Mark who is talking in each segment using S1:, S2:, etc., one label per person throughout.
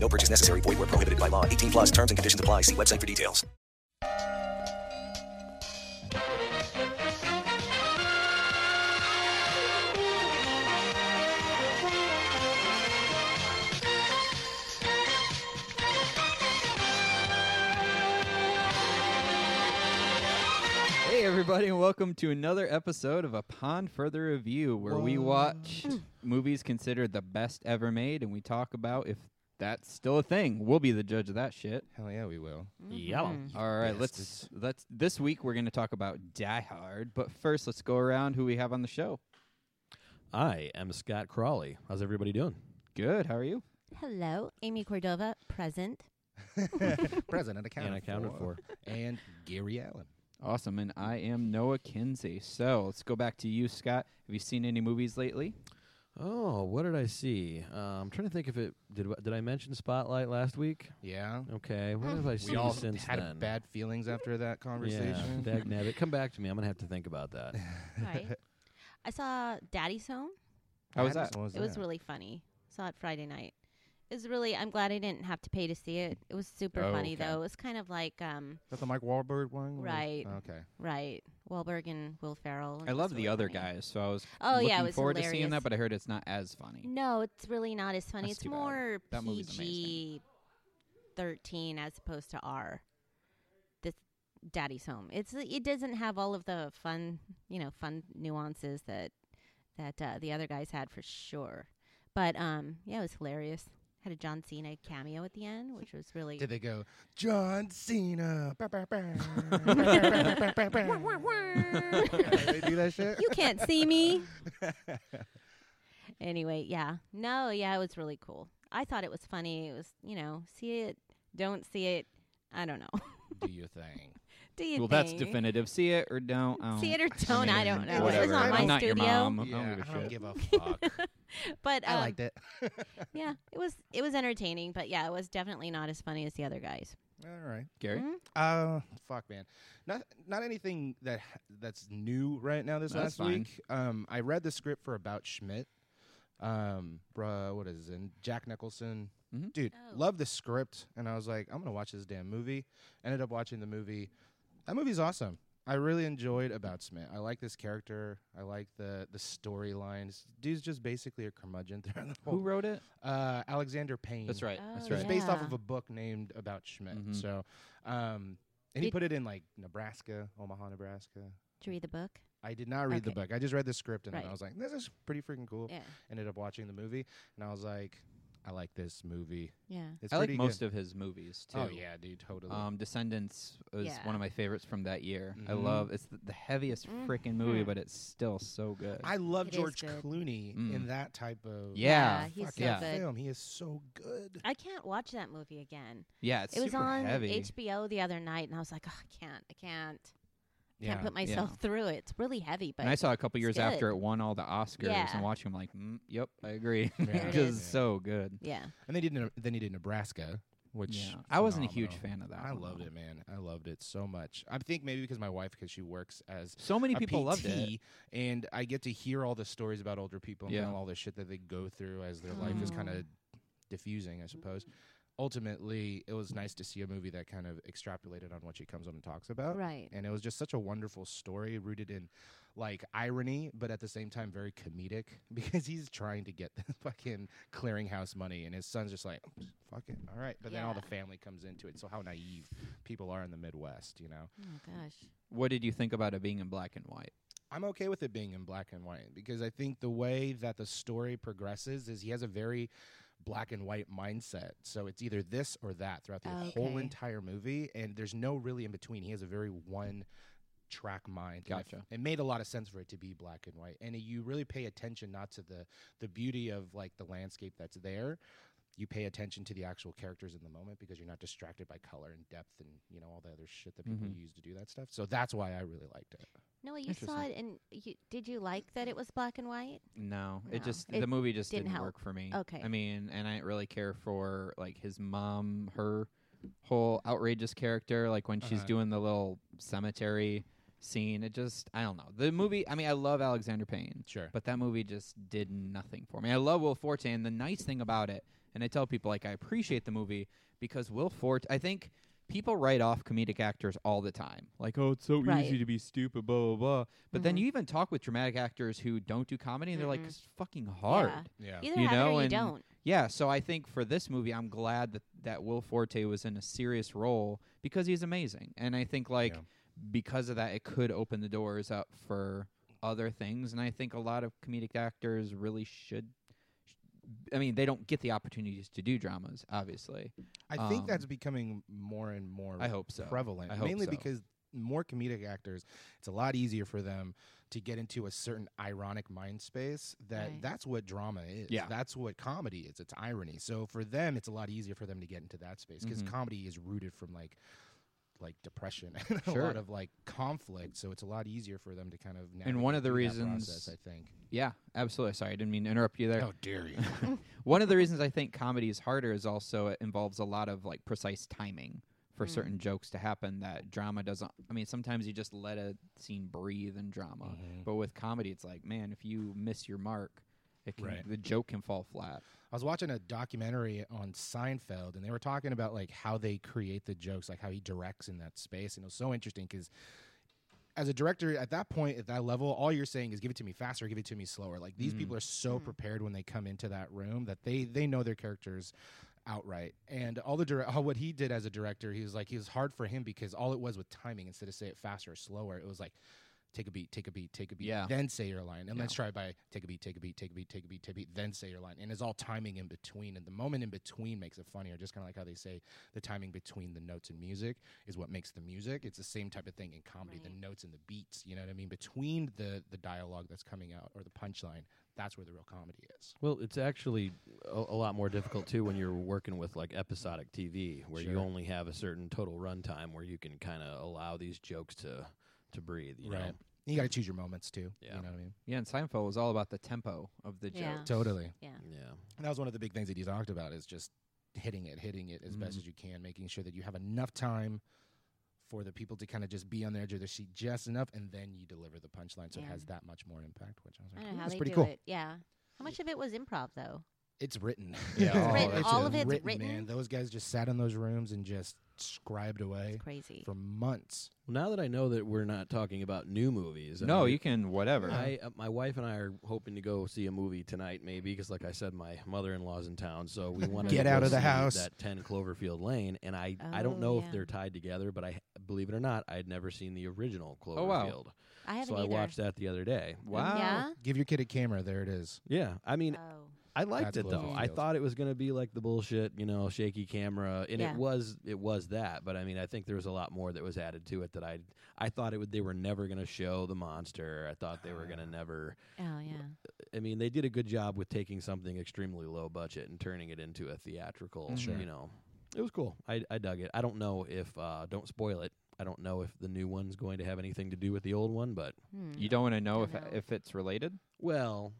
S1: No purchase necessary. Void where prohibited by law. 18 plus terms and conditions apply. See website for details.
S2: Hey, everybody, and welcome to another episode of Upon Further Review, where we watch movies considered the best ever made and we talk about if that's still a thing. We'll be the judge of that shit.
S3: Hell yeah, we will. Mm-hmm.
S2: All right, let's let's this week we're going to talk about Die Hard, but first let's go around who we have on the show.
S4: I am Scott Crawley. How's everybody doing?
S2: Good, how are you?
S5: Hello, Amy Cordova, present.
S3: President accounted
S4: And accounted for.
S3: And Gary Allen.
S2: Awesome, and I am Noah Kinsey. So, let's go back to you, Scott. Have you seen any movies lately?
S4: Oh, what did I see? Uh, I'm trying to think if it did. Did I mention Spotlight last week?
S3: Yeah.
S4: Okay, what have I
S3: We
S4: seen
S3: all
S4: since
S3: had
S4: then?
S3: bad feelings after that
S4: yeah,
S3: conversation.
S4: dag nabbit. Come back to me. I'm gonna have to think about that.
S5: Right. I saw Daddy's Home.
S2: How was that?
S3: Madness
S5: it was
S3: that?
S5: really funny. Saw it Friday night. It was really. I'm glad I didn't have to pay to see it. It was super
S2: Oh,
S5: funny
S2: okay.
S5: though. It was kind of like um
S3: Is that the Mike Wahlberg one?
S5: Right.
S3: Okay.
S5: right Wahlberg and Will Ferrell. and
S2: I
S5: it
S2: love
S5: was
S2: the
S5: really
S2: other
S5: funny.
S2: guys, so I was
S5: Oh, yeah, it
S2: looking
S5: was
S2: forward to seeing
S5: hilarious.
S2: that, but I heard it's not as funny.
S5: No, it's really not as funny.
S2: That's
S5: it's
S2: too bad.
S5: more
S2: That movie's amazing.
S5: PG thirteen as opposed to R. This Daddy's Home. It's it doesn't have all of the fun, you know, fun nuances that that uh, the other guys had for sure. But um, yeah, it was hilarious. Had a John Cena cameo at the end, which was really
S3: Did they go, John Cena? bah, bah, bah, bah, bah, bah, bah, bah." they do that shit?
S5: you can't see me. anyway, yeah. No, yeah, it was really cool. I thought it was funny. It was, you know, see it, don't see it. I don't know.
S3: do your thing.
S5: Do you
S2: Well, that's
S5: think?
S2: definitive. See it or don't. I don't-
S5: See it or don't, I don't know. This is
S2: Whatever.
S5: not my
S2: I'm not
S5: studio.
S2: Your mom.
S3: Yeah,
S2: I don't give a shit.
S3: fuck.
S5: But um,
S3: I liked it. All
S5: yeah, it was it was entertaining, but yeah, it was definitely not as funny as the other guys.
S3: right.
S2: Gary,
S5: Mhm.
S3: Uh, fuck, man. Not not anything that that's new right now. This
S2: That's
S3: last
S2: fine.
S3: week, um, I read the script for About Schmidt. Um, bruh, what is it? And Jack Nicholson,
S2: Mhm.
S3: dude,
S5: Oh.
S3: love the script. And I was like, I'm gonna watch this damn movie. Ended up watching the movie. That movie's awesome. I really enjoyed About Schmidt. I like this character. I like the the storylines. Dude's just basically a curmudgeon throughout the
S2: who
S3: whole.
S2: wrote it?
S3: Uh, Alexander Payne.
S2: That's right. That's
S5: Oh,
S3: It's
S2: right.
S5: yeah.
S3: based off of a book named about Schmidt.
S2: Mhm.
S3: So, um, and he
S5: Did-
S3: put it in like Nebraska, Omaha, Nebraska.
S5: Did you read the book?
S3: I did not read the
S5: Okay.
S3: book. I just read the script and then I
S5: Right.
S3: was like, this is pretty freaking cool.
S5: Yeah,
S3: Ended up watching the movie and I was like, I like this movie.
S5: yeah.
S3: It's
S2: I like
S3: pretty
S2: most
S3: good.
S2: of his movies too.
S3: Oh yeah, dude, totally.
S2: Um, Descendants was
S5: Yeah.
S2: one of my favorites from that year. I
S3: Mhm.
S2: love it's th- the heaviest
S5: Mm-hmm.
S2: freaking movie, but it's still so good.
S3: I love
S5: It is
S3: George
S5: good.
S3: Clooney
S2: Mm.
S3: in that type of
S2: yeah,
S5: Yeah, he's
S3: fucking
S2: so
S5: good.
S3: film. He is so good.
S5: I can't watch that movie again.
S2: yeah, it's
S5: it was
S2: super
S5: on
S2: heavy.
S5: HBO the other night, and I was like, oh, I can't, I can't,
S3: Yeah.
S5: can't put myself through it. It's really heavy, but
S2: and I saw it a couple
S5: it's
S2: years after
S5: good.
S2: it won all the Oscars
S5: Yeah.
S2: and watching him like, mm, yep, I agree.
S3: Yeah. There
S2: Because
S5: it
S2: it's
S3: is.
S2: so good.
S5: yeah,
S3: And they did. Ne- then he did Nebraska, which
S2: Yeah. I wasn't a huge
S3: phenomenal.
S2: fan of that
S3: I
S2: one,
S3: loved
S2: though.
S3: it, man. I loved it so much. I think maybe because my wife, because she works as
S2: So many
S3: a
S2: people loved it.
S3: PT, and I get to hear all the stories about older people
S2: Yeah.
S3: and all the shit that they go through as their life is
S5: Mm.
S3: kind of diffusing, I suppose. Ultimately, it was nice to see a movie that kind of extrapolated on what she comes on and talks about.
S5: right.
S3: And it was just such a wonderful story rooted in like irony, but at the same time very comedic because he's trying to get the fucking clearinghouse money and his son's just like, fuck it, all right. But then all the
S5: Yeah.
S3: family comes into it. So how naive people are in the Midwest, you know?
S5: Oh gosh,
S2: What did you think about it being in black and white?
S3: I'm okay with it being in black and white because I think the way that the story progresses is he has a very black and white mindset. So it's either this or that throughout the whole
S5: Okay.
S3: entire movie, and there's no really in between. He has a very one track mind. And I f-
S2: Gotcha.
S3: It made a lot of sense for it to be black and white, and you really pay attention not to the the beauty of like the landscape that's there. you pay attention to the actual characters in the moment because you're not distracted by color and depth and you know all the other shit that people
S2: Mhm.
S3: use to do that stuff. So that's why I really liked it.
S5: No, you saw it, and you, did you like that it was black and white?
S2: No, it
S5: No,
S2: just
S5: it
S2: the movie just
S5: didn't
S2: didn't,
S5: help.
S2: work for me.
S5: Okay.
S2: I mean, and I didn't really care for like his mom, her whole outrageous character, like when she's
S3: Uh-huh.
S2: doing the little cemetery scene. It just I don't know. The movie I mean, I love Alexander Payne.
S3: Sure.
S2: But that movie just did nothing for me. I love Will Forte, and the nice thing about it, and I tell people like I appreciate the movie because Will Forte. I think people write off comedic actors all the time, like oh, it's so
S5: Right.
S2: easy to be stupid, blah blah blah. But then
S5: Mhm.
S2: you even talk with dramatic actors who don't do comedy, and they're like,
S5: Mhm.
S2: it's fucking hard.
S5: Yeah.
S3: Yeah.
S5: Either
S2: You
S5: have it
S2: know,
S5: or you
S2: and-
S5: don't.
S2: Yeah, so I think for this movie, I'm glad that that Will Forte was in a serious role because he's amazing, and I think like
S3: Yeah.
S2: because of that, it could open the doors up for other things, and I think a lot of comedic actors really should. I mean, they don't get the opportunities to do dramas, obviously.
S3: I think
S2: Um,
S3: that's becoming more and more
S2: I hope so.
S3: prevalent,
S2: I hope
S3: mainly
S2: so.
S3: because more comedic actors, it's a lot easier for them to get into a certain ironic mind space that
S5: Right.
S3: that's what drama is.
S2: Yeah.
S3: That's what comedy is. It's irony. So for them, it's a lot easier for them to get into that space because
S2: Mhm.
S3: comedy is rooted from like like depression and a
S2: Sure.
S3: lot of like conflict. So it's a lot easier for them to kind of navigate
S2: And one of the
S3: through that
S2: reasons-
S3: process, I think.
S2: Yeah, absolutely. Sorry, I didn't mean to interrupt you there.
S3: How dare you?
S2: One of the reasons I think comedy is harder is also it involves a lot of like precise timing for
S5: Mm.
S2: certain jokes to happen that drama doesn't. I mean, sometimes you just let a scene breathe in drama,
S5: Mm-hmm.
S3: Mhm.
S2: but with comedy, it's like, man, if you miss your mark, it can,
S3: Right.
S2: the joke can fall flat.
S3: I was watching a documentary on Seinfeld, and they were talking about like how they create the jokes, like how he directs in that space, and it was so interesting because as a director at that point at that level, all you're saying is give it to me faster, give it to me slower. Like these
S2: Mhm.
S3: people are so
S5: Mhm.
S3: prepared when they come into that room that they they know their characters outright. And all the dire- all what he did as a director, he was like he was hard for him because all it was with timing instead of say it faster or slower, it was like take a beat, take a beat, take a beat,
S2: Yeah.
S3: then say your line. And
S2: Yeah.
S3: let's try by take a beat, take a beat, take a beat, take a beat, take a beat, then say your line. And it's all timing in between. And the moment in between makes it funnier, just kind of like how they say the timing between the notes in music is what makes the music. It's the same type of thing in comedy,
S5: Right.
S3: the notes and the beats, you know what I mean? Between the the dialogue that's coming out or the punchline, that's where the real comedy is.
S4: Well, it's actually a, a lot more difficult too when you're working with like episodic TV, where you
S3: Sure.
S4: only have a certain total runtime where you can kind of allow these jokes to to breathe. You
S3: Right.
S4: know?
S3: And you got to choose your moments too.
S4: Yeah.
S3: You know what I mean?
S2: Yeah, and Seinfeld was all about the tempo of the
S5: Yeah.
S2: joke.
S3: Totally.
S5: Yeah.
S4: Yeah.
S3: And that was one of the big things that he talked about is just hitting it, hitting it as best
S2: Mhm.
S3: as you can, making sure that you have enough time for the people to kind of just be on the edge of their seat just enough, and then you deliver the punchline, so
S5: Yeah.
S3: it has that much more impact. Which I was
S5: I
S3: like,
S5: don't
S3: "Ooh,
S5: know how
S3: that's
S5: they
S3: pretty
S5: do
S3: cool.
S5: it. Yeah. How much of it was improv though?
S3: It's written. Oh,
S2: Yeah,
S5: It's
S2: all
S5: written.
S2: that
S5: All
S2: shit
S5: of
S2: is
S5: it's written.
S3: Man, those guys just sat in those rooms and just scribed away
S5: It's crazy.
S3: Eh, for months.
S4: Well, now that I know that we're not talking about new movies, I
S2: No,
S4: mean,
S2: you can whatever.
S4: I, uh, my wife and I are hoping to go see a movie tonight, maybe because, like I said, my mother-in-law's in town, so we want to
S3: Get out of the
S4: see
S3: house.
S4: That ten Cloverfield Lane, and I, I don't
S5: Oh,
S4: know
S5: yeah.
S4: if they're tied together, but I believe it or not, I had never seen the original Cloverfield,
S3: Oh,
S2: wow.
S5: I haven't
S4: so I
S5: either.
S4: watched that the other day.
S2: wow.
S5: Yeah.
S3: Give your kid a camera. There it is.
S4: Yeah, I mean,
S5: Oh.
S4: I liked
S3: That's
S4: it though. I
S3: Cloverfield.
S4: thought it was going to be like the bullshit, you know, shaky camera, and
S5: Yeah.
S4: it was it was that. But I mean, I think there was a lot more that was added to it that I I thought it would. They were never going to show the monster. I thought they were going to never.
S5: Oh yeah.
S4: I mean, they did a good job with taking something extremely low budget and turning it into a theatrical.
S2: Sure.
S4: You know, it was cool. I I dug it. I don't know if uh, don't spoil it. I don't know if the new one's going to have anything to do with the old one, but
S5: Hmm.
S2: You don't want to know if
S5: Dunno.
S2: if it's related.
S4: well,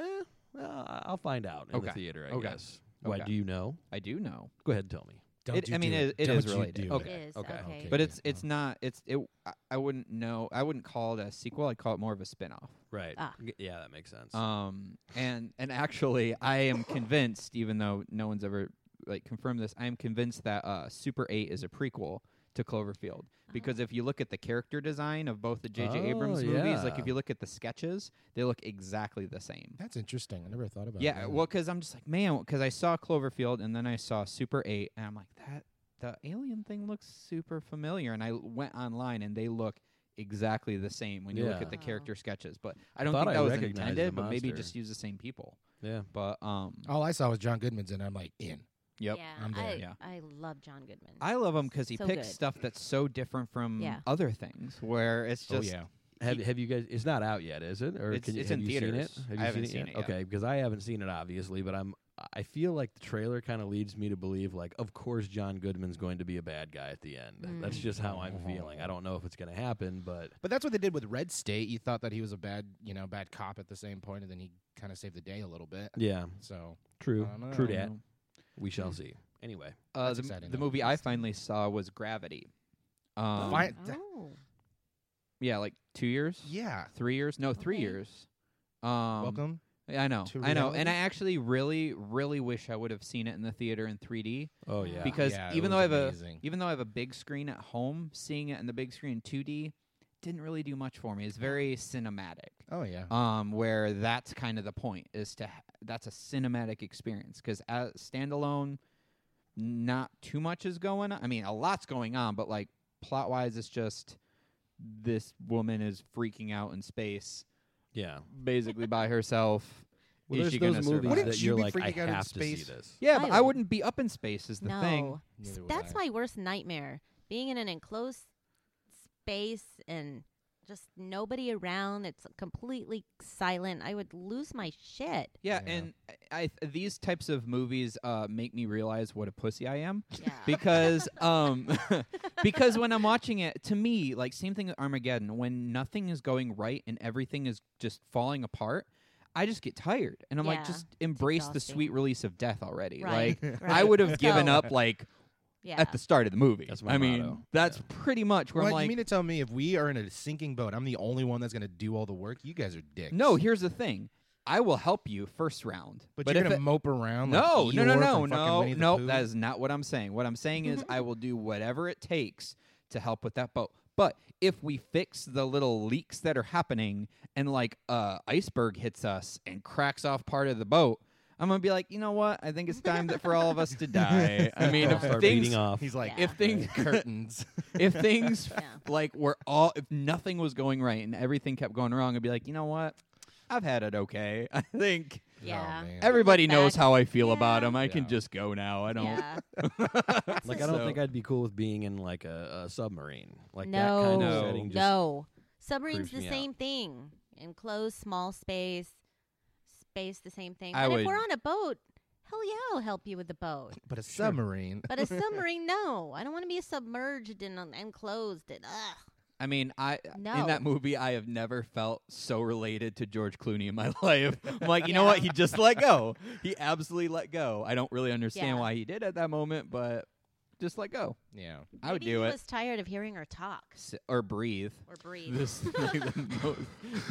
S4: eh, well, I- I'll find out in
S2: Okay.
S4: the theater. I
S2: Okay.
S4: guess. Why
S2: Okay.
S4: do you know?
S2: I do know,
S4: Go ahead, and tell me.
S3: Don't
S2: It-
S3: you
S2: I mean,
S3: do
S2: it- it
S3: Don't
S2: is
S3: you
S2: related.
S3: do
S4: Okay.
S3: it.
S5: It is
S4: okay,
S5: okay.
S3: okay.
S2: but
S3: Yeah,
S2: it's it's
S3: well.
S2: not. It's it. I, I wouldn't know. I wouldn't call it a sequel. I'd call it more of a spin-off.
S4: Right.
S5: Ah.
S4: G- Yeah, that makes sense.
S2: Um, and and actually, I am convinced, even though no one's ever like confirmed this, I am convinced that uh, Super Eight is a prequel to Cloverfield
S5: Uh-huh.
S2: because if you look at the character design of both the J.J. Abrams
S4: Oh,
S2: movies, like
S4: yeah.
S2: if you look at the sketches, they look exactly the same.
S3: That's interesting. I never thought about.
S2: Yeah,
S3: that.
S2: well, because I'm just like, man, because I saw Cloverfield and then I saw Super Eight, and I'm like, that the alien thing looks super familiar. And I l- went online, and they look exactly the same when you look
S4: Yeah.
S2: at the
S5: Wow.
S2: character sketches. But I don't
S4: Thought
S2: think
S4: I
S2: that was
S4: recognized the
S2: intended, but maybe
S4: monster.
S2: just use the same people.
S4: yeah.
S2: But um,
S3: all I saw was John Goodman's, and I'm like, in.
S2: yep.
S5: Yeah.
S3: Oh, I'm there.
S5: I,
S2: Yeah.
S5: I love John Goodman.
S2: I love him because he
S5: So
S2: picks
S5: good.
S2: stuff that's so different from
S5: Yeah.
S2: other things, where it's
S3: Oh,
S2: just
S4: Have Have you guys? It's not out yet, is it? Or
S2: It's-
S4: can you,
S2: it's
S4: have
S2: in
S4: you seen it?
S2: theaters.
S4: Have you
S2: I haven't
S4: seen it
S2: seen
S4: yet?
S2: it yet.
S4: Okay, because I haven't seen it obviously, but I'm I feel like the trailer kind of leads me to believe, like, of course, John Goodman's going to be a bad guy at the end.
S2: Hmm.
S4: That's just how I'm
S3: Mm-hmm.
S4: feeling. I don't know if it's going to happen, but
S3: But that's what they did with Red State. You thought that he was a bad, you know, bad cop at the same point, and then he kind of saved the day a little bit.
S4: yeah,
S3: So
S4: true,
S3: I don't
S4: true
S3: know.
S4: dat. We shall
S2: Hmm.
S4: see. Anyway,
S2: Uh,
S3: That's
S2: the,
S3: exciting,
S2: the
S3: though.
S2: movie I finally saw was Gravity. Um,
S3: Fi-
S5: Oh.
S2: Yeah, like two years,
S3: yeah,
S2: three years. No, three
S5: Okay.
S2: years. Um,
S3: welcome.
S2: Yeah, I know,
S3: to
S2: I know, and
S3: reality.
S2: I actually really, really wish I would have seen it in the theater in 3D
S4: oh yeah,
S2: because
S3: Yeah, it
S2: even though
S3: was
S2: I have
S3: amazing.
S2: a even though I have a big screen at home, seeing it in the big screen 2D didn't really do much for me. It's very cinematic.
S3: Oh yeah,
S2: Um, where that's kind of the point is to ha- that's a cinematic experience because as standalone, not too much is going. on. I mean, a lot's going on, but like plot wise, it's just this woman is freaking out in space
S4: yeah.
S2: basically by herself.
S4: Well,
S2: is
S4: there's
S2: she
S4: those
S2: gonna
S4: movies
S2: survive?
S3: Wouldn't
S4: that
S3: you
S4: you're
S3: be
S4: like, I
S3: freaking out in
S4: have to see
S3: space?
S4: this.
S2: Yeah,
S5: I
S2: but I
S5: wouldn't.
S2: wouldn't be up in space is the
S5: no.
S2: thing.
S5: S-
S3: Neither would
S5: That's
S3: I.
S5: my worst nightmare. Being in an enclosed space and just nobody around. It's completely silent. I would lose my shit.
S2: Yeah,
S3: Yeah.
S2: and I, I these types of movies uh, make me realize what a pussy I am
S5: Yeah.
S2: because um because when I'm watching it, to me, like same thing with Armageddon, when nothing is going right and everything is just falling apart, I just get tired, and I'm like,
S5: Yeah,
S2: just embrace the
S5: exhausting.
S2: sweet release of death already.
S5: Right,
S2: Like I
S5: right.
S2: would have
S5: Let's
S2: given
S5: go.
S2: up like
S5: yeah.
S2: at the start of the movie.
S4: That's my
S2: I mean,
S4: motto.
S2: that's
S4: Yeah.
S2: pretty much where
S3: What,
S2: I'm like,
S3: you mean to tell me if we are in a sinking boat, I'm the only one that's going to do all the work? You guys are dicks.
S2: No, here's the thing. I will help you first round.
S3: but, you're
S2: if
S3: going
S2: it-
S3: to mope around.
S2: no,
S3: like
S2: no, no,
S3: Eeyore
S2: no,
S3: from fucking
S2: no,
S3: Winnie the
S2: no.
S3: Pooh?
S2: That is not what I'm saying. What I'm saying is I will do whatever it takes to help with that boat. But if we fix the little leaks that are happening and like uh iceberg hits us and cracks off part of the boat, I'm gonna be like, you know what? I think it's time that for all of us to die. I mean,
S4: I'll
S2: if
S4: start
S2: things,
S4: beating off.
S3: He's like,
S5: Yeah.
S2: if things,
S3: curtains.
S2: if things
S5: Yeah.
S2: like were all if nothing was going right and everything kept going wrong, I'd be like, you know what? I've had it okay. I think
S5: yeah.
S3: Oh, man.
S2: everybody
S5: Look
S2: knows
S5: back.
S2: how I feel
S5: Yeah.
S2: about him. I
S3: Yeah.
S2: can just go now. I don't.
S5: Yeah.
S4: Like I don't
S2: So-
S4: think I'd be cool with being in like a, a submarine. Like
S5: no.
S4: that kind
S2: No.
S4: of setting just
S5: no. Submarine's
S4: creeps
S5: the
S4: me out.
S5: same thing. Enclosed, small space. Space, the same thing.
S2: I
S5: but
S2: would-
S5: if we're on a boat, hell yeah, I'll help you with the boat.
S3: But a submarine.
S5: But a submarine, no. I don't want to be submerged and um, enclosed and ugh.
S2: I mean, I in
S5: No.
S2: that movie, I have never felt so related to George Clooney in my life. I'm like, you know what? He just let go. He absolutely let go. I don't really understand
S5: Yeah.
S2: why he did at that moment, but just let go.
S3: Yeah.
S2: I would
S5: Maybe
S2: do
S5: he
S2: it
S5: was tired of hearing her talk
S2: S- or breathe.
S5: or breathe.
S2: This is like the most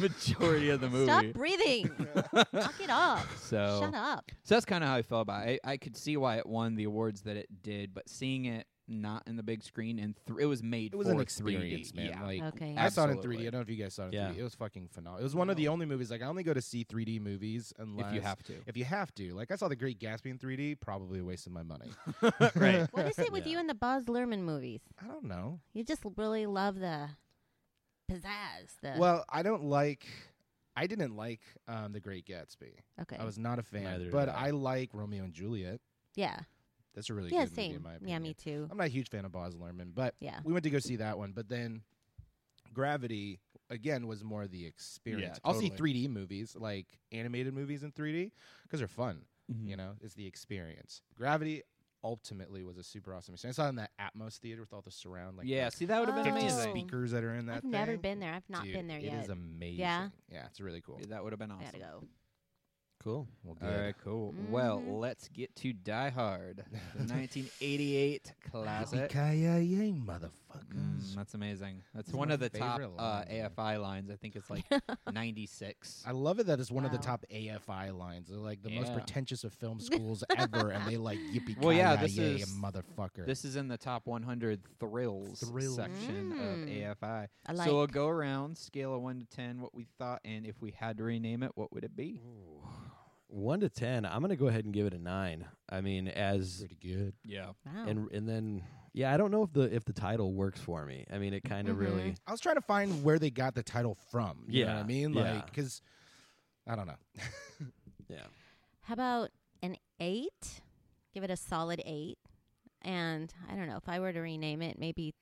S2: majority of the movie.
S5: Stop breathing. Knock it off.
S2: So
S5: Shut up.
S2: So that's kind of how I felt about it. I, I could see why it won the awards that it did, but seeing it not in the big screen and th- it was made
S3: It was
S2: for
S3: an experience,
S2: 3D.
S3: man.
S2: Yeah.
S3: Like,
S5: Okay.
S3: I saw it in 3D. I
S2: Absolutely.
S3: don't know if you guys saw it in
S4: Yeah.
S3: 3D. It was fucking phenomenal. It was one of the only movies. Like, I only go to see 3D movies unless
S2: if you have to.
S3: If you have to, like I saw The Great Gatsby in 3D, probably wasted my money.
S2: right.
S5: What is it with you and the Baz Luhrmann movies?
S3: I don't know.
S5: You just really love the pizzazz. The
S3: Well, I don't like. I didn't like um, The Great Gatsby.
S5: okay,
S3: I was not a fan,
S4: Neither did
S3: but
S4: I.
S3: I like Romeo and Juliet.
S5: yeah,
S3: That's a really
S5: yeah,
S3: good movie in
S5: same.
S3: my opinion.
S5: Yeah, me too.
S3: I'm not a huge fan of Boz Lerman, but
S5: Yeah.
S3: we went to go see that one. But then Gravity again was more the experience. I'll
S2: totally.
S3: see 3D movies like animated movies in 3D because they're fun.
S2: Mhm.
S3: You know, it's the experience. Gravity ultimately was a super awesome experience. I saw it in that Atmos theater with all the surround like
S2: yeah,
S3: the
S2: see, that would have been
S3: 50
S5: Oh.
S2: amazing.
S3: speakers that are in that.
S5: I've never
S3: thing.
S5: been there. I've not
S3: Dude,
S5: been there yet.
S3: It is amazing. yeah, it's really cool. Uh,
S2: That would have been awesome.
S5: I gotta go.
S4: cool.
S3: Well, good.
S2: All right, cool. Well,
S5: Mhm.
S2: let's get to Die Hard, the 1988 classic.
S3: Yippee-ki-yay, motherfuckers.
S2: Mm, that's amazing. That's
S3: It's
S2: one
S3: my
S2: of the top
S3: favorite
S2: uh,
S3: line, man.
S2: AFI lines. I think it's like 96.
S3: I love it that it's one of the
S5: Wow.
S3: top AFI lines. They're like the most
S2: Yeah.
S3: pretentious of film schools ever, and they like yippee
S2: Well, yeah, this
S3: ki-yay,
S2: is-
S3: motherfucker.
S2: This is in the top 100 thrills,
S3: Thrills.
S2: section
S5: Mm.
S2: of AFI.
S5: I
S2: So we'll
S5: like.
S2: go around scale of one to ten, what we thought, and if we had to rename it, what would it be?
S4: One to ten. I'm gonna go ahead and give it a nine. I mean, as
S3: pretty good.
S2: Yeah,
S5: Wow.
S4: and and then yeah, I don't know if the if the title works for me. I mean, it kind of
S5: Mhm.
S4: really
S3: I was trying to find where they got the title from. You know what
S4: Yeah,
S3: I mean,
S4: yeah.
S3: like because I don't know.
S5: Mm-hmm.
S4: yeah.
S5: How about an eight? Give it a solid eight. And I don't know if I were to rename it, maybe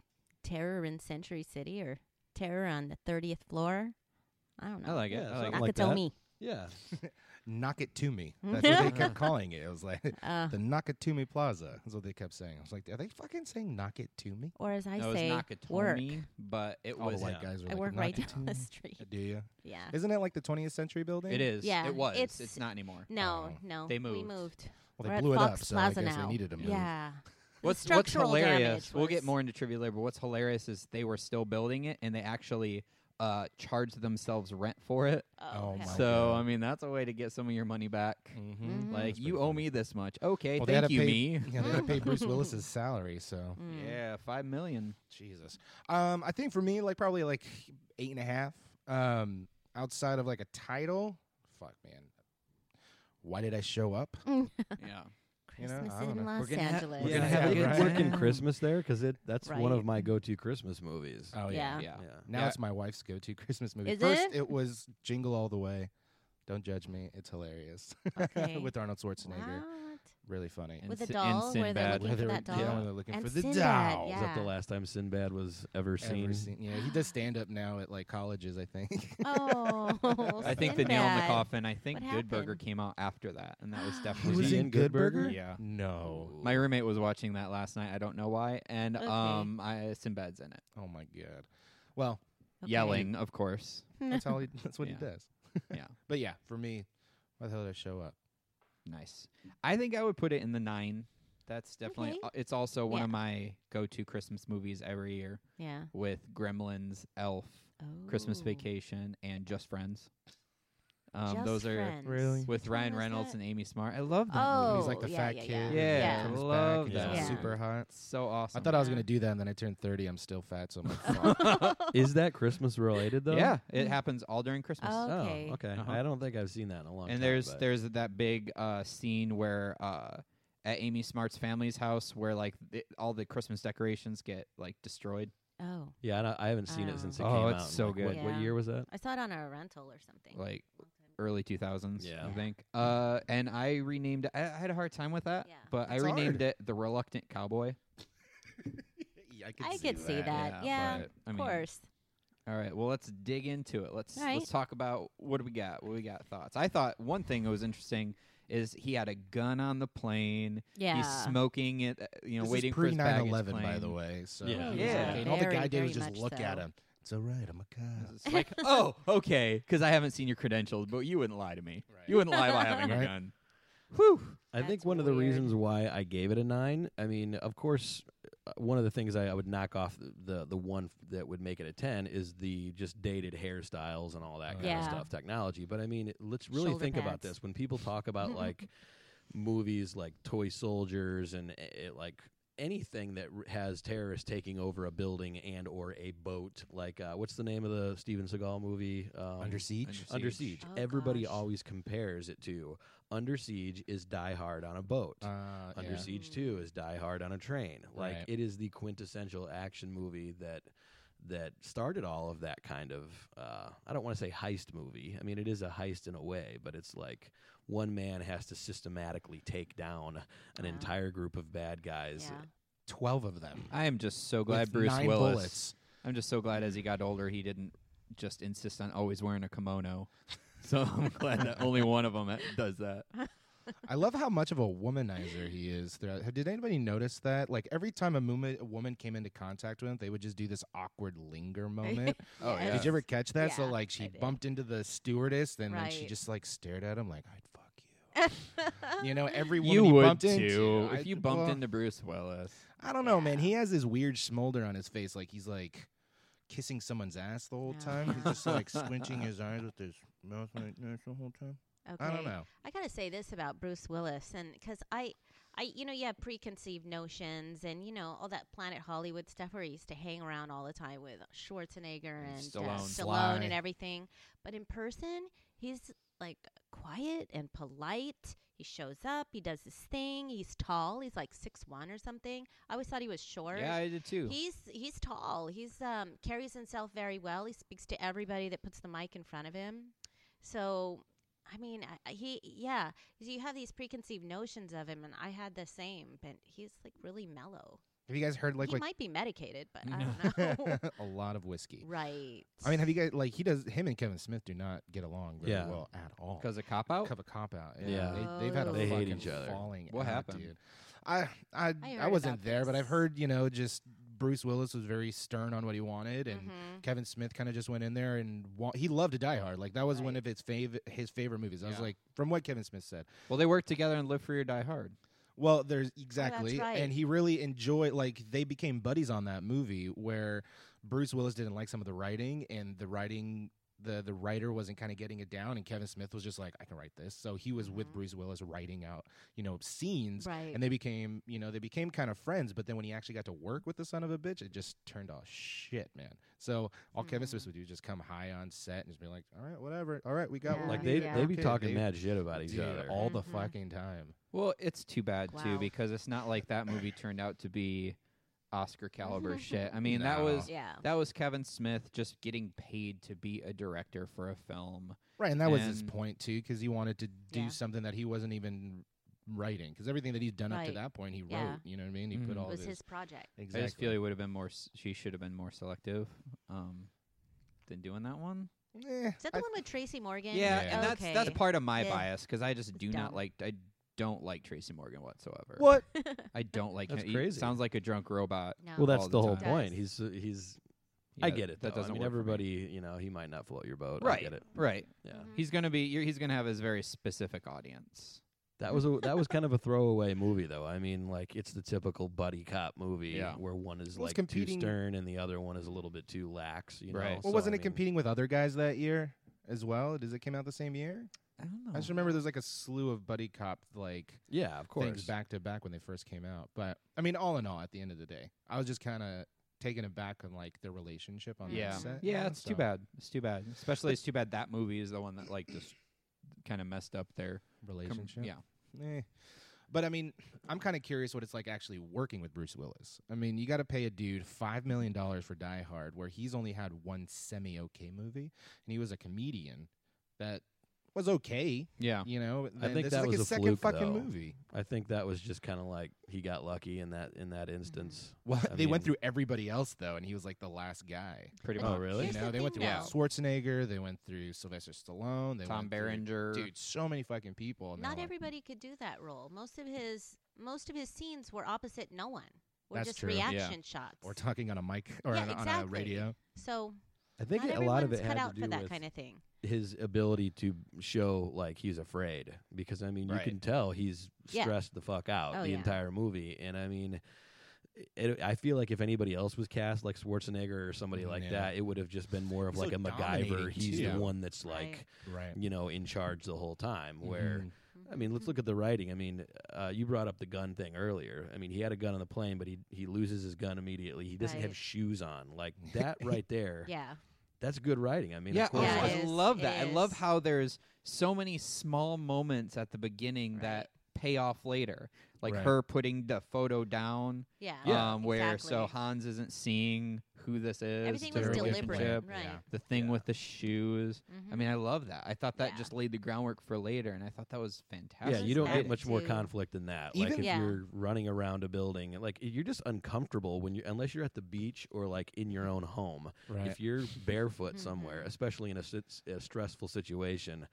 S5: Terror in Century City or Terror on the Thirtieth Floor. I don't know.
S2: I like it. I
S4: Yeah,
S2: like
S4: something
S2: it.
S4: like
S5: Nakatomi.
S4: that. Yeah.
S3: knock it to me. That's what they kept calling it. It was like
S5: Uh,
S3: the knock it to me plaza. That's what they kept saying. I was like, are they fucking saying knock it to me?
S5: or as I
S2: That was
S5: say, work.
S2: Nakatomi, but it
S3: All the
S2: was
S3: white
S4: yeah.
S3: guys were
S5: I
S3: like,
S5: work
S3: knock
S5: right
S3: it to
S5: down the
S3: me?
S5: street.
S3: Do you?
S5: Yeah.
S3: Isn't it like the 20th century building?
S2: It is.
S5: Yeah,
S2: it was. It's,
S5: it's-
S2: not anymore.
S5: No,
S3: Oh.
S5: no.
S2: They
S5: We
S2: moved.
S5: moved.
S3: Well,
S5: We're
S3: they
S5: at
S3: blew it
S5: Fox
S3: up, so I
S5: Plaza
S3: guess
S5: now.
S3: they needed to move.
S5: Yeah.
S2: What's what's
S5: structural
S2: hilarious?
S5: damage
S2: We'll get
S5: was-
S2: more into trivia later, but what's hilarious is they were still building it and they actually uh, charged themselves rent for it.
S3: Oh,
S5: hell.
S3: my
S2: so
S3: God.
S2: I mean, that's a way to get some of your money back.
S3: Mm-hmm.
S2: Like
S3: That's
S2: you
S3: pretty
S2: owe
S3: funny.
S2: me this much. Okay,
S3: Well, they had
S2: thank
S3: to
S2: you,
S3: pay,
S2: me.
S3: Yeah, they had to pay Bruce Willis's salary, so
S5: Mm.
S2: Yeah, five million.
S3: Jesus. Um, I think for me, like probably like eight and a half. Um, outside of like a title, fuck man. Why did I show up?
S5: Mm,
S2: yeah.
S3: You know, I
S5: Christmas
S3: don't know.
S5: in
S3: We're
S5: Los
S2: gonna ha-
S5: Angeles.
S2: we're
S3: gonna have
S4: they
S3: a
S4: did
S3: good
S4: work in
S2: time.
S4: Christmas there because it that's one
S5: Right.
S4: of my go-to Christmas movies.
S3: Oh
S5: yeah.
S2: Yeah.
S4: yeah.
S3: Now
S2: Uh, Yeah.
S3: it's my wife's go-to Christmas movie.
S5: Is
S3: First,
S5: it?
S3: it was Jingle All the Way. Don't judge me. It's hilarious
S5: Okay.
S3: with Arnold Schwarzenegger.
S5: What?
S3: Really funny.
S2: And
S5: With a
S2: Sin- and
S5: doll where they're
S2: Sinbad.
S5: looking for
S3: Whether-
S5: that doll.
S3: yeah, when they're looking
S5: and
S3: for the
S5: Sinbad,
S3: doll.
S4: Is
S5: Yeah.
S4: that the last time Sinbad was ever seen?
S3: Ever seen- Yeah, he does stand up now at like colleges. I think.
S5: Oh,
S2: I think the nail in the
S5: Sinbad.
S2: coffin. I think
S5: What
S2: Good Burger
S5: happened?
S2: came out after that, and that was
S4: He
S2: definitely
S4: was
S2: the-
S4: in Good Burger?
S2: Yeah.
S4: Oh.
S3: No.
S2: My roommate was watching that last night. I don't know why, and
S5: Okay.
S2: um, I, Sinbad's in it,
S3: Oh my god. Well,
S5: Okay.
S2: yelling, of course.
S3: that's how he. That's what
S2: Yeah.
S3: he does.
S2: Yeah.
S3: But yeah, for me, why the hell did I show up?
S2: Nice. I think I would put it in the nine. That's definitely.
S5: Okay.
S2: uh, It's also one
S5: Yeah.
S2: of my go-to Christmas movies every year,
S5: Yeah.
S2: with Gremlins, Elf, Christmas
S5: Oh.
S2: Vacation, and Just Friends. Um,
S5: Just
S2: those are
S5: friends.
S3: Really?
S2: with
S5: Which
S2: Ryan
S5: one was
S2: Reynolds
S5: that?
S2: and Amy Smart. I love that
S3: When
S5: Oh.
S2: movie.
S3: he's like the
S5: yeah,
S3: fat
S5: yeah,
S3: kid.
S5: yeah.
S3: and
S2: Yeah,
S3: he comes back
S2: love
S3: and he's all
S5: that.
S3: Super hot.
S2: It's so awesome.
S3: I thought I was
S5: Yeah.
S3: gonna do that, and then I turned thirty. I'm still fat, so I'm like, fuck.
S4: Is that Christmas related though?
S2: Yeah,
S5: Mm.
S2: it happens all during Christmas.
S5: Oh,
S4: Oh,
S5: Okay.
S4: okay.
S2: Uh-huh.
S4: I don't think I've seen that in a long time.
S2: and there's
S4: but-
S2: there's that big uh, scene where uh, at Amy Smart's family's house where like th- all the Christmas decorations get like destroyed.
S5: Oh,
S4: yeah, I, don't- I haven't seen it
S5: Oh.
S4: since it
S2: Oh,
S4: came out.
S2: it's
S4: in,
S2: so
S4: like,
S2: good.
S4: What, what
S5: Yeah.
S4: year was that?
S5: I saw it on a rental or something.
S2: Like early 2000s,
S4: Yeah.
S2: I
S4: Yeah.
S2: think. Uh, and I renamed. I, I had a hard time with that,
S5: Yeah.
S2: but I
S3: It's
S2: renamed
S3: hard.
S2: it the Reluctant Cowboy.
S3: Yeah, I
S5: I could see
S2: yeah,
S5: that. Yeah,
S2: but, I
S5: of
S2: mean,
S5: course.
S2: All right, well let's dig into it. Let's
S5: All right.
S2: let's talk about what do we got? What we got thoughts? I thought one thing that was interesting is he had a gun on the plane.
S5: Yeah.
S2: He's smoking it, uh, you know,
S3: This
S2: waiting
S3: is pre
S2: for his baggage
S3: by
S2: plane.
S3: the way. So
S4: Yeah.
S3: he's
S2: Yeah.
S3: like- and all the
S5: Very,
S3: guy did was
S5: very
S3: just
S5: much
S3: look at
S5: so.
S3: him. It's all right. I'm a cop.
S2: It's like, oh, okay, because I haven't seen your credentials, but you wouldn't lie to me. You wouldn't lie by having a
S3: Right.
S2: gun. Whew.
S4: I think
S5: That's
S4: one of the
S5: weird.
S4: reasons why I gave it a nine. I mean, of course, uh, one of the things I, I would knock off the, the the one f- that would make it a ten is the just dated hairstyles and all that kind of
S5: Yeah.
S4: stuff, technology. But I mean, it- let's really
S5: Shoulder
S4: think about
S5: pads.
S4: this when people talk about like movies like Toy Soldiers and i- it, like anything that r- has terrorists taking over a building and or a boat. Like uh, what's the name of the Steven Seagal movie? Um,
S3: Under siege.
S4: Under Siege.
S5: Oh,
S4: Everybody
S5: gosh.
S4: always compares it to Under Siege is Die Hard on a boat.
S3: Uh,
S4: Under
S3: yeah.
S4: Siege 2 is Die Hard on a train. Like
S3: Right.
S4: it is the quintessential action movie that that started all of that kind of uh, I don't want to say heist movie. I mean it is a heist in a way, but it's like one man has to systematically take down an
S5: Wow.
S4: entire group of bad guys.
S5: Uh-huh. Yeah.
S3: Twelve of them.
S2: I am just so glad
S3: with
S2: Bruce
S3: nine
S2: Willis.
S3: bullets.
S2: I'm just so glad as he got older, he didn't just insist on always wearing a kimono. So I'm glad that only one of them does that.
S3: I love how much of a womanizer he is. Throughout. Did anybody notice that? Like every time a, muma- a woman came into contact with him, they would just do this awkward linger moment.
S2: Oh, yeah.
S3: Did you ever catch that? so
S5: Yeah,
S3: like
S5: I
S3: she
S5: did.
S3: bumped into the stewardess, and then she
S5: Right. Uh,
S3: just like stared at him like, "I'd fuck you." you know, every woman
S2: You
S3: he
S2: would
S3: bumped
S2: too
S3: into, I-
S2: if you bumped
S3: well,
S2: into Bruce Willis.
S3: I don't know, man. He has this weird smolder on his face, like he's like kissing someone's ass the whole time. He's just like squinting his eyes with his mouth like this the whole time.
S5: Okay.
S3: I don't know.
S5: I gotta say this about Bruce Willis, and because I, I, you know, you have preconceived notions, and you know all that Planet Hollywood stuff where he used to hang around all the time with Schwarzenegger and,
S2: Stallone.
S5: uh, Stallone
S3: Sly.
S5: and everything. But in person, he's like quiet and polite. He shows up. He does his thing. He's tall. He's like six one or something. I always thought he was short.
S2: Yeah, I did too.
S5: He's he's tall. He's um, carries himself very well. He speaks to everybody that puts the mic in front of him. So, I mean, I- I, he yeah. You have these preconceived notions of him, and I had the same, but he's like really mellow.
S3: Have you guys heard like
S5: he
S3: like
S5: might be medicated, but I don't know.
S3: a lot of whiskey?
S5: right.
S3: I mean, have you guys like he does? Him and Kevin Smith do not get along very
S4: Yeah.
S3: well at all.
S2: because a cop out.
S3: Cup of cop out.
S4: Yeah.
S3: they, they've had a
S5: Oh. They hate
S3: fucking
S4: each other.
S3: falling.
S2: What
S3: out,
S2: happened?
S3: dude. I I
S5: I
S3: I,
S5: heard
S3: wasn't
S5: about
S3: there, but I've
S5: this.
S3: heard you know just Bruce Willis was very stern on what he wanted, and
S5: Mhm.
S3: Kevin Smith kind of just went in there and wa- he loved Die Hard. Like that was one
S5: Right.
S3: of his fav- his favorite movies. I was
S2: Yeah.
S3: like, from what Kevin Smith said.
S2: Well, they work together and Live Free or Die Hard.
S3: Well, there's exactly,
S5: Oh, right.
S3: and he really enjoyed. Like they became buddies on that movie, where Bruce Willis didn't like some of the writing, and the writing. The, the writer wasn't kind of getting it down, and Kevin Smith was just like, I can write this. So he was with
S5: Mhm.
S3: Bruce Willis writing out, you know, scenes,
S5: Right.
S3: and they became, you know, they became kind of friends. But then when he actually got to work with the son of a bitch, it just turned all shit, man. So all Kevin
S5: Mhm.
S3: Smith would do is just come high on set and just be like, all right, whatever, all right, we got
S5: Yeah.
S3: one.
S4: Like
S3: for
S4: they
S3: you.
S5: Yeah.
S4: they be
S3: Okay,
S4: talking
S3: they-
S4: mad shit about each
S3: dude,
S4: other.
S3: all the
S5: Mhm.
S3: fucking time.
S2: Well, it's too bad too
S5: Wow.
S2: because it's not like that movie turned out to be Oscar caliber shit. I mean, that
S3: No.
S2: was
S5: yeah.
S2: that was Kevin Smith just getting paid to be a director for a film.
S3: Right, and that was his
S2: And-
S3: point too, because he wanted to do
S5: Yeah.
S3: something that he wasn't even writing, because everything that he's done up to
S5: Right.
S3: that point, he
S5: Yeah. Mm-hmm.
S3: wrote. You know what I mean? He put
S2: Mhm.
S3: all
S5: was
S3: this.
S5: his project.
S3: exactly.
S2: I just feel he would have been more. s- She should have been more selective um, than doing that one.
S3: Eh,
S5: Is that the
S3: I-
S5: one with Tracy Morgan?
S2: Yeah,
S3: Yeah.
S2: and that's
S5: okay.
S2: that's part of my
S5: Yeah.
S2: bias because I just do not
S5: dumb.
S2: like I don't like Tracy Morgan whatsoever.
S3: what?
S2: I don't like
S4: That's
S2: him. He
S4: crazy.
S2: sounds like a drunk robot.
S5: no.
S4: Well,
S2: all
S4: that's
S2: the
S4: the whole
S2: time.
S4: point.
S5: Does.
S4: He's uh, he's.
S2: Yeah,
S4: I get it. Though.
S2: That doesn't
S4: I mean,
S2: work for me.
S4: everybody, you know, he might not float your boat.
S2: Right.
S4: I get it.
S2: Right.
S4: Yeah.
S5: Mhm.
S2: He's gonna be. You're, he's gonna have his very specific audience.
S4: That was a that was kind of a throwaway movie though. I mean, like it's the typical buddy cop movie
S2: Yeah.
S4: where one is
S3: Well,
S4: like
S3: it's
S4: too
S3: competing-
S4: stern and the other one is a little bit too lax. You know.
S2: Right.
S3: Well,
S4: So,
S3: wasn't
S4: I
S3: it
S4: mean-
S3: competing with other guys that year as well? Does it came out the same year?
S2: I don't know.
S3: I just remember
S5: Oh.
S3: there's like a slew of buddy cop like
S4: Yeah, of course.
S3: things back to back when they first came out. But I mean, all in all, at the end of the day, I was just kind of taken aback on like their relationship on
S2: yeah,
S3: that set. you
S2: yeah.
S3: know,
S2: It's too
S3: so-
S2: bad. It's too bad. Especially, it's too bad that movie is the one that like just kind of messed up their com-
S3: Relationship.
S2: yeah.
S3: Eh. But I mean, I'm kind of curious what it's like actually working with Bruce Willis. I mean, you got to pay a dude five million dollars for Die Hard, where he's only had one semi-okay movie, and he was a comedian that was okay.
S2: Yeah.
S3: You know, then
S4: think
S3: this
S4: that
S3: is like
S4: was
S3: his
S4: a
S3: second
S4: fluke,
S3: fucking
S4: though.
S3: movie.
S4: I think that was just kind of like he got lucky in that in that instance.
S5: Mm-hmm.
S3: Well,
S4: I
S3: they went
S4: mean-
S3: through everybody else though, and he was like the last guy.
S2: Pretty
S4: Oh,
S2: much.
S4: really?
S3: You
S5: Here's
S3: know,
S5: the
S3: they went through
S5: thing,
S3: Arnold Schwarzenegger, they went through Sylvester Stallone, they
S2: Tom
S3: went through-
S2: Berenger.
S3: Dude, so many fucking people. and they're
S5: Not
S3: like-
S5: everybody could do that role. Most of his most of his scenes were opposite no one. Were
S3: That's
S5: just
S3: true. Yeah.
S5: reaction shots.
S3: Or talking on a mic or
S5: Yeah,
S3: on, a- on a
S5: exactly.
S3: radio.
S5: so
S4: I think
S5: not
S4: it- a lot of
S5: everyone's
S4: it
S5: cut
S4: had
S5: out
S4: to do
S5: for that
S4: with
S5: kind of thing.
S4: his ability to show like he's afraid because I mean you
S3: Right.
S4: can tell he's
S5: Yeah.
S4: stressed the fuck out
S5: Oh,
S4: the
S5: yeah.
S4: entire movie and I mean it, I feel like if anybody else was cast like Schwarzenegger or somebody like
S3: Yeah.
S4: that it would have just been more of
S3: He's so
S4: like a MacGyver
S3: dominating,
S4: he's
S3: too.
S4: the one that's like
S5: Right.
S3: Right.
S4: you know in charge the whole time
S3: Mm-hmm.
S4: where I mean,
S5: Mm-hmm.
S4: let's look at the writing. I mean, uh, you brought up the gun thing earlier. I mean, he had a gun on the plane, but he he loses his gun immediately. He doesn't have
S5: Right.
S4: shoes on. Like that right there.
S5: Mm-hmm. Yeah.
S4: That's good writing. I mean,
S2: yeah,
S4: of
S2: oh,
S4: course.
S5: Yeah,
S2: I
S5: it is.
S2: love
S5: It
S2: that. I love
S5: is.
S2: how there's so many small moments at the beginning
S5: Right.
S2: that pay off later, like
S3: Right.
S2: her putting the photo down,
S5: Yeah.
S2: um, where so
S5: exactly.
S2: Hans isn't seeing who this is.
S5: everything
S2: their
S5: was
S3: Terrible.
S5: deliberate.
S2: relationship,
S5: Right.
S3: Yeah.
S2: The thing
S4: Yeah.
S2: with the shoes. I
S5: Mhm.
S2: mean, I love that. I thought that
S5: Yeah.
S2: just laid the groundwork for later, and I thought that was fantastic.
S4: Yeah, you don't get
S5: Absolutely.
S4: much more
S5: Attitude.
S4: conflict than that. like
S3: Even-
S4: if
S5: Yeah.
S4: you're running around a building, like you're just uncomfortable when you unless you're at the beach or like in your own home.
S5: Mm-hmm.
S3: Right.
S4: If you're barefoot somewhere, especially in a, sit- a stressful situation,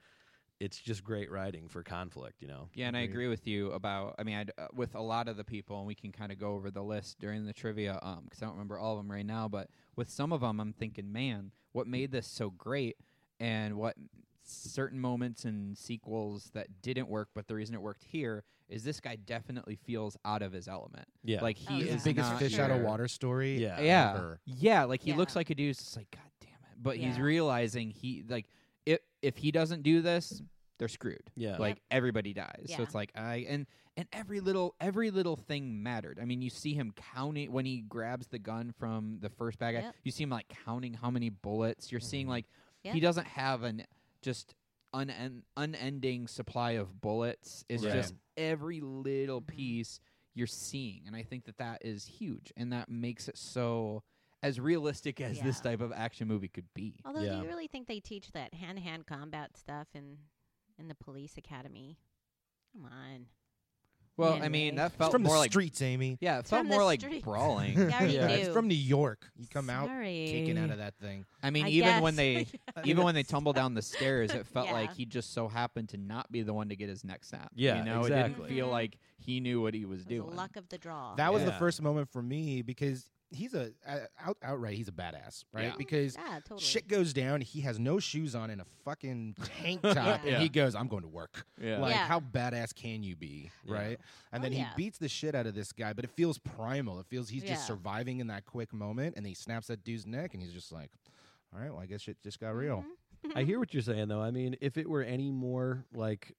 S4: it's just great writing for conflict. You know.
S2: Yeah, and I
S3: Agreed.
S2: agree with you about. I mean, I'd, uh, with a lot of the people, and we can kind of go over the list during the trivia, um, because I don't remember all of them right now. But with some of them, I'm thinking, man, what made this so great, and what certain moments and sequels that didn't work, but the reason it worked here is this guy definitely feels out of his element.
S4: Yeah.
S2: like he
S5: Oh,
S2: is
S5: yeah.
S3: It's the biggest
S2: not
S3: fish out of
S2: sure.
S3: water story.
S4: Yeah.
S2: Yeah,
S3: ever.
S2: yeah, like he
S5: Yeah.
S2: looks like a dude. It's just like, god damn it! But he's
S5: Yeah.
S2: realizing he like if if he doesn't do this, they're screwed
S4: Yeah.
S2: like everybody dies so
S5: Yeah.
S2: it's like i and and every little every little thing mattered i mean you see him counting when he grabs the gun from the first bad guy
S5: Yep.
S2: you see him like counting how many bullets you're
S3: Mm-hmm.
S2: seeing like he
S5: Yeah.
S2: doesn't have an just unen- unending supply of bullets it's
S4: Right.
S2: just every little
S5: Mhm.
S2: piece you're seeing and i think that that is huge and that makes it so as realistic as this
S5: Yeah.
S2: type of action movie could be
S5: Although
S4: Yeah.
S5: do you really think they teach that hand to hand combat stuff in in the police academy? Come on.
S2: Well,
S5: Yeah.
S2: I mean, that
S3: It's
S2: felt
S3: from
S2: more
S3: the
S2: like
S3: streets, Amy.
S2: yeah, it felt
S5: from the
S2: more like
S5: streets.
S2: brawling.
S5: I already
S4: Yeah.
S3: It's
S5: knew.
S3: from New York. You come out
S5: Sorry.
S3: kicking out of that thing.
S2: I mean,
S5: I
S2: even when
S5: guess.
S2: they even when they tumble down the stairs, it felt
S5: Yeah.
S2: like he just so happened to not be the one to get his neck snapped.
S4: Yeah,
S2: you know, it didn't
S4: exactly.
S2: feel like he knew what he was
S5: It was the
S2: doing.
S5: luck of the draw.
S3: That was the
S4: Yeah.
S3: first moment for me because he's a uh, out, outright he's a badass, right?
S2: Yeah.
S3: Because
S5: yeah, totally.
S3: shit goes down, he has no shoes on and a fucking tank top,
S5: Yeah.
S3: and he goes, "I'm going to work."
S2: yeah.
S3: Like,
S5: Yeah.
S3: how badass can you be,
S4: Yeah.
S3: right? And
S5: Oh,
S3: then he
S5: yeah.
S3: beats the shit out of this guy, but it feels primal. It feels he's
S5: Yeah.
S3: just surviving in that quick moment, and then he snaps that dude's neck, and he's just like, "All right, well, I guess shit just got real."
S5: Mhm.
S4: I hear what you're saying though. I mean, if it were any more like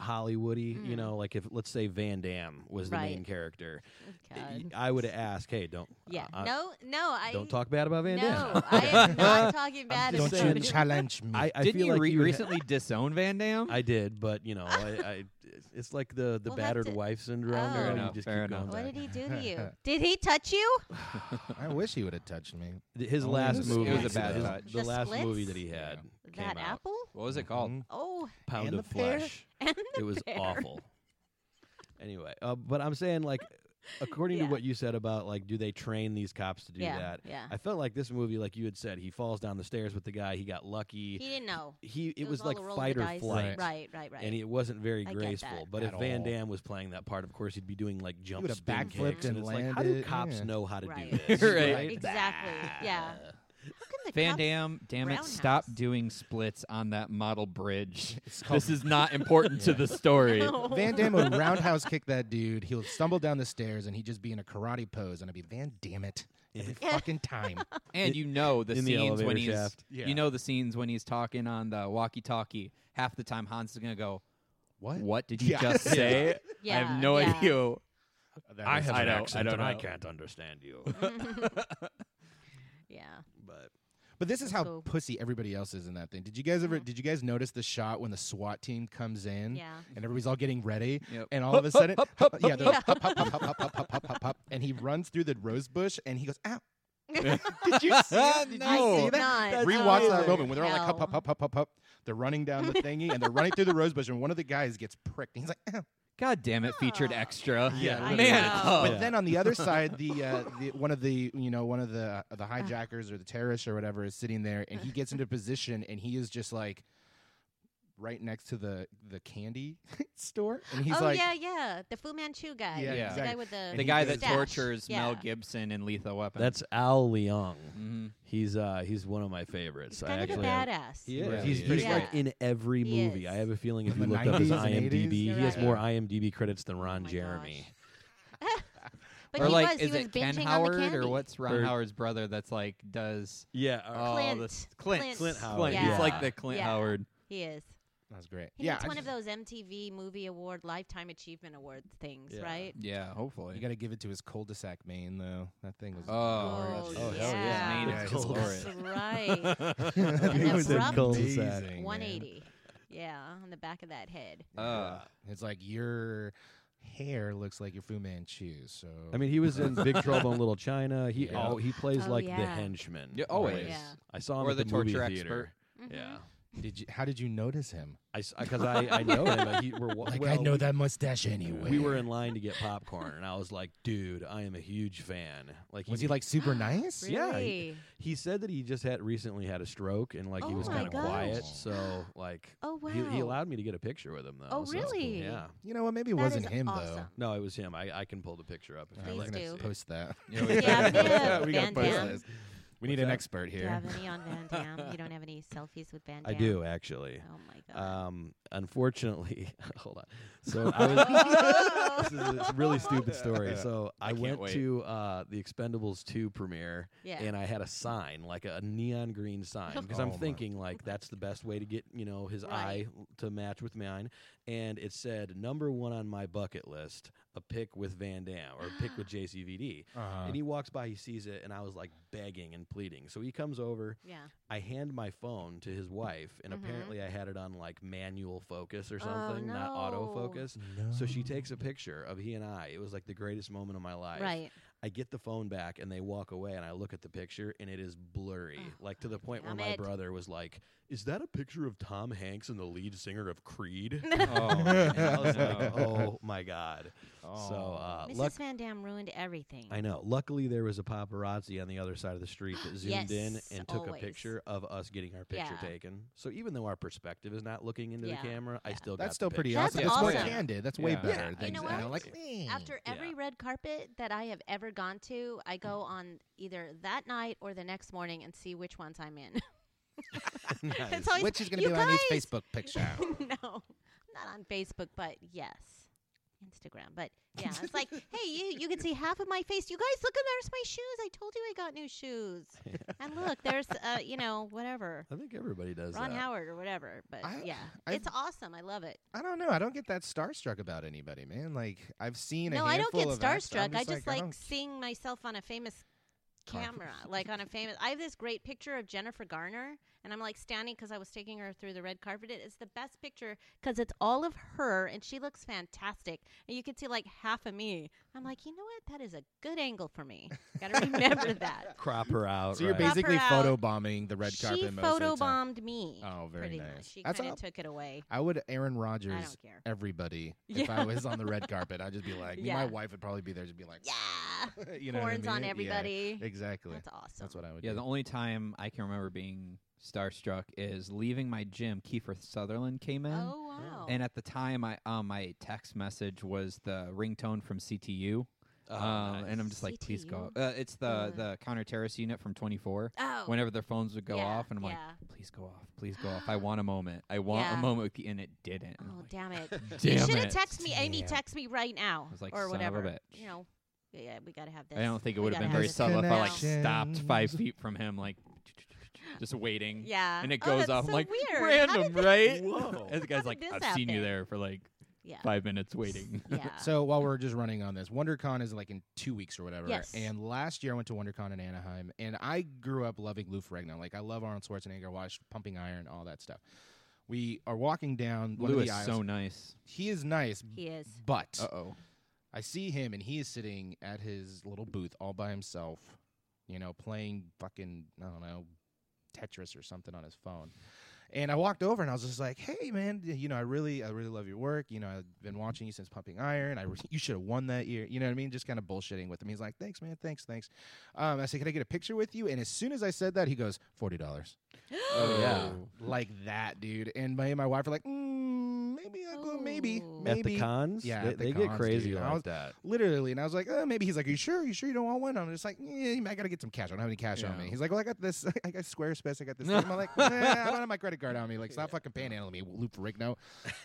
S4: Hollywoody, you
S5: Mm.
S4: know, like if let's say Van Damme was the main
S5: Right.
S4: character,
S5: Oh,
S4: y-
S5: God.
S4: I would ask, hey, don't
S5: Yeah.
S4: uh, uh,
S5: no, no, I
S4: don't talk bad about Van Damme.
S5: No, I am not talking bad
S4: just
S3: Don't
S5: about
S4: saying.
S3: you
S5: him.
S3: challenge
S5: Mm.
S3: me.
S4: I, I
S2: Didn't
S4: feel
S2: you
S4: like
S2: re-
S4: you would ha-
S2: recently disown Van Damme?
S4: I did, but you know, I, I it's like the the
S5: We'll have
S4: battered
S5: to-
S4: wife syndrome.
S5: Oh. Fair
S4: where you
S2: enough,
S4: just
S2: fair
S4: keep going
S2: enough.
S5: What
S4: back.
S5: did he do to you? Did he touch you?
S3: I wish he would have touched me.
S4: Th- His
S3: Only
S4: last
S3: the
S4: movie,
S2: It was a bad
S4: his-
S2: touch.
S4: the
S5: The
S4: last
S5: Splits?
S4: movie that he had,
S5: That
S4: came out,
S5: apple?
S2: what
S4: Mm-hmm.
S2: was it called?
S3: Mhm.
S5: Oh,
S4: Pound
S3: And
S4: of
S3: the pear.
S4: Flesh.
S5: and
S4: It
S5: the
S4: was
S5: pear.
S4: awful. Anyway, uh, but I'm saying like, according to
S5: Yeah.
S4: what you said about like, do they train these cops to do
S5: yeah,
S4: that?
S5: yeah.
S4: I felt like this movie, like you had said, he falls down the stairs with the guy. He got
S5: He
S4: lucky.
S5: didn't know.
S4: He, it, was,
S5: all
S4: like
S5: a roll of the
S4: fight or
S5: dice.
S4: flight,
S3: Right.
S5: Right, right, right.
S4: and it wasn't very
S5: I get
S4: graceful.
S5: that.
S4: But if
S3: At
S4: Van
S3: all.
S4: Damme was playing that part, of course, he'd be doing like jump
S3: would have
S4: spin
S3: backflipped
S4: kicks, and it's
S3: and
S4: like, how do
S3: landed,
S4: cops
S3: yeah.
S4: know how to
S5: Right.
S4: do this?
S2: Right.
S5: Exactly, yeah.
S4: Bah.
S5: Look at the
S2: Van
S5: cups.
S2: Damme, damn it,
S5: Roundhouse.
S2: stop doing splits on that model bridge.
S3: called-
S2: This is not important to the story.
S5: No.
S3: Van Damme would roundhouse kick that dude. He'll stumble down the stairs and he'd just be in a karate pose and I'd be Van Damme it every fucking time.
S2: And you know the
S4: In the
S2: scenes when
S4: elevator
S2: he's
S4: shaft.
S3: Yeah.
S2: you know the scenes when he's talking on the walkie-talkie. Half the time Hans is going to go,
S3: What?
S2: "What did you
S3: Yeah.
S2: just say?" I
S5: Yeah,
S2: have no
S5: yeah.
S2: idea.
S3: That
S4: I
S3: was-
S4: have
S2: I
S4: an
S2: don't- I
S4: accent
S2: don't
S4: and I
S2: know.
S4: can't understand you.
S5: Yeah.
S4: but
S3: But this is how
S5: That's cool.
S3: pussy everybody else is in that thing. Did you guys ever? Did you guys notice the shot when the SWAT team comes
S4: Hmm.
S3: in?
S5: Yeah.
S3: And everybody's all getting ready,
S2: Yep.
S3: and all of a sudden, yeah, they're
S5: Yeah.
S3: Hop, hop, hop, hop, hop, hop, hop, hop, hop, hop, and he runs through the rose bush, and he goes, "Ow!" Did you see that? Did
S5: I
S3: you see
S5: did
S3: that?
S5: not. That's
S3: Rewatch that
S5: amazing.
S3: moment when they're all like, "Hop,
S5: No.
S3: hop, hop, hop, hop, hop." They're running down the thingy, and they're running through the rose bush, and one of the guys gets pricked. And he's like, "Ow!"
S2: God damn it, featured
S5: Oh.
S2: extra.
S4: Yeah,
S5: I
S2: man.
S5: know.
S2: oh.
S3: But
S4: Yeah.
S3: then on the other side, the, uh, the one of the you know one of the uh, the hijackers or the terrorists or whatever is sitting there, and he gets into position, and he is just like right next to the the candy store, and he's
S5: oh
S3: like,
S5: yeah, yeah. The Fu Manchu guy.
S2: Yeah.
S3: Yeah,
S5: The guy
S3: exactly.
S5: with the
S3: And
S2: the
S3: he
S2: guy
S3: goes-
S2: that
S5: stash.
S2: tortures
S5: yeah.
S2: Mel Gibson in Lethal Weapon.
S4: that's Al Leong.
S2: hmm
S4: He's uh he's one of my favorites.
S5: He's kind
S4: I
S5: of a
S4: actually have-
S5: badass.
S4: He is.
S3: Yeah,
S4: he's
S3: he
S4: he's
S5: is.
S4: like
S5: Yeah.
S4: in every
S5: He
S4: movie.
S5: is.
S4: I have a feeling if
S3: In
S4: you
S3: the
S4: look up his
S3: 90s and 80s?
S4: IMDb, he
S5: You're
S4: has
S5: right.
S4: more IMDb credits than Ron
S5: Oh my
S4: Jeremy.
S5: But
S2: or
S5: he
S2: like,
S5: was,
S2: is
S5: he was
S2: it Ken
S5: binging on the
S2: Howard
S5: candy.
S2: or what's Ron
S4: Or-
S2: Howard's brother? That's like does
S4: Yeah.
S2: all
S3: oh,
S5: Clint.
S2: this Clint
S5: Clint.
S4: Clint Howard,
S2: Clint. He's
S4: Oh, yeah.
S2: like the Clint
S5: Yeah.
S2: Howard.
S5: He is.
S3: "That's great."
S5: He
S3: yeah,
S5: gets
S3: I
S5: one of
S3: just-
S5: those MTV Movie Award Lifetime Achievement Award things,
S4: Yeah.
S5: right?
S2: Yeah, hopefully.
S3: You got to give it to his cul-de-sac mane though. That thing was.
S2: oh,
S5: Oh,
S2: that's-
S4: hell
S2: His
S4: yeah.
S2: name
S3: Yeah,
S2: is
S3: his
S2: Clint
S3: last
S2: Howard.
S5: That's right.
S3: That
S5: and
S3: thing
S5: that's
S3: was
S5: rough.
S3: amazing, man.
S5: 180. Yeah, on the back of that head.
S2: Uh,
S3: It's like your hair looks like your Fu Manchu. So
S4: I mean, he was in Big Trouble in Little China. He
S3: Yeah.
S4: oh, he plays
S5: Oh,
S4: like the
S5: yeah.
S4: henchman.
S2: Yeah, always.
S4: right?
S5: Yeah.
S4: I saw him
S2: Or
S4: at
S2: the
S4: movie
S2: torture
S4: theater.
S5: Mhm.
S4: Yeah.
S3: did you? How did you notice him?
S4: I because I, I know him. but He, we're, wa-
S3: Like I
S4: well,
S3: know
S4: we-
S3: that mustache anyway.
S4: We were in line to get popcorn, and I was like, "Dude, I am a huge fan." Like,
S3: Was he like super nice?
S5: Ah, Really?
S4: Yeah, he- He said that he just had recently had a stroke and like he
S5: Oh
S4: was
S5: my
S4: kind of quiet.
S3: gosh.
S4: So like
S5: oh, wow.
S4: he, he allowed me to get a picture with him though.
S5: Oh,
S4: so-
S5: really?
S4: Yeah.
S3: You know what? Maybe it
S5: That
S3: wasn't
S5: is
S3: him
S5: awesome.
S4: No, it was him. I, I can pull the picture up. If
S3: though.
S4: you
S3: All
S4: like
S3: right,
S5: Please
S4: to
S3: we're
S5: do.
S3: gonna
S4: see.
S3: post that.
S2: Yeah, we-
S5: Yeah, yeah,
S3: we
S5: Van
S3: gotta post
S5: Damme.
S3: this. We need an expert
S5: Do you
S3: here.
S5: have any on Van Damme? You don't have any selfies with Van
S4: I
S5: Damme?
S4: do actually.
S5: Oh, my God.
S4: Um, unfortunately, hold on. So I was. this is a really stupid story. So I,
S2: can't
S4: went
S2: wait.
S4: to uh, the Expendables 2 premiere,
S5: Yeah.
S4: and I had a sign, like a neon green sign, because
S3: Oh
S4: I'm
S3: my-
S4: thinking like that's the best way to get you know his eye
S5: Right.
S4: l- to match with mine. And it said number one on my bucket list, a pick with Van Damme or a pick with JCVD.
S3: Uh-huh.
S4: And he walks by, he sees it, and I was like begging and pleading. So he comes over.
S5: yeah.
S4: I hand my phone to his wife, and
S5: Mhm.
S4: apparently I had it on like manual focus or something, not
S5: Oh, no.
S4: auto focus. So she takes a picture of he and I. It was like the greatest moment of my life.
S5: Right.
S4: I get the phone back and they walk away and I look at the picture and it is blurry.
S5: Oh,
S4: like to the point where
S5: damn
S4: my
S5: it.
S4: brother was like, "Is that a picture of Tom Hanks and the lead singer of Creed?"
S2: Oh,
S4: And I was
S2: no.
S4: like, "Oh my god." So uh
S5: Mrs.
S4: luck-
S5: Van Dam ruined everything.
S4: I know. Luckily there was a paparazzi on the other side of the street that zoomed in
S5: Yes,
S4: and took
S5: always.
S4: a picture of us getting our picture
S5: Yeah.
S4: taken. So even though our perspective is not looking into
S5: Yeah,
S4: the camera, I
S5: yeah.
S4: still got
S3: That's
S4: the
S3: still pretty
S4: picture.
S5: That's
S3: awesome. It's more
S5: awesome.
S3: candid. That's way
S2: Yeah.
S3: better
S4: Yeah,
S3: than
S5: you know
S3: you know,
S5: what?
S3: like
S5: After every
S4: Yeah. Mm.
S5: red carpet that I have ever gone to, I go on either that night or the next morning and see which ones I'm in.
S4: Nice.
S5: it's always
S3: which is going to
S5: "You
S3: be my new
S5: guys!"
S3: Facebook picture.
S5: no, not on Facebook, but yes, Instagram. But yeah, it's like, hey, you you can see half of my face. You guys, look, and there's my shoes. I told you I got new shoes. and look, there's uh, you know, whatever.
S4: I think everybody does
S5: Ron
S4: that.
S5: Howard or whatever, but
S3: I-
S5: yeah,
S3: I've-
S5: it's awesome. I love it.
S3: I don't know. I don't get that starstruck about anybody, man. Like I've seen a
S5: no, I don't get
S3: handful of acts-
S5: starstruck.
S3: I'm
S5: I just like,
S3: I don't-
S5: seeing myself on a famous camera, like on a famous. I have this great picture of Jennifer Garner, and I'm like standing because I was taking her through the red carpet. It is the best picture because it's all of her, and she looks fantastic. And you can see like half of me. I'm like, you know what? That is a good angle for me. Got to remember that.
S4: Crop her
S2: Oh,
S4: out.
S3: So you're
S4: right?
S5: Crop her
S3: basically
S5: out.
S3: photobombing the red carpet.
S5: she
S3: most of the time.
S5: photobombed me.
S3: Oh, very
S5: pretty
S3: nice.
S5: Much. She
S3: That's
S5: kind
S3: all-
S5: of took it away.
S3: I would Aaron Rodgers
S5: care.
S3: everybody if
S5: Yeah.
S3: I was on the red carpet. I'd just be like, me-
S5: Yeah.
S3: my wife would probably be there, just be like,
S5: Yeah,
S3: you know, what I
S5: horns on
S3: mean? Yeah,
S5: everybody.
S3: exactly.
S5: That's
S3: That's,
S5: awesome.
S3: what I would.
S2: Yeah,
S3: do.
S2: the only time I can remember being starstruck is leaving my gym. Kiefer Sutherland came in.
S5: Oh wow!
S2: And at the time, I um, my text message was the ringtone from CTU,
S4: Oh,
S2: um,
S4: nice.
S2: and I'm just like, please go.
S5: CTU?
S2: Uh, it's the
S5: Uh.
S2: the counter-terrorist unit from 24.
S5: oh,
S2: Whenever their phones would go
S5: yeah,
S2: off, and I'm
S5: yeah.
S2: like, please go off, please go off. I want a moment. I want
S5: Yeah.
S2: a moment, with you," and it didn't. And I'm
S5: Oh
S2: like,
S5: damn it! you
S2: Damn
S5: should have
S2: it.
S5: texted me, Amy.
S2: Damn.
S5: Text me right now,
S2: I was like,
S5: or
S2: son of a
S5: whatever.
S2: bitch.
S5: You know, yeah, yeah, we gotta have this.
S2: I don't think it
S5: We
S2: would have
S5: gotta
S2: been very
S5: this
S2: subtle if I like
S5: now.
S2: stopped five
S3: Connections.
S2: feet from him, like just waiting.
S5: Yeah,
S2: And it
S5: Oh,
S2: goes
S5: that's
S2: off
S5: so
S2: I'm like
S5: weird. How
S2: random,
S5: did that-
S2: right?
S4: Whoa.
S2: And the guy's
S5: How
S2: like,
S5: did
S2: I've
S5: this
S2: seen you
S5: happen?
S2: there for like
S5: Yeah,
S2: five minutes waiting.
S5: yeah.
S3: So while we're just running on this, WonderCon is like in two weeks or whatever.
S5: Yes.
S3: And last year I went to WonderCon in Anaheim, and I grew up loving Lou Ferrigno. Like I love Arnold Schwarzenegger, I watched Pumping Iron, all that stuff. We are walking down one
S2: Lou
S3: of
S2: is
S3: the aisles.
S2: so nice.
S3: he is nice,
S5: he is.
S3: but
S2: oh.
S3: I see him, and he is sitting at his little booth all by himself, you know, playing fucking, I don't know, Tetris or something on his phone. And I walked over and I was just like, "Hey, man, y- you know, I really, I really love your work. You know, I've been watching you since Pumping Iron. I, re- you should have won that year. You know what I mean? Just kind of bullshitting with him. He's like, "Thanks, man. Thanks, thanks." Um, I said, "Can I get a picture with you?" And as soon as I said that, he goes, 40 dollars." uh,
S4: Oh, yeah.
S3: like that, dude. And my and my wife were like, mm, "Maybe I'll go. Maybe,
S5: Ooh.
S3: maybe."
S4: At the cons,
S3: Yeah,
S4: they,
S3: at the
S4: they
S3: cons,
S4: get crazy
S3: dude. I
S4: like
S3: was-
S4: that.
S3: literally. And I was like, oh, maybe he's like, are you sure? you sure you don't want one? I'm just like, yeah, I gotta get some cash. I don't have any cash on
S4: Yeah.
S3: me. He's like, well, I got this. I got Squarespace. I got this. thing. I'm like, nah, I don't have my credit card on me. Like, stop fucking panhandling me, Loop Rigno.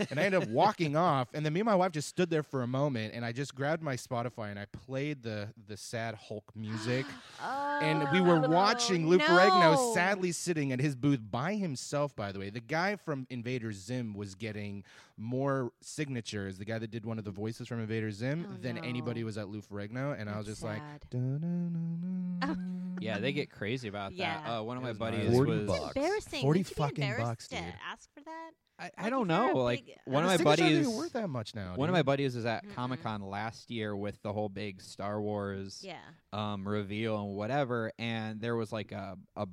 S3: And I ended up walking off. And then me and my wife just stood there for a moment. And I just grabbed my Spotify and I played the the sad Hulk music. And we were watching Lou
S5: Oh, no.
S3: Ferrigno sadly sitting at his booth by himself, by the way. The guy from Invader Zim was getting more signatures, the guy that did one of the voices from Invader Zim,
S5: Oh,
S3: than
S5: no.
S3: anybody was at Lou Ferrigno. And I was
S5: That's
S3: just like,
S5: sad. Oh.
S3: "Dun-dun-dun-dun."
S2: Yeah, they get crazy about that.
S5: Yeah.
S2: Uh, one of
S3: It
S2: my
S3: was
S2: buddies
S3: nice.
S4: Forty
S2: was
S4: bucks.
S5: Embarrassing.
S3: 40
S5: Wouldn't you be
S3: fucking bucks,
S5: embarrassed to
S3: dude.
S5: Ask for that.
S2: I, I
S5: Like,
S2: don't
S5: if you're a
S2: know. Like
S5: big-
S2: one of my
S3: The signatures aren't
S2: buddies
S3: even worth that much now.
S2: one of my
S3: dude. Mm-hmm.
S2: buddies was at
S5: Mm-mm.
S2: Comic Con last year with the whole big Star Wars
S5: Yeah.
S2: um, reveal and whatever, and there was like a, a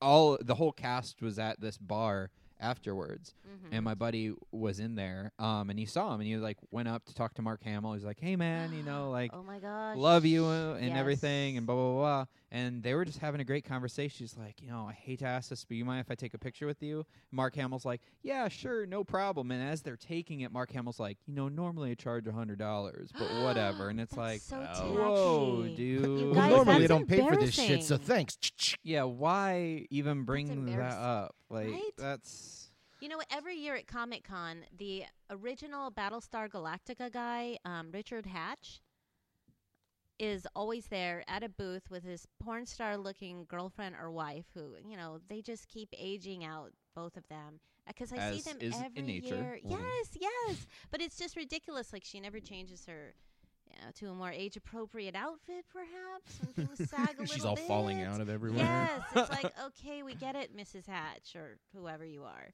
S2: all the whole cast was at this bar afterwards,
S5: Mhm.
S2: and my buddy was in there, um, and he saw him, and he like went up to talk to Mark Hamill. He's like, "Hey man, you know, like
S5: oh my gosh.
S2: love you uh, and
S5: Yes.
S2: everything and blah blah blah. And they were just having a great conversation. She's like, you know, I hate to ask this, but you mind if I take a picture with you? Mark Hamill's like, yeah, sure, no problem. And as they're taking it, Mark Hamill's like, you know, normally I charge a hundred dollars, but whatever. And it's
S5: That's
S2: like,
S3: oh,
S5: so
S2: whoa,
S5: tacky.
S2: dude.
S5: You
S3: Well,
S5: Guys,
S3: normally they
S5: that's
S3: don't pay for this shit, so
S5: embarrassing.
S3: thanks.
S2: yeah, why even bring that
S5: embarrassing.
S2: up? Like
S5: Right?
S2: that's
S5: You know, every year at Comic Con, the original Battlestar Galactica guy, um, Richard Hatch, is always there at a booth with his porn star looking girlfriend or wife who, you know, they just keep aging out, both of them. Because I
S2: As
S5: see them
S2: is in
S5: every
S2: nature.
S5: year.
S2: Mhm.
S5: Yes, yes. But it's just ridiculous. Like, she never changes her. you know, to a more age-appropriate outfit, perhaps, and things sag a little
S3: She's all falling
S5: bit.
S3: out of everywhere.
S5: Yes, it's like okay, we get it, Mrs. Hatch or whoever you are.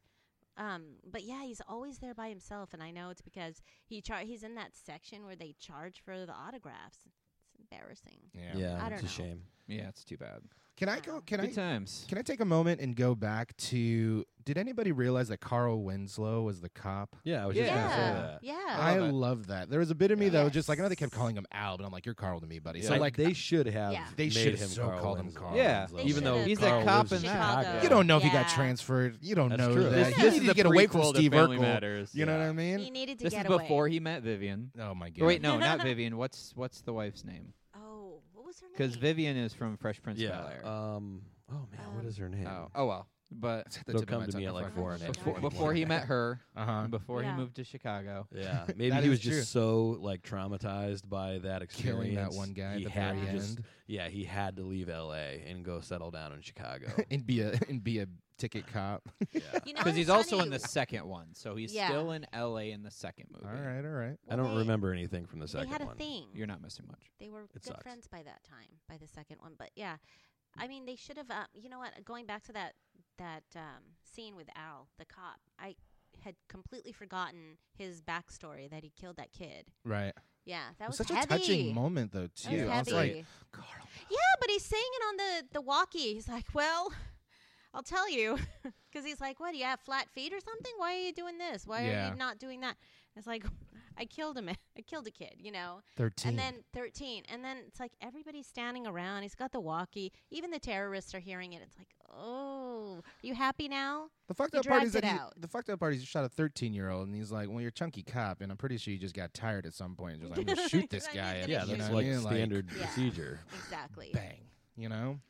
S5: Um, but yeah, he's always there by himself, and I know it's because he char- he's in that section where they charge for the autographs. It's embarrassing.
S3: Yeah.
S4: Yeah,
S5: I
S4: it's
S5: don't
S4: a
S5: know.
S4: shame.
S2: Yeah, it's too bad.
S3: Can I go? Can
S2: Good
S3: I?
S2: times.
S3: Can I take a moment and go back to? Did anybody realize that Carl Winslow was the cop?
S4: Yeah, I was just gonna say
S5: Yeah,
S4: that.
S5: yeah.
S3: I
S2: love it.
S3: love that. There was a bit of me that was just like, I know they kept
S5: Yes.
S3: calling him Al, but I'm like, you're Carl to me, buddy.
S4: Yeah.
S3: So
S4: I-
S3: like,
S4: they should have.
S5: Yeah.
S3: They
S4: made
S3: should have
S4: him
S3: so
S4: Carl
S3: called him
S4: Winslow.
S3: Carl
S2: Yeah.
S3: Winslow.
S5: They
S4: even though
S5: should've-
S2: He's a
S4: Carl
S2: cop
S4: lives
S2: in
S4: in
S2: that.
S4: Chicago.
S3: you don't know if he got
S5: Yeah.
S3: transferred. You don't
S4: That's
S3: know
S4: true.
S3: that.
S5: This
S3: You
S5: is
S3: need
S2: the
S3: to get away from
S2: prequel to
S3: Steve
S2: Family
S3: Urkel.
S2: Matters.
S3: You know what
S4: Yeah.
S3: I
S5: he
S3: mean?
S5: needed to
S2: This is
S5: get away.
S2: before he met Vivian.
S3: Oh my god!
S2: Or Wait, no, not Vivian. What's what's the wife's name?
S5: Oh, what was her name?
S2: Because Vivian is from Fresh Prince of
S4: Yeah.
S2: Bel Air.
S3: uh,
S4: Um. Oh man, what
S5: Um,
S4: is her name?
S2: oh, oh well, but
S3: It's at the
S4: They'll
S3: tip of
S4: come
S3: my
S4: to me at
S3: tongue.
S4: like four and
S5: Before-
S4: a.m.
S2: before he met her,
S3: Uh-huh.
S2: and before
S5: Yeah.
S2: he moved to Chicago,
S4: Yeah, maybe
S3: That
S4: he was
S3: is
S4: just so like traumatized by that experience.
S3: Killing that one guy at
S4: he
S3: the
S4: had
S3: very
S4: to just-
S3: end.
S4: yeah, he had to leave L.A. and go settle down in Chicago.
S3: and be a and be a ticket cop.
S4: yeah.
S5: you know,
S2: because
S5: it's
S2: he's also
S5: funny,
S2: in the second one, so he's
S5: Yeah.
S2: still in L.A. in the second movie.
S3: all right, all right.
S4: I
S5: well,
S4: don't
S5: they-
S4: remember anything from the
S5: They
S4: second
S5: had a
S4: one.
S5: thing.
S2: You're not missing much.
S5: they were good
S4: sucks.
S5: friends by that time, by the second one. But yeah, I mean, they should have. Uh, you know what? Going back to that that um, scene with Al, the cop, I had completely forgotten his backstory that he killed that kid.
S3: Right.
S5: Yeah, that
S3: It
S5: was
S3: such
S5: heavy.
S3: a touching moment though,
S5: That was
S3: too. I was
S5: heavy.
S3: like, Carl.
S5: yeah, but he's saying it on the the walkie. He's like, "Well, I'll tell you," because he's like, "What? Do you have flat feet or something? Why are you doing this? Why are
S3: Yeah.
S5: you not doing that?" It's like, I killed him. I killed a kid. You know.
S3: Thirteen.
S5: And then 13. And then it's like everybody's standing around. He's got the walkie. Even the terrorists are hearing it. It's like, oh, are you happy now?
S3: the fucked
S5: he
S3: up part
S5: dragged
S3: is that
S5: it
S3: he-
S5: out.
S3: the fucked up part is he shot a thirteen year old and he's like, Well, you're a chunky cop and I'm pretty sure you just got tired at some point and just like, I'm gonna shoot this
S5: Like,
S3: guy.
S5: he's
S3: and-
S5: gonna
S4: Yeah,
S3: you know
S4: that's
S3: what
S4: like
S3: I mean?
S4: standard
S5: Yeah.
S4: procedure.
S5: Exactly.
S3: bang. You know?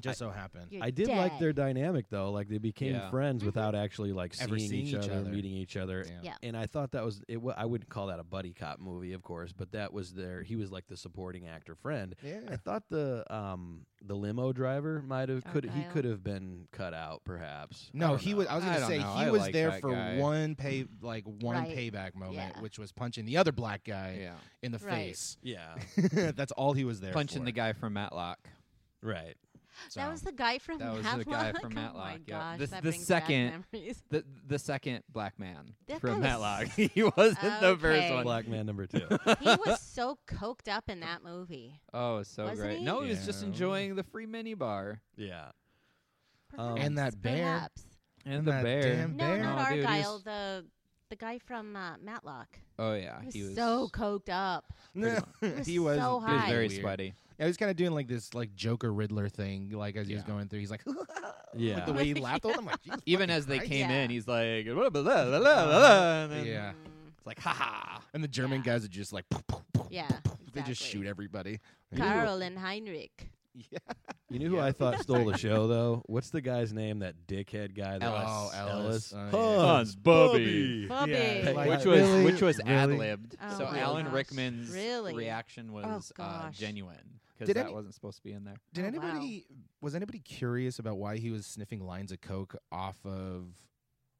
S3: Just so happened.
S5: You're
S4: I did like
S5: dead.
S4: their dynamic though. Like they became
S2: Yeah.
S4: friends without actually like
S3: Ever
S4: seeing,
S3: seeing
S4: each,
S3: each
S4: other,
S3: other.
S4: meeting each other.
S3: Yeah.
S5: Yeah.
S4: And I thought that was it. wa- I wouldn't call that a buddy cop movie, of course, but that was their. He was like the supporting actor friend. I
S3: Yeah.
S4: thought the um the limo driver might have could he
S5: Argyle.
S4: could have been cut out perhaps. I
S3: No,
S4: don't
S3: he
S4: know.
S3: was. I was
S2: I
S3: gonna
S2: don't
S3: say
S2: know.
S3: he
S2: I
S3: was
S2: like
S3: there
S2: that
S3: for
S2: guy.
S3: one pay, like one
S5: Right.
S3: payback moment,
S5: Yeah.
S3: which was punching the other black guy
S2: Yeah, Oh.
S3: in the
S5: Right.
S3: face.
S4: Yeah.
S3: That's all he was there
S2: punching
S3: for.
S2: the guy from Matlock.
S4: Right.
S3: so.
S5: That was the guy from
S2: That was
S5: Matlock.
S2: the guy from
S5: oh my
S2: Matlock, yeah.
S5: gosh,
S2: This-
S5: that
S2: the
S5: brings back
S2: second-
S5: memories.
S2: The the second black man
S5: That
S2: from
S5: guy
S2: Matlock.
S5: was-
S2: he wasn't the first
S5: Okay.
S2: one.
S4: Black man number two.
S5: he was so coked up in that movie.
S2: Oh, it was so
S5: Wasn't
S2: great.
S5: he?
S2: No, he was just
S3: Yeah.
S2: enjoying the free mini bar
S4: yeah. Um,
S5: Perhaps,
S3: and that bear.
S5: Perhaps.
S2: and,
S3: And
S2: the
S3: that
S2: bear.
S3: damn
S5: No,
S3: bear.
S5: not
S2: Oh, dude, he
S5: Argyle.
S2: was-
S5: the the guy from uh, Matlock.
S2: Oh yeah,
S5: He was,
S2: he was
S5: so coked up. was
S3: he was.
S5: so
S2: He was
S3: he
S5: high.
S2: very
S3: weird.
S2: sweaty.
S3: Yeah, he was kind of doing like this, like Joker Riddler thing, like as he was
S2: Yeah.
S3: going through. He's like,
S4: Yeah.
S3: like the way he laughed. I'm like, Jesus
S2: Even
S3: fucking
S2: as they
S3: Christ.
S2: came
S5: Yeah.
S2: in, he's like, "Blah, blah, blah, blah, blah, blah," and then
S3: Yeah.
S5: Mm,
S2: it's like, ha ha.
S3: And the German
S5: Yeah.
S3: guys are just like, poof, poof, poof,
S5: Yeah,
S3: poof, poof. they just
S5: exactly. oh,
S3: shoot everybody.
S5: Carl and Heinrich.
S3: Yeah.
S4: You knew who I thought stole the show though? What's the guy's name? That dickhead guy. That
S3: Ellis. Oh, Ellis.
S4: Ellis.
S3: Oh, yeah.
S2: Hans Bubby.
S5: Bobby.
S3: Yeah, like-
S2: which was
S3: Really?
S2: which was
S3: Really?
S2: ad libbed.
S5: Oh
S2: so
S5: my
S2: Alan
S5: gosh.
S2: Rickman's
S5: Really? Oh,
S2: reaction was uh,
S5: gosh.
S2: genuine because
S3: Did
S2: that
S3: any-
S2: wasn't supposed to be in there.
S3: Did
S5: Oh,
S3: anybody was anybody curious about why he was sniffing lines of coke off of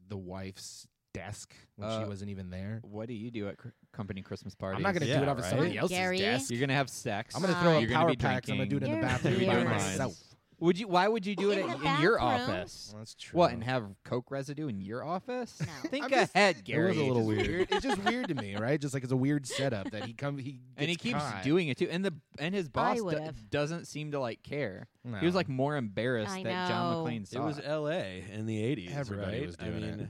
S3: the wife's desk when she
S2: Uh,
S3: wasn't even there?
S2: What do you do at cr- company Christmas parties?
S3: I'm not gonna
S4: Yeah,
S3: do it off of
S4: right?
S3: somebody else's
S5: Gary?
S3: desk.
S2: You're gonna have sex.
S3: I'm gonna
S5: Uh,
S3: throw
S2: You're
S3: in
S2: gonna
S3: power
S2: be
S3: packs. I'm gonna do it in the
S5: drinking.
S3: bathroom
S5: You're
S3: by
S5: weird.
S3: myself.
S2: Would you? Why would you do it
S5: In
S2: at,
S5: the
S2: in your
S5: bathroom?
S2: office?
S3: Well, that's true.
S2: What and have coke residue in your office?
S5: No.
S2: Think
S3: I'm just-
S2: ahead,
S3: It
S2: Gary.
S3: was a little
S2: Just-
S3: weird. it's just weird to me, right? Just like it's a weird setup that he come he
S2: And he
S3: gets
S2: keeps
S3: caught.
S2: doing it too. And the and his boss do-
S5: would've.
S2: doesn't seem to like care.
S3: No.
S2: He was like more embarrassed
S5: I
S2: that John
S5: know.
S2: McClane saw
S4: It was
S2: it.
S4: L.A. in the '80s.
S3: Everybody
S4: right?
S3: was doing
S4: I
S3: it.
S4: mean,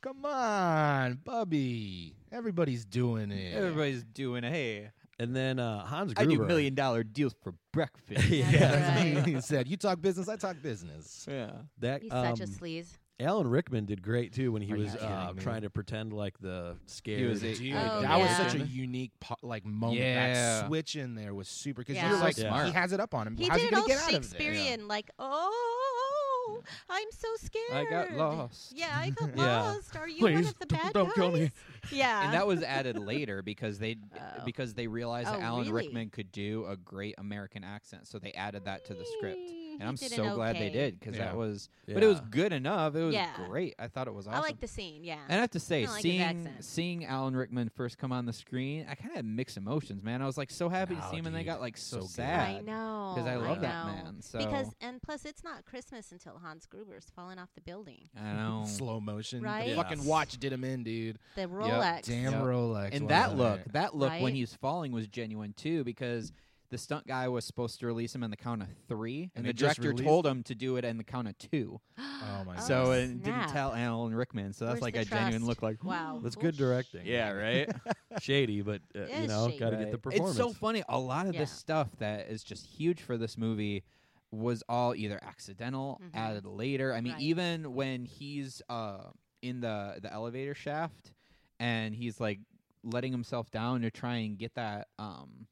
S3: "Come on, Bubby, everybody's doing it."
S2: Everybody's doing hey.
S4: And then uh, Hans
S2: I
S4: Gruber.
S2: do million dollar deals for breakfast.
S4: yeah,
S5: That's right.
S3: he said, "You talk business, I talk business."
S2: yeah.
S4: that
S5: He's
S4: um,
S5: such a sleaze.
S4: Alan Rickman did great too when he
S2: Oh,
S3: Are you
S4: was
S3: kidding
S4: uh,
S3: me?
S4: trying to pretend like the scared.
S2: was a-
S3: Dude,
S5: Oh,
S3: that was such a
S5: yeah.
S3: unique po- like moment. That
S2: Yeah.
S3: switch in there was super because
S5: Yeah.
S3: you're
S5: So
S3: like
S4: smart.
S3: he has it up on him.
S5: He
S3: How's
S5: did
S3: he
S5: it
S3: gonna
S5: all
S3: get out of
S5: Shakespearean, like, oh, I'm so scared.
S2: I got lost.
S5: Yeah, I got
S4: Yeah.
S5: lost. Are you one
S3: Please,
S5: of the
S3: don't-
S5: bad
S3: don't
S5: guys?
S3: kill me.
S5: Yeah.
S2: And that was added later because they
S5: Oh.
S2: because they realized
S5: Oh,
S2: that Alan
S5: really?
S2: Rickman could do a great American accent, so they added that to the script. and I'm
S5: did
S2: so
S5: an
S2: glad they
S5: okay.
S2: did because
S3: Yeah.
S2: that was, but it was
S4: Yeah.
S2: good enough. It was
S5: Yeah.
S2: great. I thought it was awesome.
S5: I like the scene. Yeah.
S2: And I have to say,
S5: I like his
S2: seeing
S5: accent.
S2: seeing Alan Rickman first come on the screen, I kind of had mixed emotions, man. I was like so happy to
S4: No,
S2: see him, and they
S4: dude.
S2: got like so,
S4: So good.
S2: sad.
S5: I know.
S2: because I love that
S5: know.
S2: man. So
S5: Because and plus, it's not Christmas until Hans Gruber's fallen off the building.
S2: I know.
S3: Slow motion. The
S5: Right?
S3: fucking watch did him in, dude.
S5: The Rolex.
S3: Damn
S2: Yep.
S3: Rolex.
S2: and
S3: wasn't
S2: that
S3: it?
S2: look, that look when
S5: Right?
S2: he's falling was genuine too, because the stunt guy was supposed to release him on the count of three, and,
S3: And
S2: the
S3: they just
S2: director
S3: released-
S2: told him to do it on the count of two.
S3: Oh my
S2: so
S3: God.
S2: it didn't
S5: snap.
S2: tell Alan Rickman. So that's
S5: Where's
S2: like
S5: the
S2: a genuine
S5: trust?
S2: look. Like
S5: Wow.
S4: That's
S5: Well,
S4: good
S5: sh-
S4: directing.
S2: Yeah, right.
S4: shady, but uh,
S5: It
S4: you
S5: is
S4: know,
S5: shady.
S4: got to
S2: Right.
S4: get the performance.
S2: It's so funny. A lot of
S5: Yeah.
S2: this stuff that is just huge for this movie was all either accidental,
S5: Mhm.
S2: added later. I mean,
S5: Right.
S2: even when he's uh, in the the elevator shaft and he's like letting himself down to try and get that um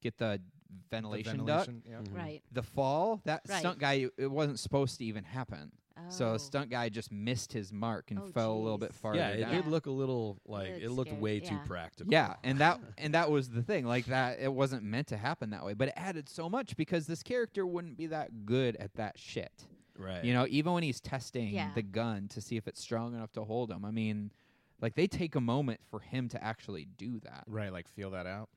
S2: get the
S3: The
S2: ventilation, duct.
S3: ventilation, yeah.
S4: Mhm.
S5: mm-hmm. Right.
S2: The fall that
S5: Right.
S2: stunt guy it wasn't supposed to even happen. So
S5: Oh.
S2: the stunt guy just missed his mark and
S5: Oh,
S2: fell a little bit
S5: jeez.
S2: farther.
S4: Yeah, it
S2: down.
S4: did look a little like
S5: It
S4: it,
S5: looks
S4: looked
S5: scary.
S4: way too
S5: Yeah.
S4: practical.
S2: Yeah, and that and that was the thing. Like that it wasn't meant to happen that way, but it added so much because this character wouldn't be that good at that shit.
S4: right.
S2: You know, even when he's testing
S5: Yeah.
S2: the gun to see if it's strong enough to hold him. I mean, like they take a moment for him to actually do that.
S3: Right, like feel that out.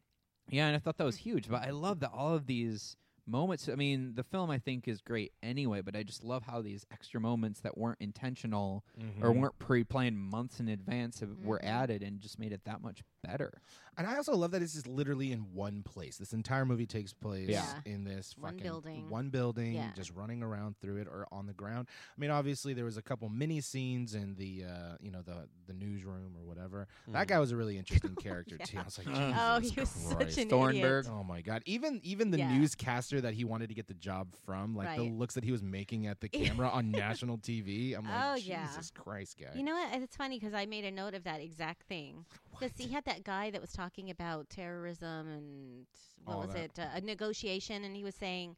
S2: Yeah, and I thought that was huge, but I love that all of these moments, I mean, the film I think is great anyway, but I just love how these extra moments that weren't intentional or
S3: Mm-hmm.
S2: weren't pre-planned months in advance have, were
S5: Mhm.
S2: added and just made it that much better.
S3: And I also love that it's just literally in one place. This entire movie takes place
S5: Yeah.
S3: in this
S5: One
S3: fucking
S5: building.
S3: one building,
S5: Yeah.
S3: just running around through it or on the ground. I mean, obviously there was a couple mini scenes in the uh, you know the the newsroom or whatever. That guy was a really interesting character too. I was like,
S5: Mm. Oh,
S3: Jesus
S5: he was
S3: Christ.
S5: such an
S2: Thornburg.
S5: idiot.
S3: Oh my god! Even even the
S5: Yeah.
S3: newscaster that he wanted to get the job from, like the
S5: Right.
S3: looks that he was making at the camera on national TV, I'm like,
S5: Oh,
S3: Jesus
S5: yeah.
S3: Christ, guy!
S5: You know what? It's funny because I made a note of that exact thing. Because he had that guy that was talking about terrorism and what
S3: All
S5: was
S3: Oh, that.
S5: it? Uh, a negotiation, and he was saying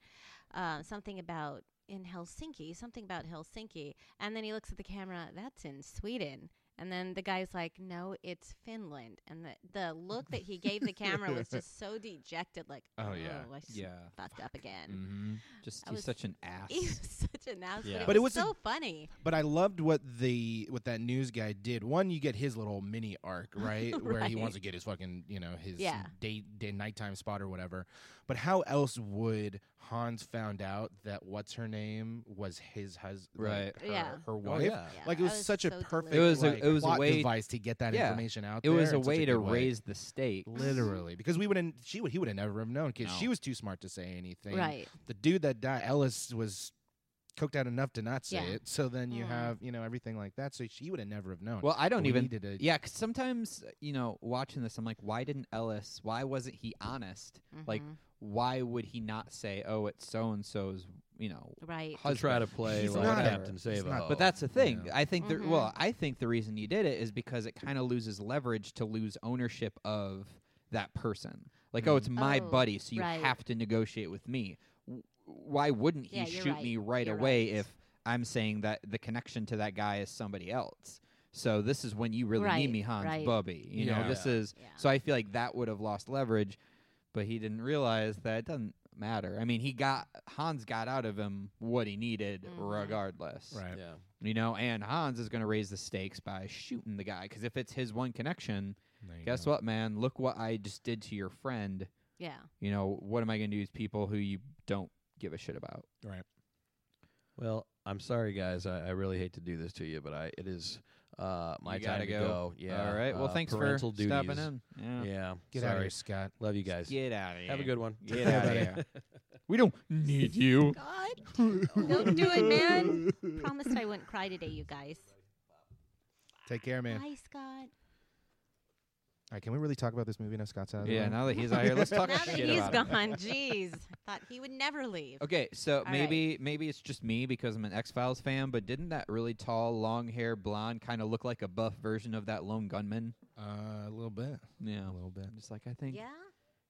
S5: uh, something about in Helsinki, something about Helsinki, and then he looks at the camera. That's in Sweden. And then the guy's like, "No, it's Finland." And the the look that he gave the camera was just so dejected, like,
S3: Oh, yeah.
S5: I just
S2: Yeah.
S5: fucked up again."
S3: hmm
S2: Just
S5: I
S2: he's
S5: was-
S2: such an ass.
S5: He was such an ass,
S4: Yeah.
S5: but,
S3: But
S5: it
S3: it
S5: was
S3: was a-
S5: so funny.
S3: But I loved what the what that news guy did. One, you get his little mini arc, right, where he wants to get his fucking you know his
S5: Yeah.
S3: day day nighttime spot or whatever. But how else would Hans found out that what's her name was his husband,
S2: Right.
S3: Her,
S5: Yeah.
S3: her
S4: Oh,
S3: wife.
S4: yeah.
S5: Yeah,
S3: Uh, Like it
S5: I
S3: was, such a
S5: so
S3: perfect.
S2: It was a-
S3: like,
S2: it was a
S3: plot
S2: way-
S3: device to get that
S2: Yeah.
S3: information out.
S2: It was
S3: there
S2: a
S3: in such
S2: way to
S3: good
S2: raise the stakes.
S3: literally because we wouldn't. She would. He would have never have known because she was too smart to say anything.
S5: Right.
S3: The dude that died, Ellis, was cooked out enough to not say
S5: Yeah.
S3: it. So then you
S5: Mm.
S3: have you know everything like that. So she would have never have known.
S2: Well, I don't
S3: We
S2: even.
S3: needed a-
S2: Yeah, 'cause sometimes you know, watching this, I'm like, why didn't Ellis? Why wasn't he honest? Like,
S5: Mhm.
S2: why would he not say, "Oh, it's so and so's," you know,
S5: right?
S4: To try to
S2: husband?
S4: play
S3: He's
S4: like
S3: not a-
S4: Captain
S3: he's
S4: Save.
S3: not-
S2: But that's the thing.
S3: Yeah.
S2: I think. The,
S5: Mhm.
S2: Well, I think the reason he did it is because it kind of loses leverage to lose ownership of that person. Like, oh, it's
S3: Mm-hmm.
S2: my
S5: Oh,
S2: buddy, so you
S5: right.
S2: have to negotiate with me. W- Why wouldn't he
S5: Yeah, you're
S2: shoot
S5: right.
S2: me right
S5: You're
S2: away
S5: right.
S2: if I'm saying that the connection to that guy is somebody else? So this is when you really need
S5: Right,
S2: me, Hans
S5: right.
S2: Bubby. You know,
S3: Yeah.
S2: this is.
S5: Yeah.
S2: So I feel like that would have lost leverage, but he didn't realize that it doesn't matter. I mean, he got Hans got out of him what he needed,
S5: Mhm.
S2: regardless
S3: right.
S4: yeah.
S2: you know and hans is going to raise the stakes by shooting the guy because if it's his one connection
S3: There you
S2: guess
S3: go.
S2: what man look what i just did to your friend
S5: yeah.
S2: you know what am i going to do with people who you don't give a shit about
S3: Right.
S4: Well, I'm sorry, guys. I, I really hate to do this to you, but I it is uh, my
S2: You gotta
S4: time to
S2: go.
S4: go. Yeah.
S2: all right well
S4: uh,
S2: thanks for
S4: parental duties.
S2: stopping in yeah,
S4: Yeah.
S3: Get
S4: sorry.
S3: out of here, Scott.
S4: Love you guys.
S2: get out of here
S4: Have a good one.
S2: get out of here we don't need you
S5: God, don't do it, man. Promised I wouldn't cry today, you guys.
S3: Take care, man. All
S5: Bye, Scott.
S3: right. Can we really talk about this movie now? Scott's out. Of the
S2: yeah
S3: room?
S2: now that he's out here let's talk
S5: now that
S2: shit
S5: he's
S2: about him.
S5: gone, jeez, thought he would never leave.
S2: Okay, so
S5: right.
S2: maybe maybe it's just me because I'm an X Files fan, but didn't that really tall, long hair, blonde kind of look like a buff version of that lone gunman?
S3: Uh, a little bit.
S2: Yeah,
S3: A little bit.
S2: I'm just like I think.
S5: Yeah,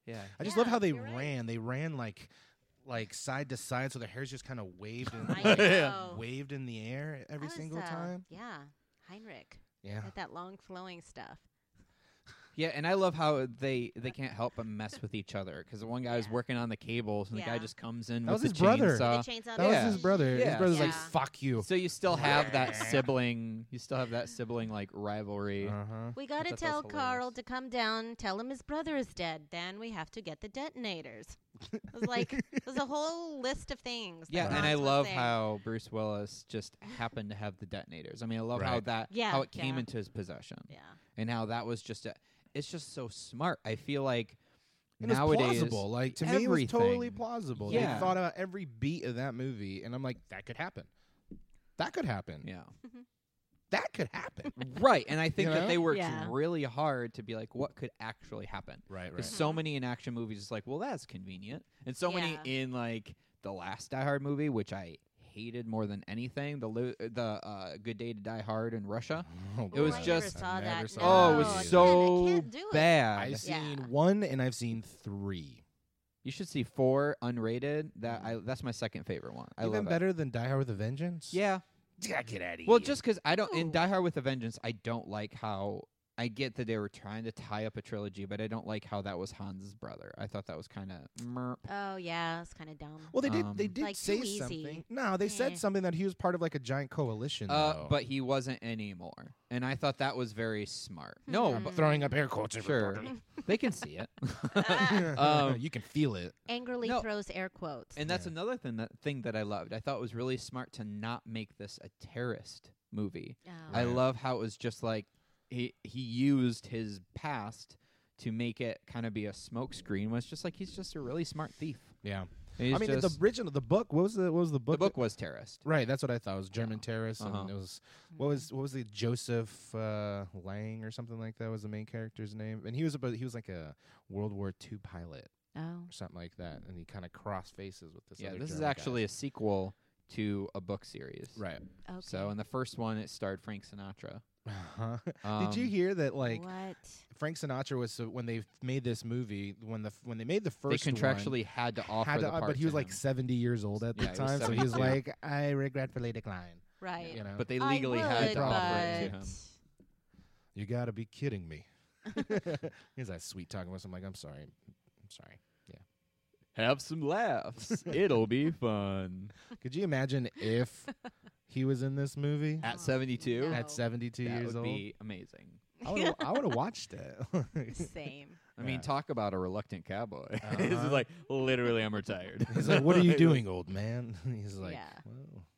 S2: Yeah.
S3: I just love
S5: Yeah,
S3: how they
S5: you're right.
S3: ran. They ran like like side to side, so their hair's just kind of waved and
S5: I
S3: like,
S5: know.
S3: waved in the air e-,
S5: That
S3: every
S5: was,
S3: single
S5: uh,
S3: time.
S5: Yeah, Heinrich
S3: Yeah.
S5: with that long flowing stuff.
S2: Yeah, and I love how they they can't help but mess with each other because the one guy is working on the cables and the guy
S5: Yeah.
S2: just comes in
S3: That
S2: with
S3: was
S2: the
S3: his brother.
S2: chainsaw.
S5: the chainsaw.
S3: That
S5: guy.
S2: Yeah.
S3: was his brother.
S2: Yeah.
S3: His brother's like,
S5: Yeah.
S3: "Fuck you."
S2: So you still have that sibling. You still have that sibling like rivalry.
S3: Uh-huh.
S5: We got to
S2: thought that
S5: tell
S2: was
S5: Carl
S2: hilarious.
S5: to come down, tell him his brother is dead. Then we have to get the detonators. it was like there's a whole list of things. that
S2: Yeah, and I
S5: Hans was
S2: love
S5: saying.
S2: how Bruce Willis just happened to have the detonators. I mean, I love how
S4: Right.
S2: that
S5: Yeah,
S2: how it came
S5: yeah.
S2: into his possession
S5: Yeah.
S2: and how that was just a. It's just so smart. I feel like
S3: And it's
S2: nowadays,
S3: plausible. Like to me, it was totally
S2: everything-
S3: plausible.
S2: Yeah.
S3: They thought about every beat of that movie, and I'm like, that could happen. That could happen.
S2: yeah,
S3: That could happen.
S2: right. And I think that
S3: know?
S2: they worked
S5: Yeah.
S2: really hard to be like, what could actually happen?
S4: Right,
S2: Because
S4: right.
S2: so
S5: Mm-hmm.
S2: many in action movies, it's like, well, that's convenient, and so
S5: Yeah.
S2: many in like the last Die Hard movie, which I hated more than anything, the lo- the uh, Good Day to Die Hard in Russia.
S3: Oh,
S2: It was
S5: I
S3: boy.
S5: never
S2: just-
S5: saw
S3: I never
S5: that.
S3: saw
S2: Oh, it
S5: No, again, I
S2: was
S3: either.
S2: so
S5: can't do it.
S2: bad.
S3: I've
S5: Yeah.
S3: seen one, and I've seen three.
S2: You should see four unrated. That I that's my second favorite one. I
S3: Mm. Even
S2: love
S3: better than Die Hard with a Vengeance.
S2: It. Yeah.
S3: Yeah, get out of here.
S2: Well, just because I don't in
S5: Ooh.
S2: Die Hard with a Vengeance, I don't like how I get that they were trying to tie up a trilogy, but I don't like how that was Hans's brother. I thought that was kind of merp.
S5: Oh yeah, it's kind of dumb.
S3: Well, they did.
S2: um,
S3: They did
S5: Like, too
S3: say
S5: easy.
S3: something. No, they
S5: Eh.
S3: said something that he was part of like a giant coalition.
S2: Uh,
S3: though.
S2: but he wasn't anymore, and I thought that was very smart. No,
S3: I'm
S2: but
S3: throwing up air quotes.
S2: sure,
S3: everybody.
S2: they can see it.
S3: Um, you can feel it.
S5: Uh, Angrily
S2: No.
S5: throws air quotes.
S2: And that's another thing that thing that I loved. I thought it was really smart to not make this a terrorist movie.
S5: Oh.
S2: I
S3: Right.
S2: love how it was just like he he used his past to make it kind of be a smokescreen. Was just like he's just a really smart thief.
S3: Yeah.
S2: And he's
S3: I mean, the
S2: just-
S3: original, the book. What was the what was the book?
S2: the book was terrorist.
S3: Right, that's what I thought. It was German terrorists,
S2: Uh-huh.
S3: and it was what was what was the Joseph uh, Lang or something like that was the main character's name, and he was about he was like a World War II pilot
S5: oh.
S3: or something like that, and he kind of cross faces with this.
S2: yeah,
S3: other
S2: this is
S3: German guy.
S2: actually a sequel to a book series.
S3: right.
S5: Okay.
S2: So in the first one, it starred Frank Sinatra.
S3: Uh-huh.
S2: Um,
S3: Did you hear that? Like
S5: what?
S3: Frank Sinatra was so when they made this movie when the f- when they made the
S2: They
S3: first one,
S2: contractually had to offer
S3: had
S2: the
S3: to, uh,
S2: part
S3: but he
S2: to
S3: was like
S2: him.
S3: seventy years old at
S2: Yeah,
S3: the
S2: he was
S3: time, so he was
S2: 72.
S3: like, I regretfully decline.
S5: Right.
S3: You know,
S2: but they
S5: I
S2: legally had
S5: would,
S2: to offer it to him.
S5: but-
S3: You gotta be kidding me. He's that sweet talking voice. I'm like, I'm sorry. I'm sorry.
S2: Have some laughs. It'll be fun.
S3: Could you imagine if he was in this movie
S2: At
S5: Oh,
S2: 72,
S5: no.
S3: at 72
S2: that
S3: years
S2: would
S3: old?
S2: be amazing.
S3: I would I would have watched it.
S5: Same.
S2: I mean,
S3: Yeah.
S2: talk about a reluctant cowboy. this
S3: Uh-huh.
S2: is like literally, I'm retired.
S3: He's like, "What are you doing, old man?" He's like,
S5: Yeah.
S3: "Well."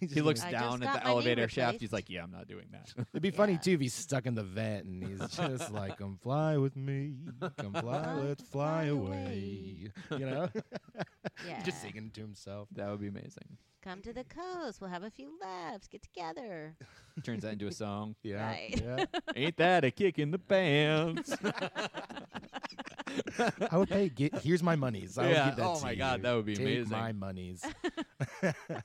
S2: He looks
S5: I
S2: down
S5: just
S2: at
S5: got
S2: the
S5: my knee
S2: elevator shaft. He's
S5: replaced.
S2: like, "Yeah, I'm not doing that."
S3: It'd be funny
S5: Yeah.
S3: too if he's stuck in the vet and he's just like, "Come fly with me, come fly, let's fly
S5: Fly
S3: away," you know,
S5: Yeah.
S3: just singing to himself.
S2: that would be amazing.
S5: Come to the coast. We'll have a few laughs. Get together.
S2: Turns that into a song.
S3: Yeah,
S5: Right.
S3: yeah.
S2: Ain't that a kick in the pants?
S3: I would pay. Get, here's my monies.
S2: Yeah,
S3: I would give that
S2: oh
S3: to
S2: my God,
S3: you.
S2: that would be
S3: Take
S2: amazing.
S3: My monies.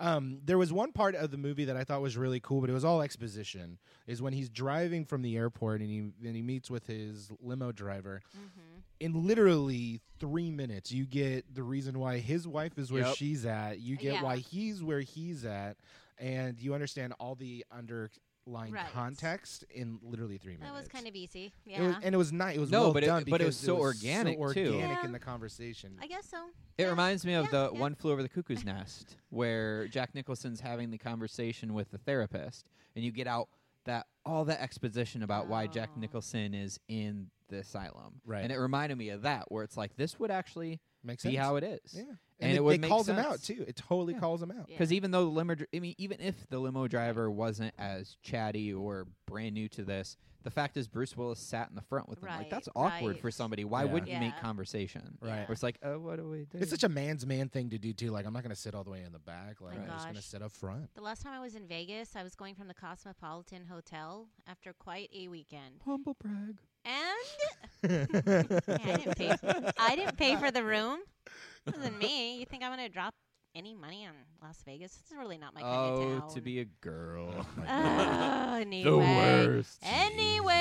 S3: um, there was one part of the movie that I thought was really cool, but it was all exposition. Is when he's driving from the airport and he and he meets with his limo driver.
S5: Mm-hmm.
S3: In literally three minutes, you get the reason why his wife is where
S2: Yep.
S3: she's at. You get
S5: Yeah.
S3: why he's where he's at, and you understand all the underlying
S5: Right.
S3: context in literally three minutes.
S5: That was kind of easy.
S3: It
S5: Yeah.
S3: was, and it was nice. It was
S2: No,
S3: well
S2: but it-
S3: done
S2: but it was
S3: because
S2: so organic, too.
S3: organic
S5: Yeah.
S3: in the conversation.
S5: I guess so.
S2: It
S5: Yeah.
S2: reminds me of
S5: Yeah,
S2: the
S5: yeah.
S2: One Flew Over the Cuckoo's Nest, where Jack Nicholson's having the conversation with the therapist, and you get out that all that exposition about why Jack
S5: Oh.
S2: Nicholson is in the asylum.
S3: Right.
S2: And it reminded me of that, where it's like this would actually
S3: Makes
S2: be
S3: sense.
S2: how it is.
S3: yeah, and,
S2: and
S3: it,
S2: it would
S3: they
S2: make
S3: calls him out
S2: sense.
S3: too. It totally
S2: Yeah.
S3: calls him out.
S5: Yeah.
S2: Because even though the limo, dr- I mean, even if the limo driver wasn't as chatty or brand new to this, the fact is Bruce Willis sat in the front with him. Like
S5: Right,
S2: that's awkward for
S5: right.
S2: somebody. Why
S3: Yeah.
S2: wouldn't you make
S5: Yeah.
S2: conversation?
S3: Right.
S2: Where it's like, oh, what do we do?
S3: It's such a man's man thing to do too. Like I'm not gonna sit all the way in the back. Like
S5: My
S3: I'm just gonna
S5: Oh, gosh.
S3: sit up front.
S5: The last time I was in Vegas, I was going from the Cosmopolitan Hotel after quite a weekend.
S2: humble brag.
S5: And I didn't pay I didn't pay for the room. It wasn't me. You think I'm gonna drop any money on Las Vegas. It's really not my kind of
S2: oh,
S5: town.
S2: to be a girl.
S5: Oh, anyway.
S4: worst.
S5: Anyway.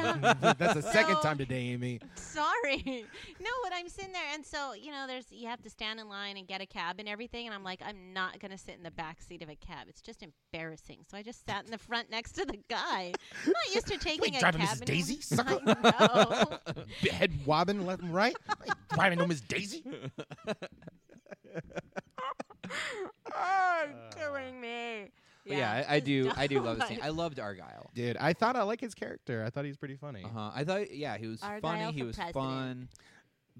S3: That's the second
S5: So-
S3: time today, Amy.
S5: Sorry. No, but I'm sitting there and so, you know, there's you have to stand in line and get a cab and everything and I'm like, I'm not going to sit in the back seat of a cab. It's just embarrassing. So I just sat in the front next to the guy. I'm not used to taking a
S3: drive to
S5: cab.
S3: Mrs.
S5: and-
S3: Daisy, sucker.
S5: I know.
S3: Head wobbing left and right. Driving home Miss Daisy.
S5: oh, killing me.
S2: But yeah, I, I
S5: it's
S2: do. I do
S5: dumb,
S2: love the scene.
S5: but-
S2: I loved Argyle.
S3: Dude, I thought I like his character. I thought he was pretty funny.
S2: Uh huh. I thought, yeah, he was
S5: Argyle
S2: funny. He
S5: for
S2: was
S5: president.
S2: fun.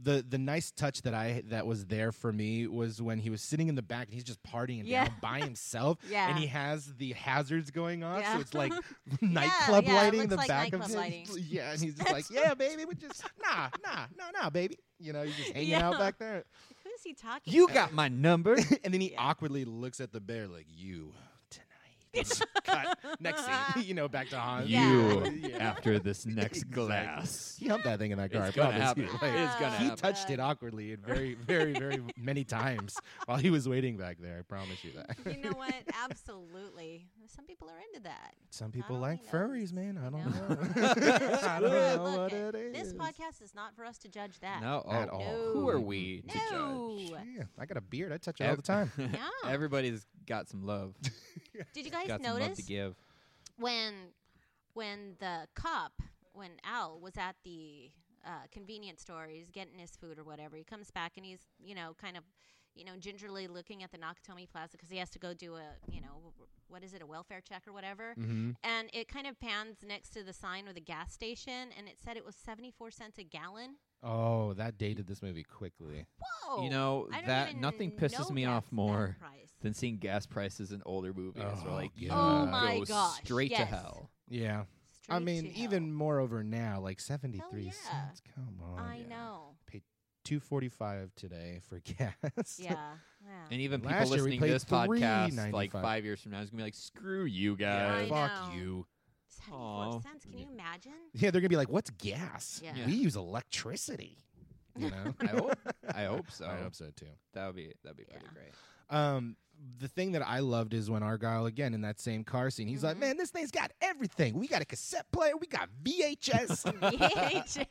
S3: The the nice touch that I that was there for me was when he was sitting in the back and he's just partying
S5: Yeah.
S3: down by himself.
S5: Yeah.
S3: And he has the hazards going on,
S5: Yeah.
S3: so it's like nightclub
S5: yeah, it
S3: lighting in
S5: looks
S3: the
S5: like
S3: back of
S5: nightclub
S3: his.
S5: lighting.
S3: Yeah, and he's just like, yeah, baby, we just nah, nah, nah, nah, baby. You know, he's just hanging out
S5: Yeah.
S3: back there.
S5: Who is he talking
S2: You
S5: to?
S2: got my number.
S3: and then he awkwardly looks at the bear like you tonight. Cut. Next scene, you know, back to Hans.
S5: You
S2: after this next
S3: Exactly. He humped that thing in that car.
S4: It's
S3: I
S4: gonna
S3: promise
S4: happen.
S3: you.
S4: It's
S3: Like,
S4: gonna
S3: he
S4: happen.
S3: touched it awkwardly and very, very, very many times while he was waiting back there. I promise you that.
S5: You know what? Absolutely. Some people are into that.
S3: Some people
S5: don't
S3: like
S5: know.
S3: furries, man. I don't
S5: No.
S3: know. I don't know what
S5: Look,
S3: it is.
S5: This podcast is not for us to judge that.
S2: no,
S3: At
S2: oh,
S3: all.
S2: Who are we to
S5: No.
S2: judge?
S3: Yeah, I got a beard. I touch it all the time.
S5: Yeah.
S2: Everybody's got some love.
S5: Did you guys
S2: got some love
S5: notice
S2: to give.
S5: when when the cop, when Al was at the uh, convenience store, he's getting his food or whatever. He comes back and he's you know kind of you know gingerly looking at the Nakatomi Plaza because he has to go do a you know w- what is it a welfare check or whatever.
S3: Mm. mm-hmm.
S5: And it kind of pans next to the sign with a gas station, and it said it was seventy four cents a gallon.
S3: Oh, that dated this movie quickly.
S5: Whoa!
S2: you know
S5: Oh, I don't
S2: that
S5: even
S2: nothing pisses
S5: know
S2: me
S5: that's
S2: off
S5: that
S2: more
S5: price.
S2: than seeing gas prices in older movies. We're
S3: Oh,
S2: like,
S3: yeah.
S5: Oh
S2: you
S5: my
S2: go
S5: gosh,
S2: straight to
S5: yes. Uh-huh.
S2: hell.
S3: Yeah. I
S5: Straight
S3: mean,
S5: to
S3: even
S5: hell.
S3: more over now, like seventy three
S5: yeah.
S3: cents. Come on.
S5: I know.
S3: Two forty five today for gas.
S5: Yeah. yeah.
S2: And even
S3: Last
S2: people
S3: year we
S2: listening to
S3: paid
S2: this podcast, like
S3: $3.95.
S2: five years from now, is gonna be like, "Screw you
S5: I
S2: guys."
S3: Fuck
S5: know.
S3: you.
S5: Seventy-four
S2: Aw.
S5: cents. Can you imagine?
S3: Yeah, they're gonna be like, "What's gas?
S5: Yeah.
S3: We use electricity." You know.
S2: I hope. I hope so.
S3: I hope so too.
S2: That would be that'd be pretty
S5: Yeah.
S2: great.
S3: Um, the thing that I loved is when Argyle again in that same car scene, he's like,
S5: Mhm.
S3: "Man, this thing's got everything. We got a cassette player. We got VHS."
S5: VHS.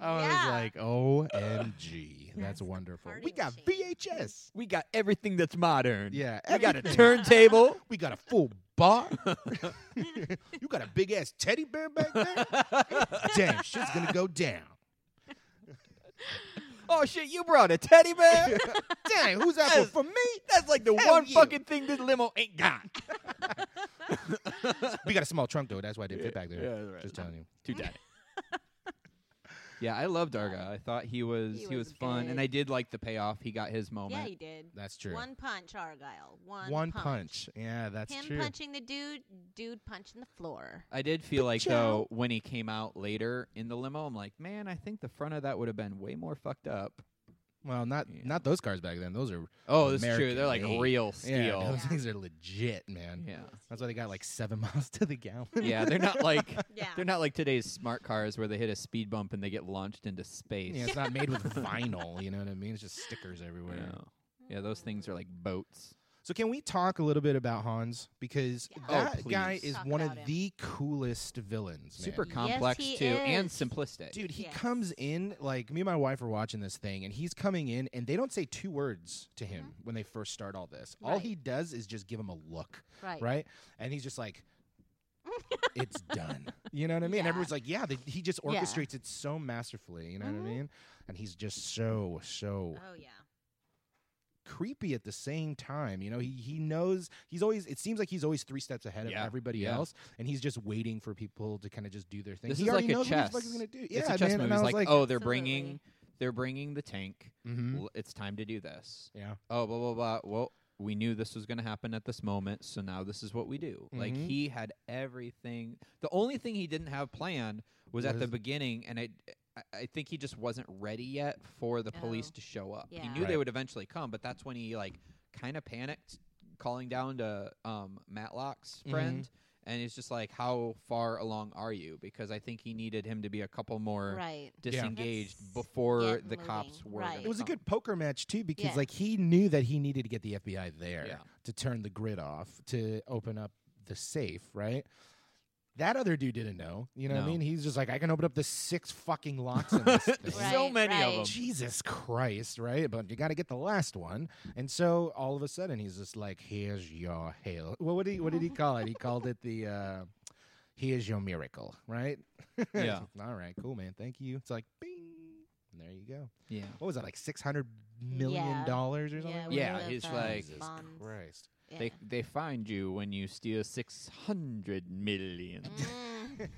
S3: I
S5: yeah.
S3: was like, "OMG, that's
S5: That's the
S3: wonderful.
S5: party
S3: We got
S5: machine.
S3: VHS.
S2: We got everything that's modern.
S3: Yeah,
S2: We got a
S3: everything.
S2: turntable.
S3: We got a full bar. you got a big ass teddy bear back there. Damn, shit's gonna go down.
S2: oh shit! You brought a teddy bear.
S3: Dang, who's that
S2: That's-
S3: for? for me?
S2: That's like the
S3: Hell
S2: one
S3: yeah.
S2: fucking thing this limo ain't got.
S3: We got a small trunk though. That's why it didn't fit back there.
S2: Yeah, right.
S3: Just telling you.
S2: Too daddy. yeah, I loved Argyle. I thought he was he,
S5: He
S2: was,
S5: was
S2: fun,
S5: good.
S2: and I did like the payoff. He got his moment.
S5: yeah, you did.
S3: That's true.
S5: One punch, Argyle. One,
S3: One punch. Yeah, that's
S5: Him
S3: true.
S5: punching the dude, dude punching the floor.
S2: I did feel like though when he came out later in the limo, I'm like, man, I think the front of that would have been way more fucked up.
S3: Well, not
S2: Yeah.
S3: not those cars back then. Those are
S2: Oh, that's true.
S3: American
S2: They're like
S3: made.
S2: real
S3: yeah,
S2: steel.
S3: those things are legit, man.
S2: Yeah.
S3: That's why they got like seven miles to the gallon.
S2: Yeah, they're not like
S5: Yeah.
S2: they're not like today's smart cars where they hit a speed bump and they get launched into space.
S3: Yeah, it's not made with vinyl. You know what I mean? It's just stickers everywhere.
S2: Yeah.
S5: Mm-hmm.
S2: Yeah, those things are like boats.
S3: So can we talk a little bit about Hans because
S5: Yeah.
S2: Oh,
S3: that
S2: please.
S3: guy is
S5: Talk
S3: one of
S5: about him.
S3: the coolest villains. man.
S2: Super
S5: Yes,
S2: complex
S5: he
S2: too and
S5: is.
S2: simplistic.
S3: Dude, he
S5: Yes.
S3: comes in like me and my wife are watching this thing, and he's coming in, and they don't say two words to him when they first start all this. All
S5: Mm-hmm. Right.
S3: he does is just give him a look,
S5: Right.
S3: right? And he's just like, "It's done." You know what I mean? And
S5: Yeah.
S3: everyone's like, "Yeah." They, he just
S5: Yeah.
S3: orchestrates it so masterfully. You know
S5: Mhm.
S3: what I mean? And he's just so so
S5: Oh yeah.
S3: creepy at the same time. You know, he he knows he's always. It seems like he's always three steps ahead of
S2: Yeah,
S3: everybody
S2: yeah.
S3: else, and he's just waiting for people to kind of just do their thing.
S2: This
S3: he
S2: is
S3: already
S2: like a
S3: knows
S2: chess.
S3: what he's fucking gonna do.
S2: it's
S3: yeah,
S2: a chess
S3: man.
S2: movie.
S3: And I
S2: It's
S3: was
S2: like,
S3: like,
S2: oh, they're
S5: Absolutely.
S2: bringing they're bringing the tank.
S3: mhm,
S2: L- It's time to do this.
S3: yeah.
S2: Oh, blah blah blah. Well, we knew this was going to happen at this moment, so now this is what we do. Like
S3: Mhm.
S2: he had everything. The only thing he didn't have planned was at the
S3: Was-
S2: beginning, and I, I- I think he just wasn't ready yet for the police
S5: Oh.
S2: to show up. He
S5: Yeah.
S2: knew they
S3: Right.
S2: would eventually come, but that's when he like kind of panicked, calling down to um, Matlock's
S3: Mhm.
S2: friend. And it's just like, how far along are you? Because I think he needed him to be a couple more
S5: Right.
S2: disengaged
S5: Let's
S2: before
S5: get
S2: the
S5: moving.
S2: cops were.
S5: Right.
S2: gonna
S3: It was a
S2: come.
S3: good poker match too because
S5: Oh. Yeah.
S3: like he knew that he needed to get the FBI there
S2: Yeah.
S3: to turn the grid off to open up the safe, right? That other dude didn't know. You know what I
S2: No.
S3: mean? He's just like, I can open up the six fucking locks in this thing.
S5: Right.
S4: so many of
S5: right.
S4: them.
S3: Jesus Christ, right? But you got to get the last one. And so all of a sudden he's just like, here's your hail. Well, what did he, what did he call it? He called it the, uh, here's your miracle, right? It's
S2: Yeah.
S3: like, all right, cool, man. Thank you. It's like, bing. And there you go.
S2: Yeah.
S3: What was that, like $600 million
S5: Yeah.
S3: dollars or something? like
S5: Yeah, one
S3: that?
S2: Yeah,
S5: of
S2: he's
S5: those uh,
S2: like-
S3: Jesus
S5: bombs.
S3: Christ.
S5: Yeah.
S2: They they find you when you steal six hundred million.
S5: Mm.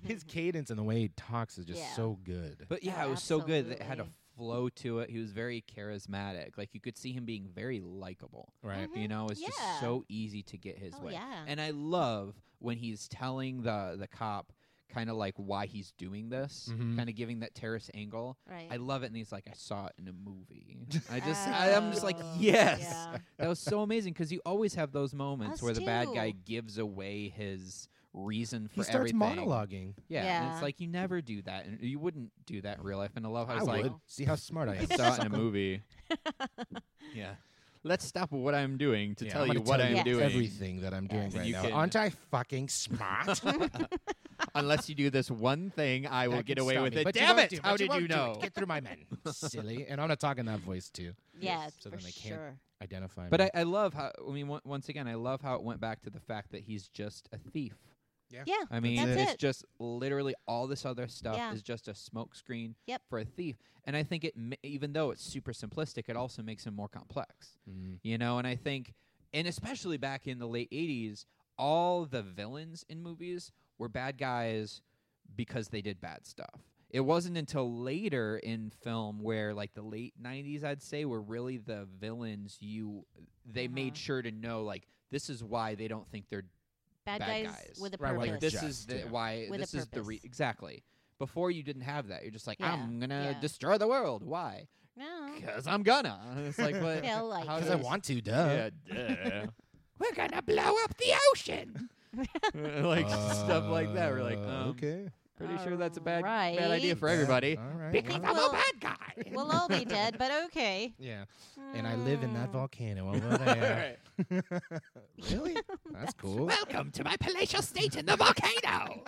S3: His cadence and the way he talks is just
S5: Yeah.
S3: so good.
S2: But yeah,
S5: Oh,
S2: it was so good. that It had a
S5: absolutely.
S2: flow to it. He was very charismatic. Like you could see him being very likable.
S5: Oh
S3: right.
S2: You know, it's
S5: Mm-hmm. Yeah.
S2: just so easy to get his
S5: Oh,
S2: way.
S5: yeah.
S2: And I love when he's telling the the cop kind of like why he's doing this,
S3: Mhm.
S2: kind of giving that terrorist angle.
S5: right.
S2: I love it, and he's like, "I saw it in a movie." I just, I, am just like, "Yes,
S5: Oh, Yeah.
S2: that was so amazing." Because you always have those moments
S5: Us
S2: where the bad guy
S5: too.
S2: gives away his reason for
S3: He starts
S2: everything.
S3: monologuing.
S2: Yeah, and
S5: Yeah.
S2: it's like you never do that, and you wouldn't do that in real life. And I love how
S3: I
S2: he's like,
S3: would. See how smart I
S2: I
S3: am.
S2: saw it
S3: Suck
S2: in a
S3: 'em.
S2: movie. yeah. Let's stop what I'm doing to
S3: Yeah,
S2: tell
S3: I'm
S2: you
S3: gonna
S2: what
S3: tell
S2: I'm
S3: you
S5: Yeah.
S2: doing.
S3: Everything that I'm doing
S5: Yes.
S3: right
S2: You
S3: now.
S2: can-
S3: Aren't I fucking smart?
S2: Unless you do this one thing, I will
S3: That
S2: get
S3: can
S2: away
S3: stop
S2: with
S3: me,
S2: it.
S3: but
S2: Damn
S3: won't
S2: it!
S3: do-
S2: How
S3: but
S2: did
S3: won't
S2: you
S3: do it.
S2: know?
S3: Get through my men, silly. And I'm not talking that voice too.
S5: Yeah,
S3: So
S5: for
S3: then they can't
S5: sure.
S3: identify.
S2: But
S3: me.
S2: I, I love how. I mean, on- once again, I love how it went back to the fact that he's just a thief.
S5: Yeah.
S2: I mean,
S5: That's
S2: it's
S5: it.
S2: just literally all this other stuff
S5: Yeah.
S2: is just a smokescreen
S5: Yep.
S2: for a thief. And I think it, ma- even though it's super simplistic, it also makes him more complex.
S3: Mhm.
S2: You know, and I think, and especially back in the late '80s, all the villains in movies were bad guys because they did bad stuff. It wasn't until later in film where, like the late '90s, I'd say, were really the villains. You they
S5: Uh-huh.
S2: made sure to know, like, this is why they don't think they're
S5: Bad,
S2: bad
S5: guys,
S2: guys.
S5: with a
S3: Right,
S5: purpose.
S3: why you're
S2: like this is
S3: just,
S2: the,
S3: yeah.
S2: why
S5: With a
S2: this is the re-
S5: purpose.
S2: exactly before you didn't have that you're just like
S5: Yeah,
S2: i'm gonna
S5: yeah.
S2: destroy the world why
S5: no.
S2: because i'm gonna And it's like what
S5: Feel like
S2: how
S3: because
S2: does
S3: I
S2: this-
S3: want to, duh.
S2: yeah, duh. Uh-huh. we're gonna blow up the ocean like stuff like that we're like
S3: Uh,
S2: um,
S3: okay,
S2: pretty sure that's a bad bad idea
S5: Alright.
S2: for everybody
S3: All right.
S2: because
S3: well,
S2: i'm
S5: Well-
S2: a bad guy
S5: We'll all be dead, but okay.
S3: yeah, and I live in that
S5: Mm.
S3: volcano over there. really? That's cool.
S2: welcome to my palatial state in the volcano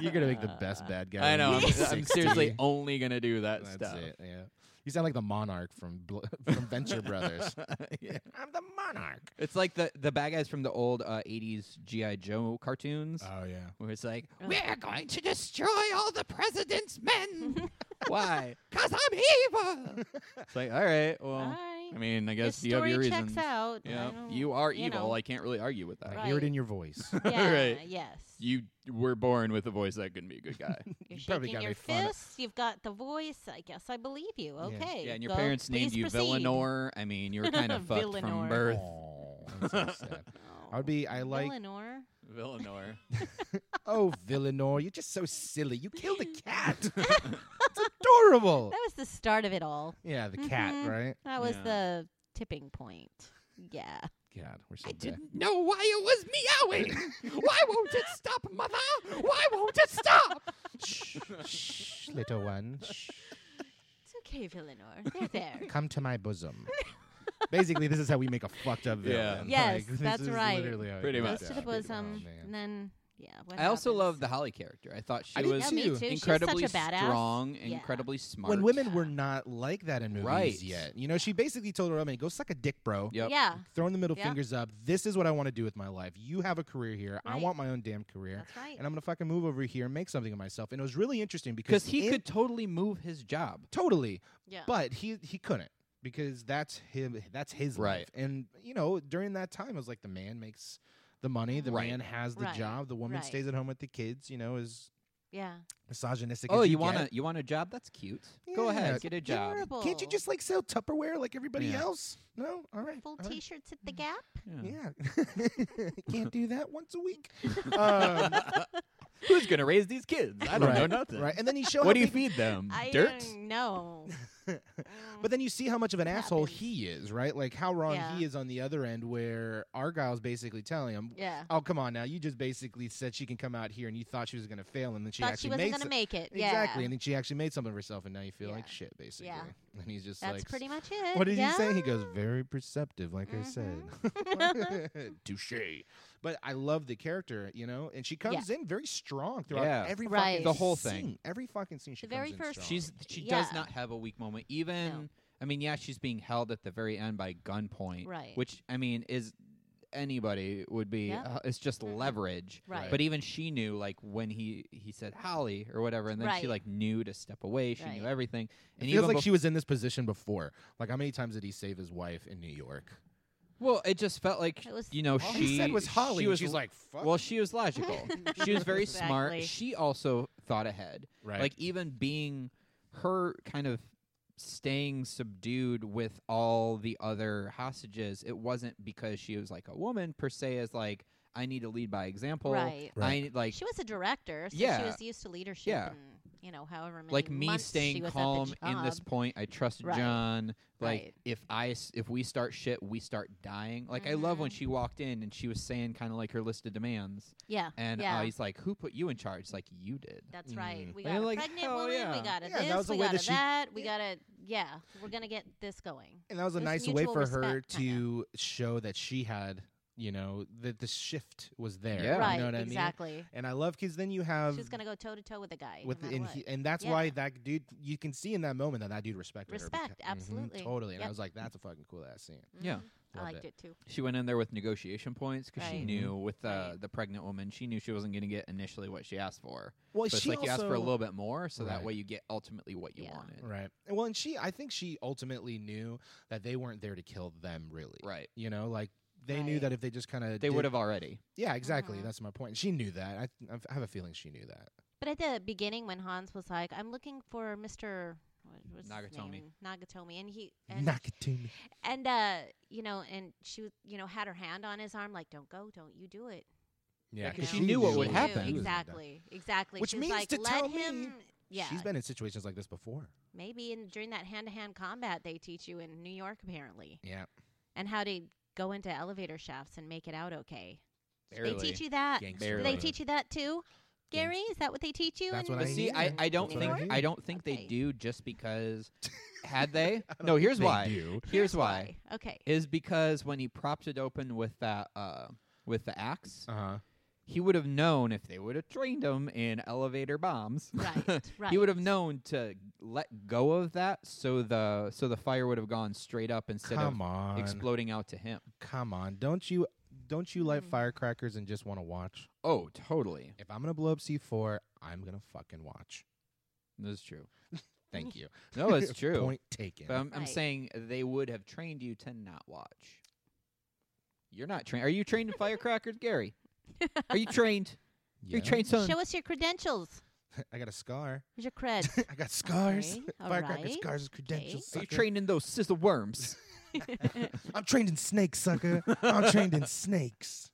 S3: You're gonna make the best bad guy.
S2: i
S3: in
S2: know i'm,
S3: the
S2: I'm seriously
S3: 60.
S2: only gonna do that
S3: That's
S2: stuff
S3: it. Yeah. You sound like the monarch from Bl- from Venture Brothers.
S2: Yeah.
S3: I'm the monarch.
S2: It's like the the bad guys from the old uh, '80s GI Joe cartoons,
S3: Oh yeah.
S2: where it's like,
S5: Ugh.
S2: "We're going to destroy all the president's men." Why? Cause I'm evil. it's like, all right, well,
S5: Alright.
S2: I mean, I guess
S5: His
S2: you have
S5: story
S2: your
S5: checks
S2: reasons.
S5: out. I
S2: Yeah,
S5: don't-
S2: you are
S5: you
S2: evil.
S5: know.
S2: I can't really argue with that.
S3: I hear it
S5: Right.
S3: in your voice.
S5: Yeah,
S2: Right.
S5: Yes.
S2: You were born with a voice that can be a good guy.
S5: You're
S3: You probably
S5: shaking
S3: gotta
S5: your
S3: make fun of-
S5: fists. You've got the voice. I guess I believe you. Okay.
S2: yeah, and your
S5: go-
S2: parents named
S5: please
S2: you
S5: proceed.
S2: Villanor. I mean, you were kind of fucked from
S5: Villanor.
S2: birth.
S3: Aw, that's so sad. I
S5: Oh,
S3: would be. I like.
S5: Villanor.
S2: Villanor.
S3: Oh, Villanor, you're just so silly. You killed a cat. it's adorable.
S5: That was the start of it all.
S3: Yeah, the cat,
S5: Mhm.
S3: right?
S5: That was
S2: Yeah.
S5: the tipping point. Yeah.
S3: God, we're so
S2: I
S3: bad.
S2: didn't know why it was meowing. why won't it stop, mother? Why won't it stop?
S3: Shh, shh, little one. Shh,
S5: It's okay, Villanor. They're there.
S3: come to my bosom. Basically, this is how we make a fucked up
S2: Yeah.
S3: villain.
S5: Yes,
S3: Like, this
S5: that's
S3: is
S5: right.
S3: literally how it
S2: Pretty
S3: goes
S2: much.
S5: Goes to the
S3: down. Oh,
S5: bosom,
S3: man.
S5: and then yeah. What
S2: I also
S5: happens?
S2: love the Holly character. I thought she
S3: I did
S2: was
S5: Yeah, me
S3: too.
S5: too.
S2: incredibly
S5: She's such a badass.
S2: strong,
S5: Yeah.
S2: incredibly smart.
S3: when women were not like that in movies
S2: Right.
S3: yet. You know, she basically told her, "I mean, go suck a dick, bro.
S2: Yep.
S5: Yeah.
S3: Throwing the middle
S5: Yeah.
S3: fingers up. This is what I want to do with my life. You have a career here. I
S5: Right.
S3: want my own damn career,
S5: That's right.
S3: and I'm gonna fucking move over here and make something of myself." And it was really interesting because
S2: because he
S3: in-
S2: could totally move his job.
S3: totally,
S5: yeah.
S3: but he he couldn't because that's him. That's his life.
S2: Right.
S3: And you know, during that time, it was like the man makes the money, the
S2: Right.
S3: man has the
S5: Right.
S3: job, the woman
S5: Right.
S3: stays at home with the kids. You know, is
S5: yeah.
S3: misogynistic.
S2: oh,
S3: as
S2: you,
S3: you
S2: want
S3: get.
S2: a you want a job? That's cute. Go
S3: Yeah.
S2: ahead, get a job.
S5: Adorable.
S3: Can't you just like sell Tupperware like everybody
S2: Yeah.
S3: else? No, all right.
S5: full
S3: all right.
S5: T-shirts at the Gap?
S3: Yeah, can't do that once a week. Um,
S2: Who's gonna raise these kids? I don't
S3: Right,
S2: know nothing.
S3: right, and then he showed.
S2: What do you feed them?
S5: I uh, Mm.
S2: Dirt.
S5: don't know.
S3: But then you see how much of an asshole
S5: happens.
S3: he is, right? Like how wrong
S5: Yeah.
S3: he is on the other end, where Argyle's basically telling him,
S5: yeah.
S3: "Oh, come on now, you just basically said she can come out here, and you thought she was going to fail, and then she
S5: Thought
S3: actually
S5: she wasn't
S3: made
S5: gonna
S3: some-
S5: make it. Yeah.
S3: exactly, and then she actually made something of herself, and now you feel
S5: Yeah.
S3: like shit, basically."
S5: Yeah.
S3: And he's just
S5: That's
S3: like,
S5: pretty much it.
S3: "What did
S5: yeah?
S3: he say?" He goes, "Very perceptive, like I
S5: Mhm.
S3: said." Touche. But I love the character, you know, and she comes in very strong throughout
S2: Yeah.
S3: every
S5: Right.
S3: fucking
S2: The whole thing.
S3: scene. Every fucking scene. She
S5: The very
S3: comes in
S5: first
S3: strong.
S2: She's she does
S5: Yeah.
S2: not have a weak moment. Even I mean, yeah, she's being held at the very end by gunpoint,
S5: Right.
S2: Which I mean is anybody would be.
S5: Yep.
S2: uh, it's just
S5: Mhm.
S2: leverage.
S5: Right.
S2: But even she knew, like when he he said Holly or whatever, and then she
S5: Right.
S2: like knew to step away. She knew
S5: Right.
S2: everything. And
S3: It feels
S2: even
S3: like
S2: bef-
S3: she was in this position before. Like, how many times did he save his wife in New York?
S2: well, it just felt like
S5: It was-
S2: you know
S3: All
S2: Oh, she
S3: he said was Holly.
S2: She
S3: and
S2: was
S3: she's
S2: l-
S3: like, fuck.
S2: well, she was logical. she was very smart.
S5: Exactly.
S2: She also thought ahead.
S3: right.
S2: Like even being her kind of staying subdued with all the other hostages, it wasn't because she was like a woman per se as like I need to lead by example.
S5: Right.
S2: I need like
S5: She was a director, so
S2: Yeah.
S5: she was used to leadership.
S2: Yeah.
S5: And, you know, however many
S2: like me
S5: months she
S2: staying
S5: was at the
S2: calm in this
S5: job.
S2: point. I trusted
S5: Right.
S2: John. Like
S5: Right.
S2: if I s- if we start shit, we start dying. Like I love when
S5: Mm-hmm.
S2: she walked in and she was saying kind of like her list of demands,
S5: Yeah.
S2: and
S5: yeah.
S2: uh, he's like, "Who put you in charge?" It's like you did.
S5: That's
S3: Mm.
S5: right. We
S2: Like,
S5: got a
S2: like,
S5: pregnant
S2: hell
S5: woman.
S2: yeah.
S5: We got a
S3: Yeah, that was
S5: this.
S3: the
S5: We
S3: way
S5: got
S3: that
S5: a
S3: she-
S5: that. We got a yeah. We're gonna get this going.
S3: and that was a
S5: it was
S3: nice way
S5: mutual
S3: for her
S5: respect,
S3: to
S5: kinda.
S3: show that she had, you know, that the shift was there.
S2: Yeah.
S5: Right.
S3: You know what
S5: exactly.
S3: I mean? And I love because then you have.
S5: She's gonna go toe to toe with the guy.
S3: with
S5: no
S3: the,
S5: matter
S3: and,
S5: what.
S3: he, and that's
S5: Yeah.
S3: why that dude you can see in that moment that that dude respected her
S5: Respect,
S3: beca- Mhm,
S5: absolutely.
S3: totally and I
S5: Yep.
S3: was like that's a fucking cool ass scene
S2: Yeah.
S5: Mm-hmm. I
S3: Loved
S5: liked it too.
S2: she went in there with negotiation points because she
S5: Right.
S2: knew
S3: Mm-hmm.
S2: with uh,
S5: Right.
S2: the pregnant woman she knew she wasn't going to get initially what she asked for
S3: well
S2: so it's like you ask for a little bit more so that
S3: Right.
S2: way you get ultimately what you
S5: Yeah.
S2: wanted
S3: right well and she I think she ultimately knew that they weren't there to kill them really
S2: Right.
S3: you know like they knew
S5: Right.
S3: that if they just kind of
S2: they would have already
S3: Yeah, exactly.
S5: Mhm.
S3: That's my point. She knew that. I, th- I have a feeling she knew that.
S5: But at the beginning, when Hans was like, "I'm looking for Mister." What was
S2: Nagatomi.
S5: His name? Nagatomi, and he and
S3: Nakatomi.
S5: and uh, you know, and she was, you know had her hand on his arm, like, "Don't go, don't you do it."
S3: Yeah,
S2: 'cause
S5: she
S3: she
S2: knew what
S3: knew
S2: would
S3: she
S5: You,
S3: was
S2: happen.
S3: gonna die.
S5: Exactly, exactly.
S3: Which
S5: She's
S3: means
S5: like,
S3: to
S5: let
S3: tell me
S5: him, yeah,
S3: She's been in situations like this before.
S5: maybe in during that hand to hand combat they teach you in New York apparently,
S3: Yeah.
S5: and how to go into elevator shafts and make it out okay.
S2: Barely.
S5: They teach you that.
S3: Gangster
S5: Do
S2: Barely.
S5: they teach you that too, Gary? Is that what they teach you?
S3: That's
S5: in
S3: what
S2: but
S3: I
S2: see
S3: hear.
S2: I, I don't
S3: That's what
S2: think
S3: I
S2: I,
S3: hear.
S2: don't think they
S5: Okay.
S2: do just because had they no here's
S3: they
S2: why
S3: do.
S2: here's why
S5: Okay.
S2: is because when he propped it open with that uh with the axe
S3: Uh huh.
S2: he would have known if they would have trained him in elevator bombs
S5: Right,
S2: he would have
S5: right.
S2: known to let go of that so the so the fire would have gone straight up instead
S3: Come
S2: of
S3: on.
S2: exploding out to him
S3: Come on. Don't you don't you
S5: Mm.
S3: like firecrackers and just want to watch?
S2: oh totally
S3: If I'm gonna blow up C4, I'm gonna fucking watch.
S2: that's true
S3: Thank you.
S2: no it's true
S3: Point taken.
S2: but um, I'm, I'm
S5: Right.
S2: saying they would have trained you to not watch you're not trained are you trained in firecrackers gary are you trained
S3: Yeah.
S2: you're trained son
S5: Show us your credentials.
S3: I got a scar.
S5: Here's your creds.
S3: I got scars.
S5: Okay, all
S3: Firecracker
S5: right,
S3: scars is
S5: okay.
S2: are
S3: credentials.
S2: you
S3: sucker.
S2: trained in those sizzle worms
S3: I'm trained in snakes, sucker. I'm trained in snakes.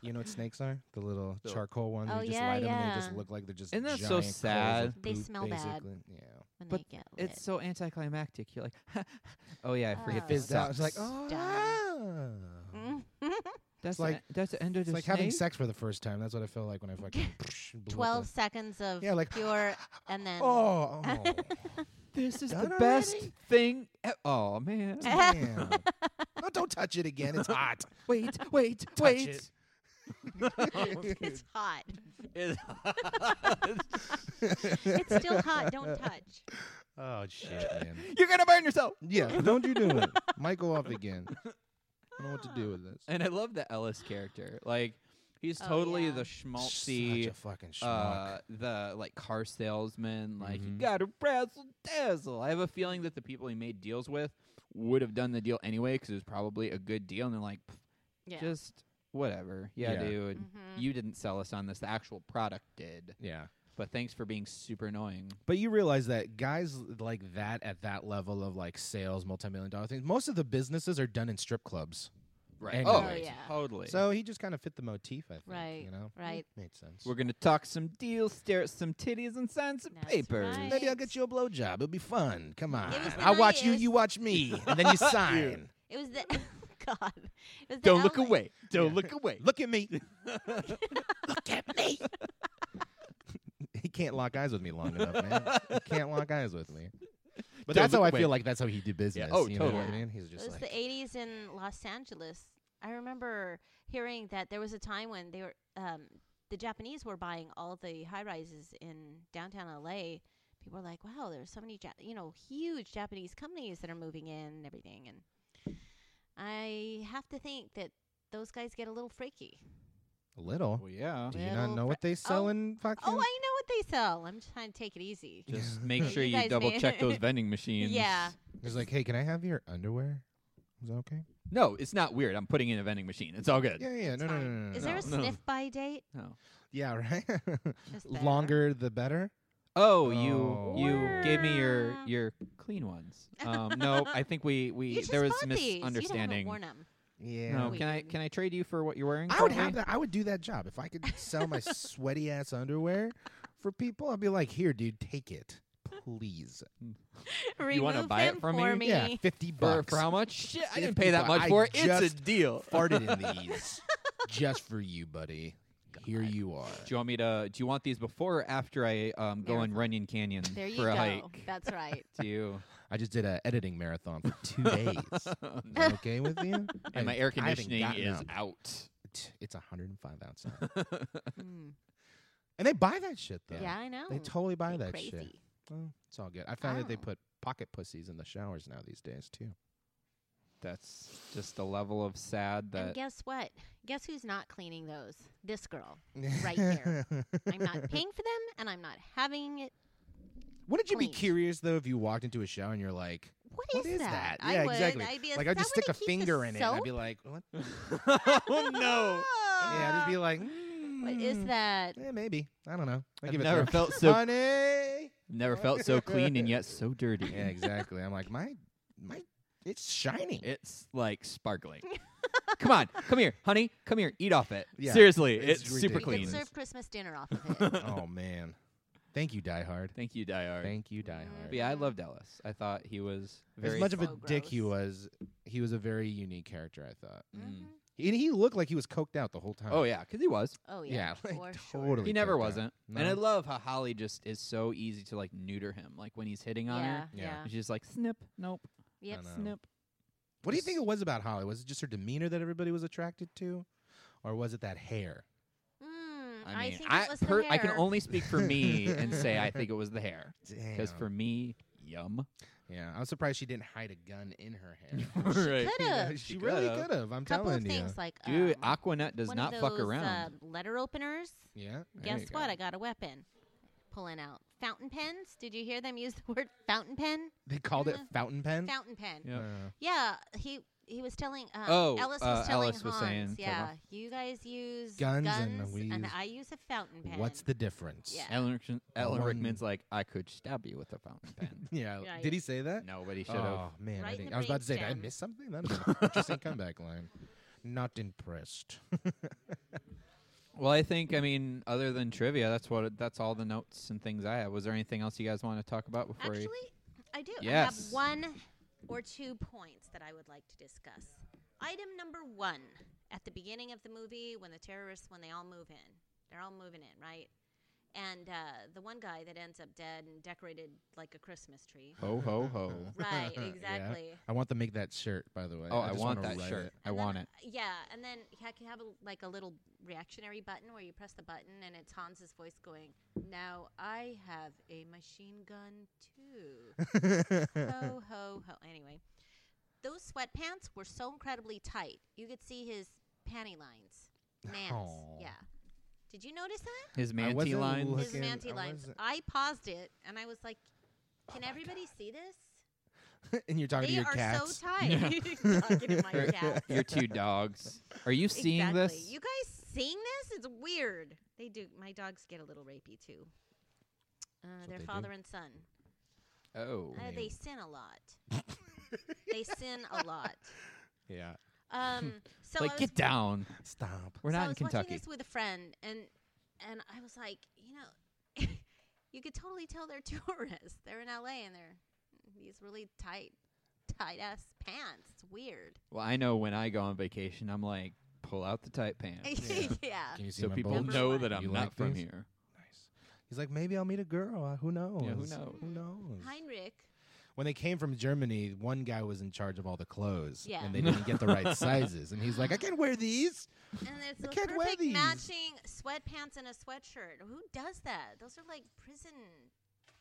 S3: You know what snakes are? The little
S2: The-
S3: charcoal ones.
S5: Oh,
S3: you just
S5: yeah,
S3: light them and they just
S5: yeah.
S3: look like they're just.
S2: Isn't that so
S3: giant curls of
S2: sad?
S5: They
S3: poop,
S5: smell bad.
S3: basically. Yeah.
S5: when
S2: But
S5: they get lit.
S2: it's so anticlimactic you're like oh yeah i forget
S5: Oh,
S3: It
S2: this
S3: fizzed out.
S2: sucks.
S3: It's like, oh.
S5: Dumb.
S3: ah."
S5: Mm.
S2: that's
S3: like-
S2: the, that's the end of
S3: It's
S2: the
S3: like having
S2: snake?
S3: sex for the first time. That's what I feel like when I fucking. blew up a-
S5: Twelve seconds of
S3: Yeah, like-
S5: pure, and then
S3: Oh, oh
S2: This is the
S3: Done
S2: best
S3: already?
S2: thing. E- oh man!
S3: damn. no, don't touch it again. It's hot.
S2: Wait, wait, wait!
S3: it.
S5: it's hot.
S3: oh
S5: It's still hot. Don't touch.
S3: shit, man.
S2: You're gonna burn yourself.
S3: Yeah, don't you do it. Might go off again. I don't know what to do with this.
S2: And I love the Ellis character. Like he's
S5: Oh,
S2: totally
S5: yeah.
S2: the schmaltzy,
S3: Such a fucking
S2: uh,
S3: schmuck.
S2: the like car salesman. Like you gotta razzle dazzle. I have a feeling that the people he made deals with would have done the deal anyway because it was probably a good deal. And they're like, "Pff,
S5: Yeah.
S2: just whatever. Yeah,
S3: Yeah.
S2: dude.
S5: Mhm.
S2: You didn't sell us on this. The actual product did.
S3: yeah.
S2: But thanks for being super annoying.
S3: But you realize that guys like that at that level of like sales, multi-million dollar things, most of the businesses are done in strip clubs.
S2: Right.
S3: Anyway.
S2: Oh,
S5: Oh,
S2: yeah.
S5: yeah.
S2: totally.
S3: So he just kind of fit the motif, I think.
S5: Right.
S3: You know,
S5: Right.
S3: made sense.
S2: we're gonna talk some deals, stare at some titties, and sign some
S5: That's
S2: papers.
S5: right.
S3: Maybe I'll get you a blowjob. It'll be fun. Come on.
S5: was the
S3: I watch
S5: night-
S3: you,
S5: it was-
S3: you watch me, and then you sign.
S5: It was the God. It was the
S2: Don't look
S5: Ellen-
S2: away. Don't look away.
S3: Look at me. Look at me. he can't lock eyes with me long enough, man. He can't lock eyes with me. But
S2: Don't
S3: that's how I
S2: look away.
S3: feel like that's how he do business.
S2: oh,
S3: you know what I
S2: totally.
S3: mean? He's
S5: It
S3: just
S5: was
S3: like,
S5: the 80s in Los Angeles. I remember hearing that there was a time when they were um, the Japanese were buying all the high rises in downtown LA. People were like, "Wow, there's so many, ja- you know, huge Japanese companies that are moving in and everything." And I have to think that those guys get a little freaky.
S3: a little.
S2: Well, yeah.
S3: Do you not
S5: Little
S3: know what
S5: fr-
S3: they sell
S5: Oh.
S3: in fucking?
S5: Oh, I know what they sell. I'm just trying to take it easy.
S2: Just make sure
S5: You
S2: you,
S5: guys
S2: double
S5: made-
S2: check those vending machines.
S5: Yeah.
S3: He's like, hey, can I have your underwear? Is that okay?
S2: No, it's not weird. I'm putting in a vending machine. It's all good.
S3: Yeah, yeah, no, no, no,
S5: Fine.
S3: no, no,
S5: Is
S3: no.
S5: there a
S2: No, no.
S5: sniff by date?
S2: No.
S3: Yeah, right.
S5: Just there.
S3: Longer the better.
S2: Oh, you
S3: Oh.
S2: you gave me your
S5: Wow.
S2: your clean ones. Um, no, I think we we
S5: You just
S2: there was
S5: bought these.
S2: misunderstanding.
S5: You haven't worn 'em.
S3: Yeah.
S2: no,
S5: We
S2: can I
S5: didn't.
S2: can I trade you for what you're wearing?
S3: I would
S2: currently?
S3: have that. I would do that job if I could sell my sweaty ass underwear for people. I'd be like, here, dude, take it, please.
S2: You wanna
S5: Remove
S2: buy it
S5: them
S2: from
S5: for
S2: me?
S3: Yeah,
S5: me.
S3: fifty
S2: for,
S3: bucks.
S2: for how much? Shit, I didn't
S3: 50
S2: pay that
S3: bucks.
S2: much
S3: I
S2: for it. It's a
S3: just
S2: deal.
S3: farted in these just for you, buddy. Here you are.
S2: Do you want me to? Do you want these before or after I um, go on Runyon Canyon
S5: There you
S2: for
S5: go.
S2: a hike?
S5: That's right.
S2: Do you?
S3: I just did a editing marathon for two days. Is that okay with you?
S2: And my
S3: I-
S2: air
S3: I haven't
S2: conditioning
S3: gotten
S2: is
S3: up.
S2: out.
S3: It's 105 outside,
S5: Mm.
S3: and they buy that shit though.
S5: Yeah. I know.
S3: They totally buy
S5: Be
S3: that
S5: crazy.
S3: shit. Well, it's all good. I found that they
S5: Mm. Oh.
S3: put pocket pussies in the showers now these days too.
S2: That's just a level of sad
S5: And
S2: that
S5: guess what? Guess who's not cleaning those? This girl. Right there. I'm not paying for them, and I'm not having it.
S3: Wouldn't you be
S5: clean.
S3: curious though if you walked into a shower and you're like,
S5: what is, that? I
S3: Yeah,
S5: would.
S3: exactly.
S5: I'd be
S3: like I'd
S5: "Is
S3: just
S5: that
S3: stick
S5: where
S3: a
S5: they keep the
S3: finger in it. and I'd be
S5: soap?"
S3: like, what?
S2: oh no.
S3: yeah, I'd just be like,
S5: Uh, What is that?
S3: "Mm, eh, maybe. I don't know. I
S2: I've
S3: give it
S2: never
S3: a
S2: felt so-
S3: Honey! Yeah,
S2: Never felt so clean and yet so dirty.
S3: exactly. I'm like, my, my, it's shining.
S2: It's like sparkling. come on, come here, honey. Come here, eat off it.
S3: Yeah,
S2: Seriously,
S3: it's
S2: it's, super
S5: We could
S2: clean.
S3: ridiculous.
S5: serve Christmas dinner off of it.
S3: oh man, thank you, Die Hard.
S2: Thank you, Diar.
S3: Thank you, Die Hard.
S2: But yeah, I loved Ellis. I thought he was very
S3: as much of a
S5: So
S3: dick he
S5: Oh,
S3: was,
S5: gross.
S3: he was a very unique character. I thought,
S5: Mm-hmm.
S2: Mm.
S3: and he looked like he was coked out the whole time.
S2: Oh yeah, 'cause he was.
S5: Oh
S3: yeah,
S5: yeah.
S3: like,
S5: for sure.
S3: totally.
S2: He never
S3: coked out.
S2: wasn't. And
S3: No?
S2: I love how Holly just is so easy to like neuter him. Like when he's hitting on
S5: Yeah.
S2: her,
S3: Yeah.
S5: Yeah.
S2: she's just like snip, nope,
S5: Yep.
S3: know.
S2: snip.
S3: What do you
S2: Just-
S3: think it was about Holly? Was it just her demeanor that everybody was attracted to, or was it that hair?
S5: Mm,
S2: I mean,
S5: think
S2: I,
S5: it was the
S2: per- I can
S5: hair.
S2: only speak for me and say I think it was the hair. Because
S3: Damn.
S2: for me, yum.
S3: yeah, I was surprised she didn't hide a gun in her hair.
S2: right.
S5: Could
S3: You know,
S5: have.
S3: she,
S2: She
S3: really
S2: coulda.
S3: could have. I'm
S5: Couple of
S3: telling you.
S5: things like
S2: Dude,
S5: um,
S2: Aquanet does
S5: one
S2: not
S5: of
S2: fuck
S5: those,
S2: around.
S5: Uh, letter openers.
S3: Yeah.
S2: There
S5: Guess
S2: you
S5: what?
S2: go.
S5: I got a weapon. Pulling out fountain pens. Did you hear them use the word fountain pen?
S3: They called it
S5: Yeah.
S3: fountain pen.
S5: Fountain pen.
S2: Yep.
S3: Uh,
S5: Yeah, he he was telling. Um,
S2: Oh,
S5: Ellis
S2: uh,
S5: was telling
S2: Ellis was
S5: Hans.
S2: saying to
S5: yeah,
S2: Hans.
S5: you guys use
S3: Guns
S5: guns,
S3: and we
S5: and
S3: use-
S5: I use a fountain pen.
S3: what's the difference?
S5: Yeah.
S2: Alan, Rickman- Alan
S3: One-
S2: Rickman's like, I could stab you with a fountain pen.
S3: Yeah.
S5: Yeah,
S3: Did
S5: yeah.
S3: he say that?
S2: Nobody should have.
S3: Oh man, I,
S5: Right in
S3: didn't-
S5: the
S3: I was about to say, did I
S5: brainstem.
S3: miss something? That'd have been an interesting comeback line. Not impressed.
S2: Well, I think I mean, other than trivia, that's what that's all the notes and things I have. Was there anything else you guys want to talk about before?
S5: Actually,
S2: we
S5: I do.
S2: Yes.
S5: I have one or two points that I would like to discuss. Item number one at the beginning of the movie, when the terrorists, when they all move in, they're all moving in, right? And uh, the one guy that ends up dead and decorated like a Christmas tree.
S2: Ho ho ho!
S5: Right,
S3: Yeah.
S5: exactly.
S3: I want to make that shirt, by the way.
S2: oh, I,
S3: just
S2: want
S3: wanna
S2: that
S3: write
S2: shirt.
S3: it.
S2: I
S5: And
S2: want
S5: then,
S2: it.
S5: uh, Yeah, and then you ha- can have a, l- like a little reactionary button where you press the button and it's Hans's voice going, "Now I have a machine gun too." ho ho ho. Anyway, those sweatpants were so incredibly tight. You could see his panty lines. Mans.
S3: Aw.
S5: Yeah. Did you notice that?
S2: His manty
S3: wasn't
S2: line.
S3: look-
S5: His
S3: Looking-
S5: manty
S3: I
S5: lines.
S3: wasn't-
S5: I paused it and I was like, "Can everybody see this?"
S3: and you're talking
S5: They
S3: to your
S5: are
S3: cats.
S5: so tight. Talking to my cats.
S2: Your two dogs. Are you seeing
S5: exactly.
S2: this?
S5: You guys seeing this? It's weird. They do. My dogs get a little rapey too. Uh,
S3: they
S5: their
S3: do.
S5: father and son.
S2: oh,
S5: Uh, they sin a lot. they sin a lot.
S3: yeah.
S5: Um, So I
S2: like,
S5: was-
S2: get down.
S3: Stop.
S2: We're
S5: so
S2: not
S5: I
S2: in
S5: was watching
S2: Kentucky.
S5: this with a friend, and and I was like, you know, you could totally tell they're tourists. They're in LA, and they're these really tight, tight ass pants. It's weird.
S2: Well, I know when I go on vacation, I'm like, pull out the tight pants.
S5: Yeah.
S3: Can you see
S2: so
S3: my
S2: people
S3: bulge?
S5: Number
S2: know
S5: one.
S2: that I'm
S3: You
S2: not
S3: like
S2: from
S3: these?
S2: here.
S3: Nice. He's like, maybe I'll meet a girl. Uh, who knows?
S2: who knows?
S3: Who knows?
S5: Heinrich.
S3: When they came from Germany, one guy was in charge of all the clothes,
S5: Yeah.
S3: and they didn't get the right sizes. And he's like, I can't wear these.
S5: And it's
S3: I
S5: the
S3: can't wear
S5: perfect
S3: these.
S5: matching sweatpants and a sweatshirt. Who does that? Those are like prison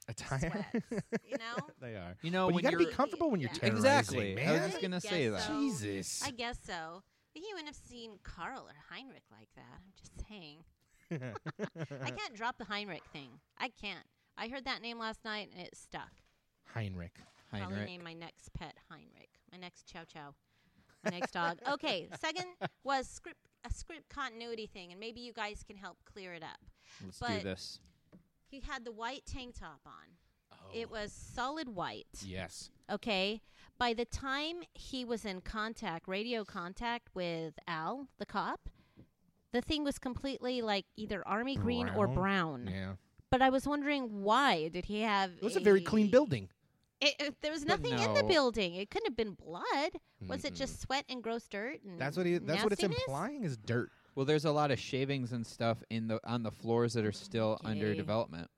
S3: Attire.
S5: sweats, you know?
S3: they are.
S2: You know, Oh,
S3: but you
S2: when
S3: gotta be
S2: you're-
S3: comfortable when you're
S5: Yeah.
S3: terrorizing,
S2: exactly. I was
S3: man.
S2: just gonna
S5: Guess
S2: say that.
S5: so.
S3: Jesus.
S5: I guess so. But you wouldn't have seen Carl or Heinrich like that. I'm just saying. I can't drop the Heinrich thing. I can't. I heard that name last night and it stuck.
S3: Heinrich.
S5: Probably name my next pet Heinrich. My next Chow Chow. My next dog. Okay. Second was script a script continuity thing, and maybe you guys can help clear it up.
S2: Let's do
S5: but-
S2: this.
S5: He had the white tank top on. It was solid white.
S3: Yes.
S5: Okay. By the time he was in contact, radio contact with Al, the cop, the thing was completely like either army green or brown.
S3: Yeah.
S5: But I was wondering why did he have?
S3: It was a very clean building.
S5: It, it- there was
S2: But
S5: nothing in the
S2: no.
S5: building. It couldn't have been blood. Was it just sweat and gross dirt? And
S3: That's what he, that's what it's
S5: nastiness?
S3: implying is dirt.
S2: Well, there's a lot of shavings and stuff in the on the floors that are still under
S5: Okay.
S2: development.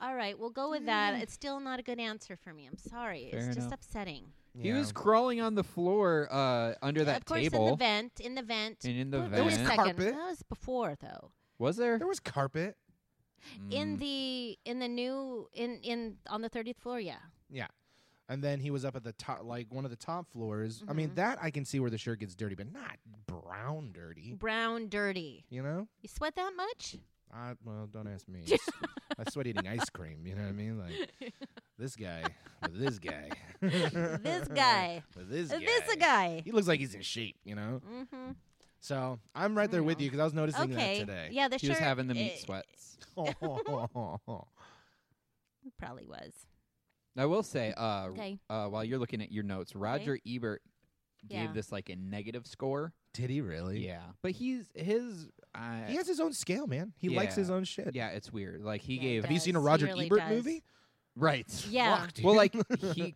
S5: All right, we'll go with
S3: Mm.
S5: that. It's still not a good answer for me. I'm sorry.
S2: Fair
S5: it's just
S2: enough.
S5: upsetting.
S2: He was crawling on the floor uh, under that
S5: of course, in
S2: table.
S5: the vent. In the vent.
S2: And in the
S5: Wait,
S2: There was
S5: wait a second.
S3: carpet.
S5: That was before though.
S2: was there?
S3: There was carpet.
S2: Mm,
S5: in the in the new in in on the 30th floor yeah
S3: Yeah. And then he was up at the top, like one of the top floors. I
S5: Mm-hmm.
S3: mean, that I can see where the shirt gets dirty, but not brown dirty.
S5: brown dirty
S3: You know?
S5: you sweat that much
S3: I, well, don't ask me. It's- I sweat eating ice cream. You know what I mean? Like this guy, with this guy,
S5: this guy
S3: with this guy.
S5: this a guy
S3: He looks like he's in shape. You know?
S5: mm-hmm.
S3: So I'm right there with you because I was noticing
S5: okay
S3: that today.
S5: yeah the
S2: He
S5: shirt
S2: was having the meat
S5: eh,
S2: sweats.
S5: probably was
S2: I will say, uh, r-
S5: Okay.
S2: uh, while you're looking at your notes, Roger Ebert
S5: Yeah.
S2: gave this like a negative score.
S3: Did he really?
S2: Yeah, but he's his. Uh,
S3: He has his own scale, man. He likes
S2: Yeah.
S3: his own shit.
S2: yeah, it's weird. Like he
S5: Yeah,
S2: gave
S3: Have you
S5: Does.
S3: seen a
S5: He
S3: Roger
S5: really
S3: Ebert
S5: does.
S3: movie?
S2: right.
S5: yeah
S3: Fuck, dude.
S2: Well, like he, c-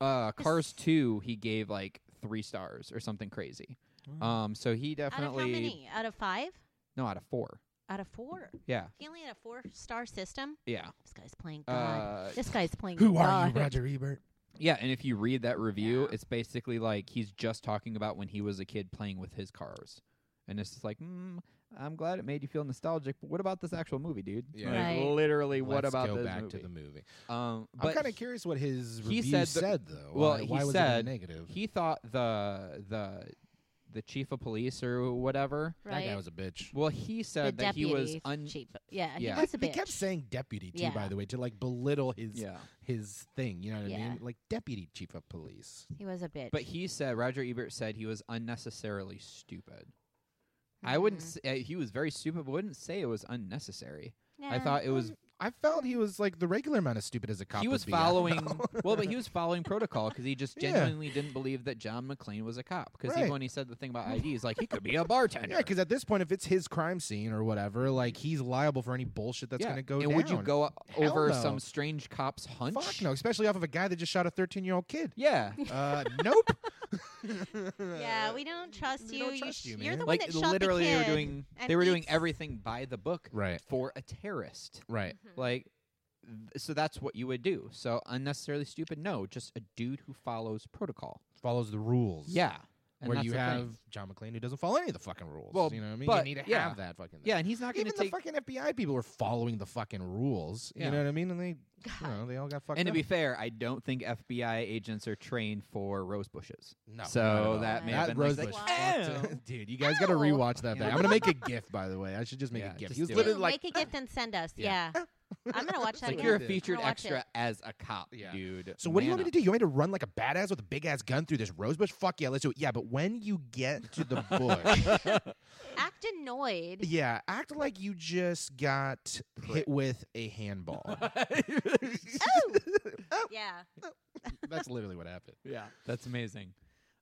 S2: uh, Cars Two, he gave like three stars or something crazy.
S3: Oh.
S2: Um, so he
S5: out of how
S2: definitely
S5: many out of five
S2: no out of four.
S5: out of four
S2: Yeah,
S5: he only had a four star system
S2: yeah,
S5: this guy's playing god
S2: Uh,
S5: this guy's playing
S3: Who are you,
S5: god.
S3: Roger Ebert?
S2: yeah. And if you read that review,
S5: Yeah.
S2: it's basically like he's just talking about when he was a kid playing with his cars, and it's just like, mm, I'm glad it made you feel nostalgic. But what about this actual movie, dude?
S3: Yeah.
S2: Like,
S5: Right.
S2: literally, what
S3: Let's
S2: about
S3: go
S2: this
S3: back
S2: movie?
S3: to the movie?
S2: um,
S3: I'm
S2: but
S3: kind of curious what his
S2: he
S3: review
S2: said
S3: said,
S2: the-
S3: though.
S2: Well,
S3: why,
S2: he
S3: why was it
S2: said
S3: a negative?
S2: he thought the the the chief of police or whatever.
S3: that guy
S5: right
S3: was a bitch.
S2: Well, he
S5: the
S2: said that
S5: deputy
S2: he was un.
S5: cheap yeah,
S2: Yeah.
S5: he was a
S3: they
S5: bitch
S3: kept saying deputy too, by
S5: Yeah.
S3: the way, to like belittle his
S2: Yeah.
S3: his thing. You know what I
S5: Yeah.
S3: mean? Like deputy chief of police.
S5: he was a bitch
S2: But he said Roger Ebert said he was unnecessarily stupid. I wouldn't.
S5: Mm.
S2: Say, uh, he was very stupid, but wouldn't say it was unnecessary. I
S5: Nah.
S2: thought it was.
S3: I felt he was like the regular amount of stupid as a cop.
S2: He
S3: would
S2: was
S3: be. I don't
S2: following.
S3: know.
S2: well, but he was following protocol because he just
S3: Yeah.
S2: genuinely didn't believe that John McClane was a cop. Because
S3: Right.
S2: when he said the thing about ID, he's like he could be a bartender.
S3: yeah, because at this point, if it's his crime scene or whatever, like he's liable for any bullshit that's
S2: Yeah.
S3: going to go
S2: and
S3: down.
S2: would you go o-
S3: Hell
S2: over
S3: no.
S2: some strange cop's hunch?
S3: Fuck no, especially off of a guy that just shot a 13 year old kid.
S2: Yeah.
S3: Uh, nope.
S5: Yeah, we don't trust
S3: we
S5: you.
S3: don't
S5: you
S3: trust you,
S5: are
S3: man.
S5: the
S2: like
S5: one that shot
S2: literally
S5: the
S2: they
S5: kid
S2: were doing they
S5: and
S2: were doing
S5: eats-
S2: everything by the book
S3: Right.
S2: for a terrorist.
S3: Right.
S5: Mhm. Mm-hmm.
S2: Like th- so that's what you would do. So unnecessarily stupid no, just a dude who follows protocol.
S3: Follows the rules.
S2: Yeah. And
S3: where
S2: that's
S3: you
S2: the
S3: have
S2: thing.
S3: John McClane who doesn't follow any of the fucking rules.
S2: Well,
S3: you know what I mean?
S2: but-
S3: you need to
S2: yeah.
S3: have that fucking. Thing.
S2: Yeah, and he's not going to
S3: Even the
S2: take
S3: fucking FBI people are following the fucking rules.
S2: Yeah.
S3: You know what I mean? And they, you know, they all got fucked
S2: And to
S3: up.
S2: be fair, I don't think FBI agents are trained for rose bushes.
S3: no,
S2: so
S3: not at all.
S2: that may
S3: that
S2: have been
S3: rose
S2: like,
S3: bush
S2: "Ow."
S3: fucked it. dude. You guys got to rewatch that.
S2: Yeah.
S3: Back. I'm gonna make a gif, by the way. I should just make
S2: Yeah,
S3: a gif.
S2: just
S3: He was
S2: do it.
S3: literally
S5: Dude,
S3: like,
S5: make a gift and send us.
S3: Yeah.
S5: Yeah, I'm gonna watch
S2: It's
S5: that.
S2: like
S5: now.
S2: you're a
S5: I'm gonna
S2: featured
S5: watch
S2: extra
S5: It.
S2: as a cop,
S3: Yeah.
S2: dude.
S3: So what do you
S2: Man
S3: want me to
S2: up.
S3: do? You want me to run like a badass with a big ass gun through this rose bush? Fuck yeah, let's do it. Yeah, but when you get to the bush,
S5: Act annoyed.
S3: yeah, act like you just got hit with a handball.
S5: Yeah.
S3: That's literally what happened.
S2: Yeah. That's amazing.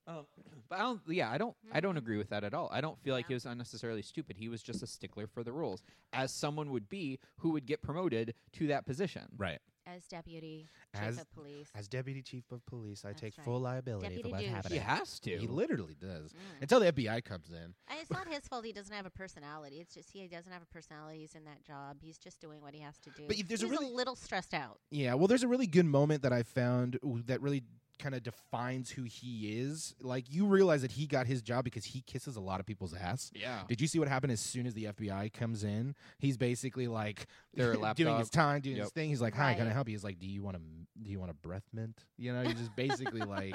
S2: Um, but I don't. Yeah, I don't. I don't agree with that at all. I don't feel like he was unnecessarily stupid. He was just a stickler for the rules, as someone would be who would get promoted to that position.
S4: Right.
S5: as deputy chief
S3: As-
S5: of police.
S3: As deputy chief of police, I
S5: That's
S3: take
S5: right.
S3: full liability
S5: Deputy
S3: for what's
S5: douche.
S2: He
S3: happening.
S2: has to.
S3: He literally does.
S5: Mm.
S3: Until the FBI comes in.
S5: And it's not his fault he doesn't have a personality. It's just he doesn't have a personality. He's in that job. He's just doing what he has to do.
S3: But y- there's a
S5: He was
S3: really-
S5: little stressed out.
S3: Yeah, well, there's a really good moment that I found w- that really kind of defines who he is. Like, you realize that he got his job because he kisses a lot of people's ass.
S2: yeah.
S3: Did you see what happened as soon as the FBI comes in? He's basically like
S2: They're a
S3: doing his
S2: lapdog.
S3: time, doing his
S2: Yep.
S3: thing. He's like, "Hi, can I
S5: Right.
S3: help you?" He's like, "Do you want a m- do you want a breath mint?" You know, he's just basically like,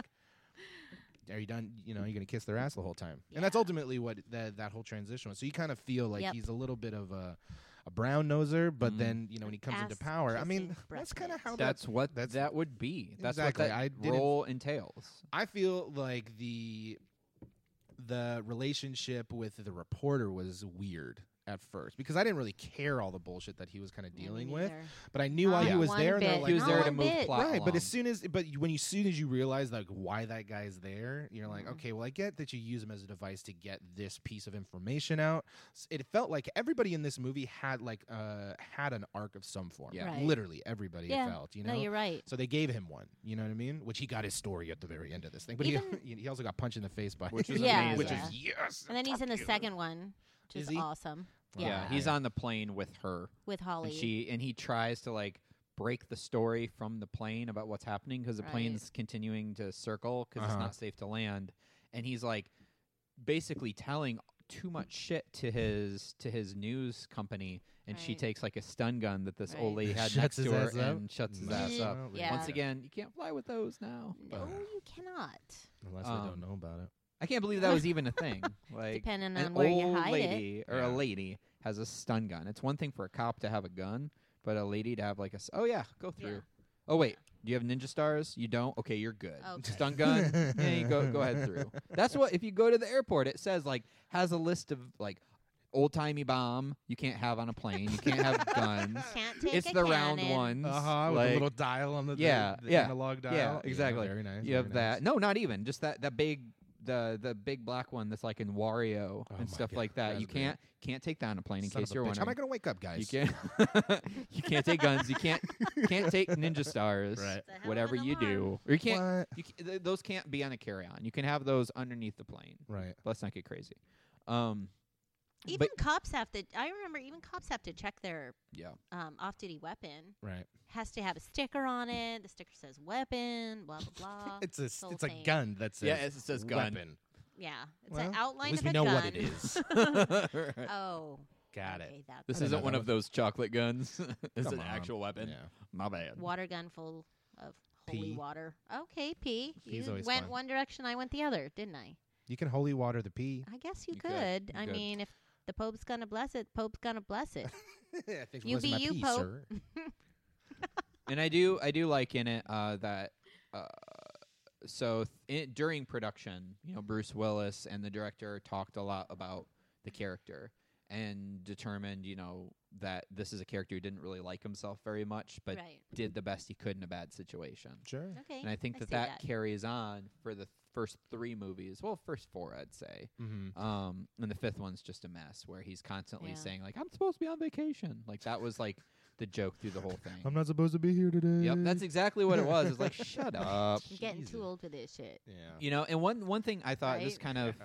S3: "Are you done? You know, you're gonna kiss their ass the whole time." And that's
S5: Yeah.
S3: ultimately what that that whole transition was. So you kind of feel like
S5: Yep.
S3: he's a little bit of a a brown noser, but
S2: Mhm.
S3: then you know when he comes into
S5: Ass
S3: power, I mean,
S5: kissing breath
S3: Mm-hmm. that's kind of
S5: mint.
S3: how that
S2: That's what
S3: that's-
S2: that would be. That's
S3: Exactly,
S2: what that
S3: I didn't-
S2: role entails.
S3: I feel like the the relationship with the reporter was weird at first because I didn't really care all the bullshit that he was kind of
S5: Yeah, me
S3: dealing with,
S5: neither.
S3: but I knew why he
S5: Not
S3: was
S5: one
S3: there. And they're
S5: bit.
S3: like,
S2: he was
S5: not
S2: there to
S5: one
S2: move
S5: bit.
S2: plot
S3: right, but as
S2: along.
S3: soon as but when you soon as you realize like why that guy's there, you're
S5: Mm-hmm.
S3: like, okay, well I get that you use him as a device to get this piece of information out. S- It felt like everybody in this movie had like uh had an arc of some form.
S2: Yeah.
S5: Right.
S3: literally everybody it
S5: Yeah.
S3: felt. You know,
S5: no, you're right.
S3: so they gave him one. You know what I mean? Which he got his story at the very end of this thing. But
S5: Even-
S3: he he also got punched in the face by
S2: Which
S5: is Yeah,
S3: which
S5: amazing.
S3: is yes.
S5: And then he's in the second one, which
S3: Is
S5: is,
S3: he?
S5: awesome
S2: Yeah.
S5: Yeah.
S2: he's on the plane with her,
S5: with Holly.
S2: and she and he tries to like break the story from the plane about what's happening because the
S5: Right.
S2: plane's continuing to circle because
S3: Uh-huh.
S2: it's not safe to land, and he's like basically telling too much shit to his to his news company, and she
S5: Right.
S2: takes like a stun gun that this old
S5: Right.
S2: lady had
S3: Shuts
S2: next to
S3: his
S2: her
S3: ass up.
S2: and shuts his ass up.
S5: Yeah.
S2: Once again, you can't fly with those now.
S5: no,
S3: uh,
S5: you cannot.
S3: unless
S2: um,
S3: they don't know about it.
S2: I can't believe that was even a thing. Like
S5: Depending
S2: an
S5: on where you
S2: old
S5: hide it.
S2: lady or
S3: Yeah.
S2: a lady has a stun gun. It's one thing for a cop to have a gun, but a lady to have like a s- oh yeah, go
S5: Yeah.
S2: through. Oh wait, do you have ninja stars? You don't. Okay, you're good.
S5: Okay.
S2: Stun gun. yeah, you go go ahead through. That's what if you go to the airport, it says like has a list of like old timey bomb you can't have on a plane. You can't have guns.
S5: Can't take
S2: it's
S5: a
S2: the round
S5: cannon.
S2: ones.
S3: Uh-huh, with
S2: like-
S3: a little dial on the the-
S2: yeah,
S3: the,
S2: yeah,
S3: analog dial.
S2: yeah, exactly.
S3: very nice.
S2: you have
S3: very nice.
S2: that. No, not even just that that big the the big black one that's like in Wario
S3: Oh
S2: and
S3: my
S2: stuff
S3: God,
S2: like that.
S3: that's
S2: You
S3: great.
S2: can't can't take that on a plane in
S3: Son of
S2: case
S3: a
S2: you're
S3: bitch. How am I
S2: wondering.
S3: going to wake up, guys?
S2: You can't you can't take guns. You can't can't take ninja stars.
S3: Right.
S5: It's a hell of
S2: Whatever
S5: an
S2: you do,
S5: alarm.
S2: or you can't.
S3: What?
S2: You, ca- th- those can't be on a carry-on. You can have those underneath the plane.
S3: Right.
S2: Let's not get crazy. Um.
S5: Even
S2: but-
S5: cops have to. I remember even cops have to check their
S2: Yeah.
S5: um, off-duty weapon.
S3: Right.
S5: Has to have a sticker on it. The sticker says weapon. Blah blah blah.
S3: It's a s-
S5: whole
S3: it's a
S5: thing.
S3: gun that says
S2: it says
S3: weapon.
S5: Yeah, it's
S3: Well,
S5: an
S3: at
S5: outline
S3: least
S5: of
S3: we
S5: a
S3: know
S5: gun.
S3: what it is.
S2: Right.
S5: oh,
S3: Got it.
S5: okay, that's
S2: This
S3: I didn't know
S2: isn't one
S3: that
S2: of those chocolate guns. this is
S3: Come
S2: an
S3: on.
S2: actual weapon.
S3: Yeah.
S2: My bad.
S5: water gun full of holy
S3: Pee.
S5: water. Okay, P.
S3: He's
S5: you
S3: always
S5: went
S3: fun.
S5: one direction, I went the other, didn't I?
S3: You can holy water the pee.
S5: I guess you,
S2: You could.
S5: could.
S2: You
S5: I
S2: could.
S5: mean, if the Pope's gonna bless it, Pope's gonna bless it.
S3: Thanks for
S5: You
S3: listening to my
S5: be you,
S3: pee,
S5: Pope.
S3: sir.
S2: and I do I do like in it uh, that uh, so th- in, during production, you know, Bruce Willis and the director talked a lot about the character and determined, you know, that this is a character who didn't really like himself very much, but
S5: right.
S2: did the best he could in a bad situation.
S3: Sure.
S5: Okay.
S2: And I think that
S5: see
S2: that, carries on for the first three movies. Well, first four, I'd say.
S3: Mm-hmm.
S2: Um, and the fifth one's just a mess where he's constantly
S5: Yeah.
S2: saying like, "I'm supposed to be on vacation." Like that was like the joke through the whole thing.
S3: not supposed to be here today.
S2: Yep,
S5: Mm.
S2: that's exactly what it was. It's like, shut up.
S5: I'm getting too
S3: Jesus.
S5: old for this shit.
S3: Yeah.
S2: You know, and one one thing I thought just
S5: Right?
S2: kind of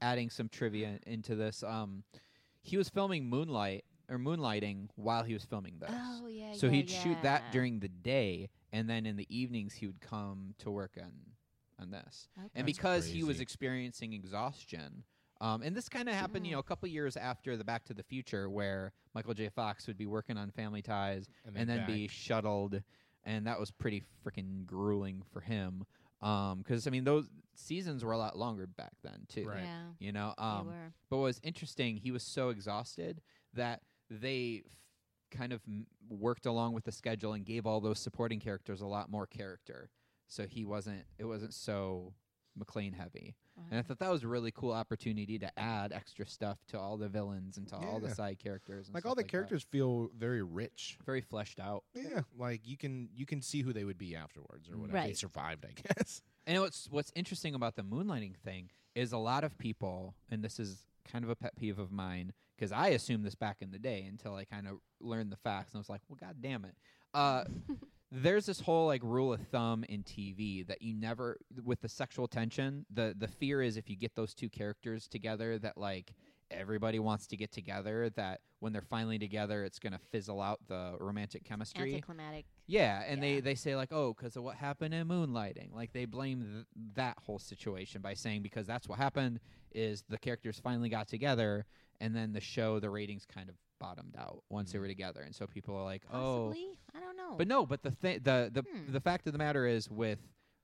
S2: adding some trivia into this, um, he was filming Moonlight or Moonlighting while he was filming this.
S5: Oh yeah.
S2: so
S5: yeah,
S2: he'd shoot that
S5: yeah.
S2: during the day, and then in the evenings he would come to work on on this. And
S3: That's
S2: because he was
S3: crazy.
S2: experiencing exhaustion, um, and this kind of happened, you know, a couple years after the Back to the Future, where Michael J. Fox would be working on Family Ties and then be shuttled, and that was pretty freaking grueling for him. Because I mean, those seasons were a lot longer back then too.
S3: Right.
S5: Yeah.
S2: You know,
S5: they
S2: um,
S5: were.
S2: but what was interesting, he was so exhausted that they f- kind of m- worked along with the schedule and gave all those supporting characters a lot more character. So he wasn't it wasn't so McLean heavy. And I
S5: Wow.
S2: thought that was a really cool opportunity to add extra stuff to all the villains and to all the
S3: Yeah.
S2: side characters. And
S3: like
S2: stuff
S3: all the
S2: that.
S3: characters feel very rich.
S2: very fleshed out.
S3: Yeah, like you can you can see who they would be afterwards or whatever. They
S5: Right.
S3: survived, I guess.
S2: And what's what's interesting about the moonlighting thing is a lot of people, and this is kind of a pet peeve of mine because I assumed this back in the day until I kind of learned the facts and I was like, well, god damn it. Uh, there's this whole like rule of thumb in TV that you never with the sexual tension. The the fear is if you get those two characters together that like everybody wants to get together that when they're finally together it's going to fizzle out the romantic chemistry.
S5: Anticlimactic.
S2: Yeah, and they
S5: Yeah.
S2: they say like, oh, because of what happened in moonlighting. Like they blame th- that whole situation by saying because that's what happened is the characters finally got together, and then the show the ratings kind of bottomed out once they were together, and so people are like, oh,
S5: Mm-hmm. Possibly. I don't know.
S2: but no, but the thi- the the
S5: Hmm.
S2: the fact of the matter is with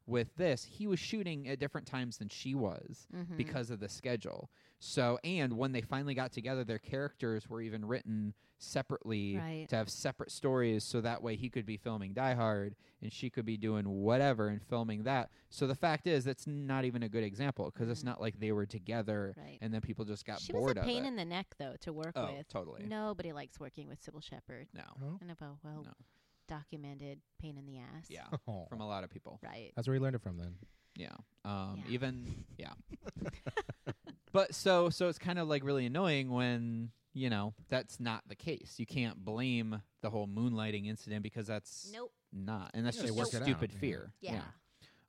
S2: with this, he was shooting at different times than she was
S5: Mhm.
S2: because of the schedule. So, and when they finally got together, their characters were even written separately
S5: Right.
S2: to have separate stories so that way he could be filming Die Hard and she could be doing whatever and filming that. So the fact is that's not even a good example because it's
S5: Mhm.
S2: not like they were together
S5: Right.
S2: and then people just got
S5: she was
S2: bored
S5: a pain
S2: of it.
S5: in the neck though to work
S2: oh,
S5: with.
S2: totally.
S5: Nobody likes working with Sybil Shepherd.
S2: No.
S5: Kind of a well
S2: No.
S5: documented pain in the ass.
S2: Yeah.
S3: Oh.
S2: From a lot of people.
S5: Right.
S3: That's where he learned it from then.
S2: Yeah. Um,
S5: Yeah.
S2: Even yeah. but so so it's kind of like really annoying when you know that's not the case. You can't blame the whole moonlighting incident because that's
S5: Nope.
S2: not, and that's
S3: Yeah, they
S2: just
S3: work
S2: a
S3: it out,
S2: stupid
S3: yeah.
S2: fear.
S5: Yeah.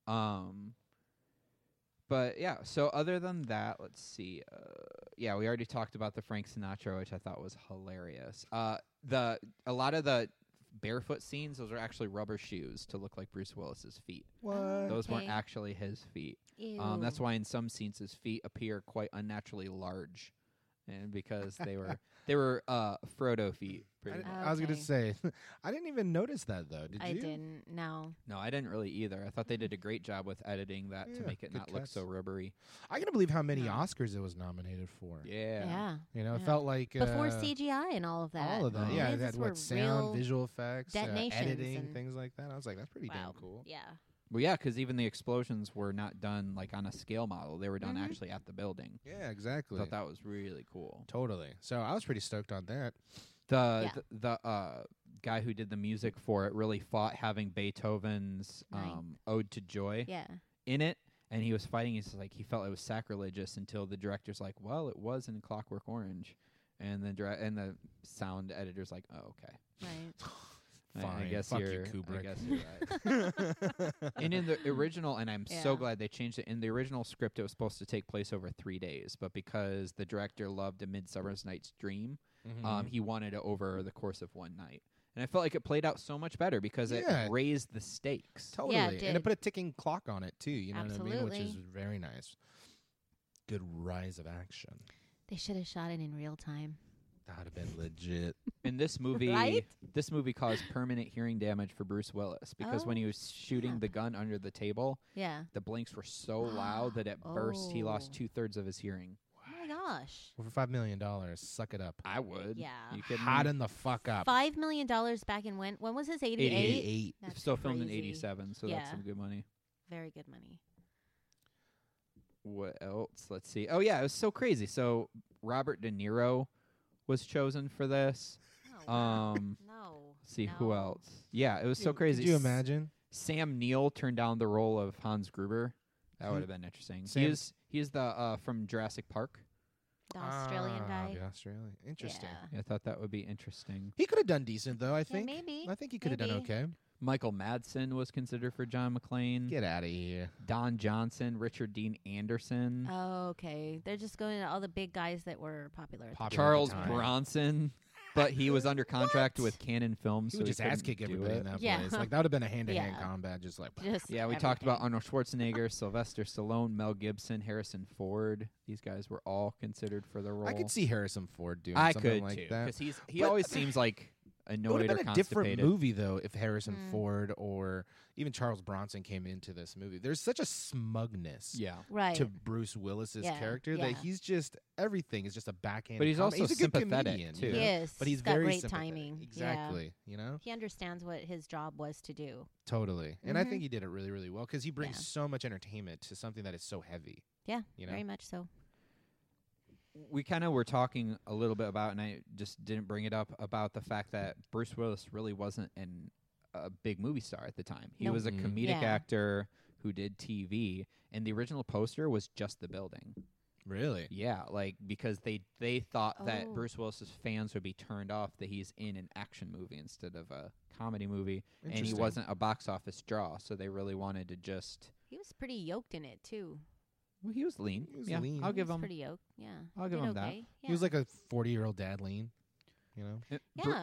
S2: Um. But yeah, so other than that, let's see. Uh, yeah, we already talked about the Frank Sinatra, which I thought was hilarious. Uh, the a lot of the barefoot scenes; those are actually rubber shoes to look like Bruce Willis's feet.
S5: What?
S2: Those weren't
S5: Okay.
S2: actually his feet. Um, that's why in some scenes his feet appear quite unnaturally large, and because they were they were uh, Frodo feet.
S3: I,
S2: Pretty
S3: didn't-
S2: much.
S3: I was gonna
S5: Okay.
S3: say, I didn't even notice that though. Did
S5: I
S3: you?
S5: didn't. No.
S2: No, I didn't really either. I thought they did a great job with editing that to
S3: Yeah,
S2: make it
S3: good
S2: not look so
S3: cuts.
S2: rubbery.
S3: I can't believe how many
S5: No.
S3: Oscars it was nominated for.
S2: Yeah.
S5: Yeah.
S3: You know, it
S5: Yeah.
S3: felt like
S5: Before
S3: uh,
S5: CGI and all of that.
S3: All of that.
S2: Oh.
S3: Yeah,
S5: Yeah,
S3: it had
S5: these were
S3: what sound,
S5: real
S3: visual effects, uh,
S5: detonations
S3: editing,
S5: and-
S3: things like that. I was like, that's pretty
S5: Wow.
S3: damn cool.
S5: Yeah.
S2: Well, yeah, because even the explosions were not done like on a scale model; they were done
S5: Mhm.
S2: actually at the building.
S3: Yeah,
S2: I
S3: exactly.
S2: thought that was really cool.
S3: Totally. So I was pretty stoked on that.
S2: The
S5: Yeah.
S2: th- the, uh, guy who did the music for it really fought having Beethoven's
S5: Ninth.
S2: um, Ode to
S3: Eh.
S2: Joy.
S5: Yeah.
S2: in it and he was fighting he's like he felt it was sacrilegious until the director's like well it was in clockwork orange and the dire- and the sound editor's like oh okay
S5: Right.
S2: I- I,
S3: Fine.
S2: guess
S3: Fuck you,
S2: you're I
S3: Kubrick.
S2: guess you're right. and in the original and I'm so
S5: Yeah.
S2: glad they changed it in the original script it was supposed to take place over 3 days but because the director loved a midsummer's night's dream
S3: Mm-hmm.
S2: um, he wanted it over the course of one night and I felt like it played out so much better because
S3: Yeah.
S2: it raised the stakes
S3: totally. and it
S5: did.
S3: put a ticking clock on it too. You know what I mean? Which is
S5: Absolutely.
S3: very nice. Good rise of action.
S5: They should have shot it in real time.
S3: That'd have been legit.
S2: And this movie,
S5: Right?
S2: this movie caused permanent hearing damage for Bruce Willis because when he
S5: Oh,
S2: was shooting
S5: snap.
S2: the gun under the table,
S5: Yeah.
S2: the blinks were so loud that it burst. He lost
S5: Oh.
S2: two thirds of his hearing.
S5: Oh my gosh.
S3: Well, for five million dollars, suck it up.
S2: I would.
S5: Yeah.
S2: You kidding me?
S3: Hotten the fuck up.
S5: Five million dollars back in when? When was this? Eighty-eight.
S2: 88.
S5: That's
S2: Still filmed in
S5: crazy.
S2: '87, so that's
S5: Yeah.
S2: some good money.
S5: Very good money.
S2: What else? Let's see. Oh yeah, it was so crazy. So Robert De Niro was chosen for this.
S5: No.
S2: Um,
S5: Oh, no.
S2: let's see who
S5: No.
S2: else? Yeah, it was so crazy.
S3: Could you
S2: S-
S3: imagine?
S2: Sam Neill turned down the role of Hans Gruber. That
S3: Who-
S2: would have been interesting.
S3: Hmm. Sam-
S2: He is he is the uh, from Jurassic Park.
S5: The Australian
S3: Ah,
S5: guy.
S3: The Australian. Interesting.
S5: Yeah.
S2: I thought that would be interesting.
S3: He could have done decent though. I think.
S5: maybe.
S3: I think he could have done
S5: Maybe.
S3: okay.
S2: Michael Madsen was considered for John McClane.
S3: Get out of here.
S2: Don Johnson, Richard Dean Anderson,
S5: Oh, okay. They're just going to all the big guys that were popular. at the
S3: Popular.
S2: Charles
S3: Time.
S2: Bronson, but he was under contract
S5: What?
S2: with Cannon Films.
S3: He
S2: so
S3: would just ass
S2: couldn't
S3: kick
S2: do
S3: everybody in
S2: it.
S3: that
S5: Yeah.
S3: place. Like that would have been a hand to hand
S5: Yeah.
S3: combat. Just like.
S5: time. Just
S2: Yeah, we talked about
S5: everything.
S2: Arnold Schwarzenegger, Sylvester Stallone, Mel Gibson, Harrison Ford. These guys were all considered for the role.
S3: I could see Harrison Ford doing
S2: I
S3: something
S2: could
S3: like
S2: too,
S3: that.
S2: he's he
S3: But-
S2: always seems like
S3: It would
S2: annoyed
S3: have
S2: or
S3: been a
S2: constipated.
S3: different movie though if Harrison
S5: Mm.
S3: Ford or even Charles Bronson came into this movie. There's such a smugness
S2: Yeah,
S5: right.
S3: to Bruce Willis's
S5: Yeah,
S3: character that
S5: yeah.
S3: he's just everything is just a backhand.
S2: But he's also
S3: he's a good
S2: sympathetic,
S3: comedian,
S2: too.
S3: you
S5: he
S3: know?
S5: is.
S3: But he's
S5: got
S3: very
S5: great
S3: sympathetic.
S5: timing. Yeah.
S3: Exactly. You know,
S5: He understands what his job was to do.
S3: totally. And I
S5: Mhm.
S3: think he did it really, really well because he brings
S5: Yeah.
S3: so much entertainment to something that is so heavy.
S5: Yeah,
S3: You know?
S5: very much so.
S2: we kind of were talking a little bit about, and I just didn't bring it up about the fact that Bruce Willis really wasn't an, a big movie star at the time. He
S5: Nope.
S2: was a
S3: Mm.
S2: comedic
S5: Yeah.
S2: actor who did TV, and the original poster was just the building.
S3: Really?
S2: Yeah, like because they they thought that
S5: Oh.
S2: Bruce Willis's fans would be turned off that he's in an action movie instead of a comedy movie, and he
S3: Interesting.
S2: wasn't a box office draw, so they really wanted to just.
S5: He was pretty yoked in it too.
S2: Well, he was lean.
S3: He was
S2: yeah,
S3: lean.
S2: I'll
S5: He
S2: give
S5: was
S2: him.
S5: pretty yoked. Yeah.
S2: I'll give
S5: Did
S2: him that.
S5: okay. Yeah.
S3: He was like a 40 year old dad lean, you know?
S2: Uh,
S5: yeah.
S2: Bru-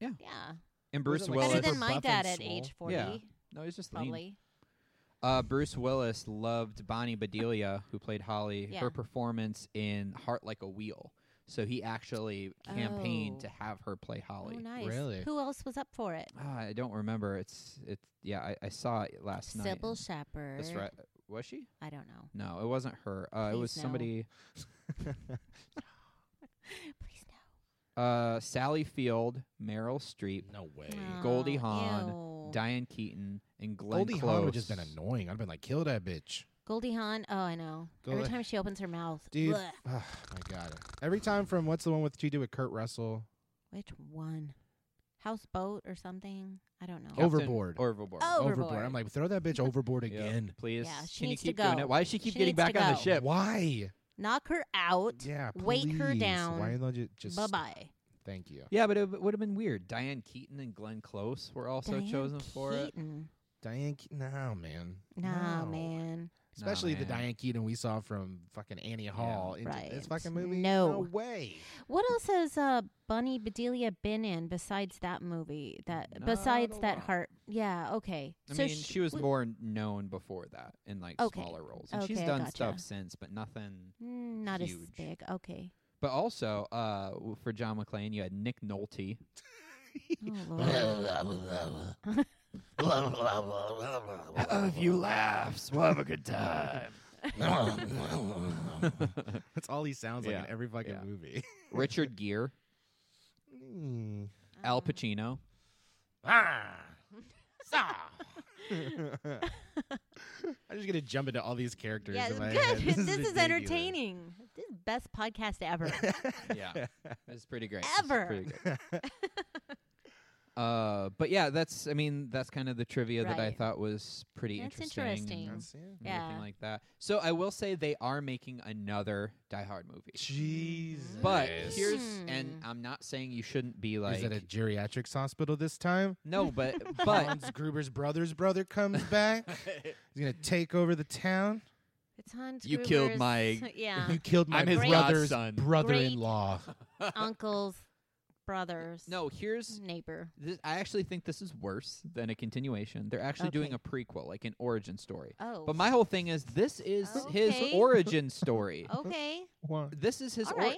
S5: yeah.
S2: yeah. and Bruce
S3: it like
S2: Willis.
S5: Better
S3: super
S5: than my
S3: buff and
S5: dad at
S3: swole?
S5: age 40,
S2: Yeah. no, he's just lean.
S5: probably.
S2: Uh, Bruce Willis loved Bonnie Bedelia, who played Holly,
S5: Yeah.
S2: her performance in Heart Like a Wheel. So he actually campaigned to
S5: Oh.
S2: have her play Holly.
S5: Oh, nice.
S3: Really?
S5: Who else was up for it?
S2: Ah, I don't remember. It's it's yeah. I, I saw it last night.
S5: Sybil
S2: and-
S5: Shepherd.
S2: That's right. Was she?
S5: I don't know.
S2: No, it wasn't her. Uh, it
S5: Please
S2: was
S5: no.
S2: somebody.
S5: Please
S2: Uh, Sally Field, Meryl Streep,
S4: No way.
S5: no.
S2: Goldie
S5: Oh,
S2: Hawn,
S5: ew.
S2: Diane Keaton, and Glenn
S3: Goldie
S2: Close.
S3: Hawn would just been annoying. I'd been like, kill that bitch.
S5: Goldie Hawn. Oh, I know. Every
S3: Goldie-
S5: time she opens her mouth.
S3: Dude.
S5: Blech.
S3: Oh, my God. Every time from what's the one with she did with Kurt Russell?
S5: Which one? Houseboat or something? I don't know.
S2: Captain
S3: Overboard.
S2: Overboard.
S5: Oh, Overboard.
S3: I'm like, throw that bitch overboard
S2: Yeah,
S3: again.
S2: please.
S5: Yeah, she
S2: Can
S5: needs
S2: you
S5: to
S2: keep doing
S5: go.
S2: it? Why does she keep
S5: She
S2: getting
S5: needs
S2: back
S5: to
S2: on the
S5: go.
S2: ship?
S3: Why?
S5: Knock her out.
S3: Yeah,
S5: Weight her
S3: please.
S5: down.
S3: Why don't you just
S5: Bye bye.
S3: Thank you.
S2: Yeah, but it would have been weird. Diane Keaton and Glenn Close were also chosen for it.
S5: Keaton.
S3: Diane Ke- no man.
S5: Nah,
S3: No.
S5: man.
S3: Especially the
S2: man.
S3: Diane Keaton we saw from fucking Annie Hall in
S5: Right.
S3: this fucking movie.
S5: No.
S3: way.
S5: What else has uh, Bunny Bedelia been in besides that movie? That
S2: Not
S5: besides
S2: a
S5: that
S2: lot.
S5: heart? Yeah. Okay.
S2: I
S5: so
S2: mean,
S5: sh-
S2: she was
S5: w-
S2: more known before that in like
S5: Okay.
S2: smaller roles, and she's
S5: Okay, I
S2: done
S5: gotcha.
S2: stuff since, but nothing.
S5: Mm, not as
S2: huge.
S5: big. Okay.
S2: But also, uh, w- for John McClane, you had Nick Nolte,
S5: Oh, Lord.
S2: If you laughs, we'll have a good time.
S3: That's all he sounds like
S2: Yeah.
S3: in every fucking
S2: Yeah.
S3: movie.
S2: Richard Gere,
S3: Mm.
S5: Uh-huh.
S2: Al Pacino.
S3: ah. I'm just gonna jump into all these characters.
S5: yeah,
S3: in
S5: it's
S3: my
S5: good.
S3: head.
S5: This, is,
S3: ridiculous.
S5: entertaining. This is best podcast ever.
S2: Yeah, it's pretty great. It's
S5: Ever.
S2: pretty good. Uh, but yeah, that's I mean that's kind of the trivia that I
S5: Right.
S2: thought was pretty
S5: That's
S2: interesting. and
S5: interesting.
S3: That's- yeah.
S2: Everything
S5: Yeah.
S2: like that. So I will say they are making another Die Hard movie.
S3: Jesus.
S2: But
S5: Yes.
S2: here's
S5: Hmm.
S2: and I'm not saying you shouldn't be Mm. like
S3: is that a geriatrics hospital this time?
S2: no, but but
S3: Hans Gruber's brother's brother comes back. He's gonna take over the town.
S5: It's Hans
S2: You killed
S5: Gruber's-
S2: my-
S5: yeah
S3: You killed my
S2: I'm his
S3: brother's
S2: godson.
S3: brother-in-law.
S5: uncle's brothers
S2: no, here's
S5: neighbor.
S2: this, I actually think this is worse than a continuation. They're actually doing
S5: Okay.
S2: a prequel, like an origin story.
S5: Oh,
S2: But my whole thing is this is his
S5: Okay.
S2: origin story.
S5: Oh, okay.
S3: What?
S2: This is his
S5: All
S2: or-
S5: right.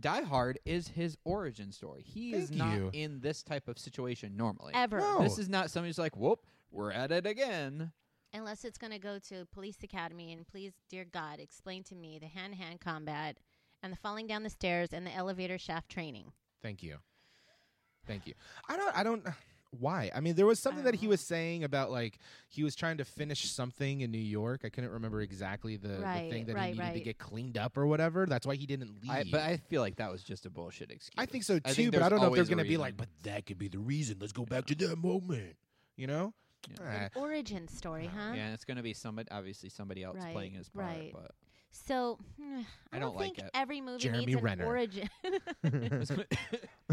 S2: Die Hard is his origin story. He is
S3: Thank
S2: not
S3: you.
S2: in this type of situation normally.
S5: Ever.
S3: No.
S2: This is not somebody who's like, "Whoop, we're at it again."
S5: Unless it's going to go to police academy, and please, dear God, explain to me the hand to hand combat and the falling down the stairs and the elevator shaft training.
S3: Thank you. Thank you. I don't. I don't. Why? I mean, there was something that he
S5: don't
S3: was saying about like he was trying to finish something in New York. I couldn't remember exactly the, the
S5: Right,
S3: thing that
S5: right,
S3: he needed to
S5: right.
S3: get cleaned up or whatever. That's why he didn't leave.
S2: I, but I feel like that was just a bullshit excuse.
S3: I think so too.
S2: think
S3: but I
S2: there's
S3: don't know if they're
S2: always a
S3: going to be
S2: reason.
S3: like, but that could be the reason. Let's go back to that moment. You know?
S2: Yeah.
S3: Eh.
S5: Origin story, huh?
S2: Yeah, and it's going to be somebody, obviously somebody else
S5: Right,
S2: playing his part.
S5: right.
S2: But
S5: So hmm, I,
S2: don't like
S5: think
S2: it.
S5: every movie
S3: Jeremy
S5: needs an
S3: Renner.
S5: origin.
S2: it's gonna-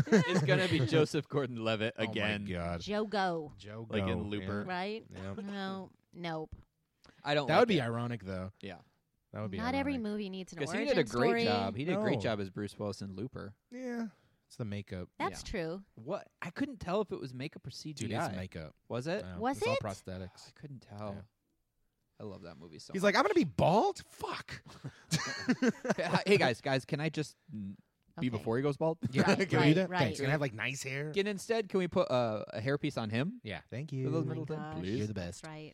S2: it's going to be Joseph Gordon-Levitt
S3: Oh my
S2: again.
S3: God.
S5: Jogo,
S3: Joe
S2: Like in
S3: Go,
S2: Looper.
S3: yeah.
S5: right?
S3: Yeah.
S5: No, nope.
S2: I don't.
S3: That
S2: like
S3: would be
S2: it.
S3: ironic, though.
S2: Yeah,
S3: That would be
S5: Not
S3: ironic.
S5: every movie needs an
S2: because
S5: origin
S2: he did a great
S5: story.
S2: job. He did a great
S3: No.
S2: job as Bruce Willis in Looper.
S3: Yeah. It's the makeup.
S5: That's true.
S2: What I couldn't tell if it was makeup or CGI.
S3: Dude, it's uh, makeup.
S2: was it?
S3: Yeah,
S5: Uh, Was
S3: it's all
S5: it?
S3: prosthetics.
S2: I couldn't tell. I love that movie so.
S3: He's
S2: much.
S3: like, I'm going to be bald? Fuck.
S2: hey guys, guys, can I just mm, be
S5: Okay.
S2: before he goes bald?
S3: Yeah,
S5: Right,
S3: can we do
S5: right,
S3: that?
S5: right.
S3: Thanks. Can I have like nice hair?
S2: And instead, can we put uh, a hairpiece on him?
S3: yeah. Thank you.
S2: For those
S5: Oh my
S2: middle
S5: gosh,
S2: things,
S3: You're
S2: please.
S3: the best.
S5: That's right.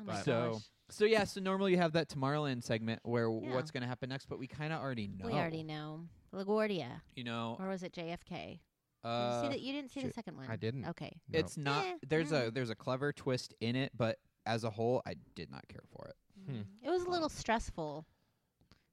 S5: Oh my
S3: But-
S2: So-
S5: gosh.
S2: So yeah, so normally you have that Tomorrowland segment where w
S5: Yeah.
S2: what's going to happen next, but we kind of already know.
S5: We already know. LaGuardia.
S2: You know,
S5: Or was it JFK?
S2: uh,
S5: Did you, see the, you didn't see the
S3: shit,
S5: second one.
S3: I didn't.
S5: Okay.
S3: No.
S2: it's not.
S5: Eh,
S2: There's a
S5: mm.
S2: there's a clever twist in it, but as a whole, I did not care for it.
S3: Hmm.
S5: It was a little stressful.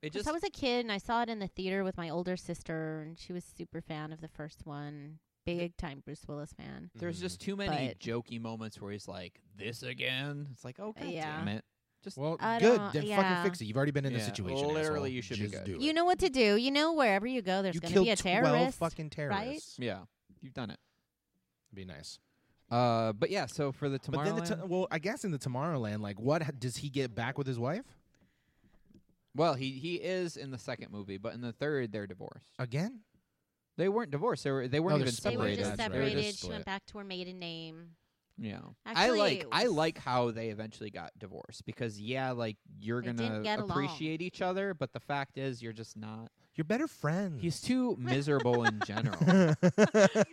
S2: It
S5: 'Cause
S2: just
S5: I was a kid and I saw it in the theater with my older sister, and she was super fan of the first one. big time Bruce Willis fan.
S2: There's just
S3: Mm-hmm.
S2: too many
S5: But-
S2: jokey moments where he's like, "This again." It's like, "Oh god
S5: Yeah.
S2: damn it!" Just
S3: Well,
S5: I
S3: good.
S5: don't-
S3: Then
S5: yeah.
S3: fucking fix it. You've already been in the
S2: Yeah,
S3: situation.
S2: literally
S3: asshole.
S2: you should be
S3: Just
S2: good.
S3: do it.
S5: You know what to do. You know wherever you go, there's
S3: you
S5: going to
S3: killed
S5: be a
S3: 12
S5: terrorist.
S3: fucking terrorists.
S2: yeah, you've done it.
S3: Be nice.
S2: Uh, but yeah, so for the
S3: But
S2: tomorrow,
S3: then, the t- well, I guess in the Tomorrowland, like, what ha- does he get back with his wife
S2: well, he he is in the second movie, but in the third, they're divorced.
S3: again?
S2: They weren't divorced. They were they weren't
S3: they're
S2: even
S5: they were
S2: separated.
S3: Separated,
S5: just
S3: that's right.
S5: separated.
S3: They were just
S5: She went
S3: split.
S5: back to her maiden name.
S2: Yeah. I
S5: Actually,
S2: like
S5: it
S2: I
S5: was-
S2: like how they eventually got divorced because yeah, like you're
S5: They didn't
S2: gonna
S5: get along.
S2: appreciate each other, but the fact is you're just not.
S3: You're better friends.
S2: He's too miserable in general.
S5: Gary's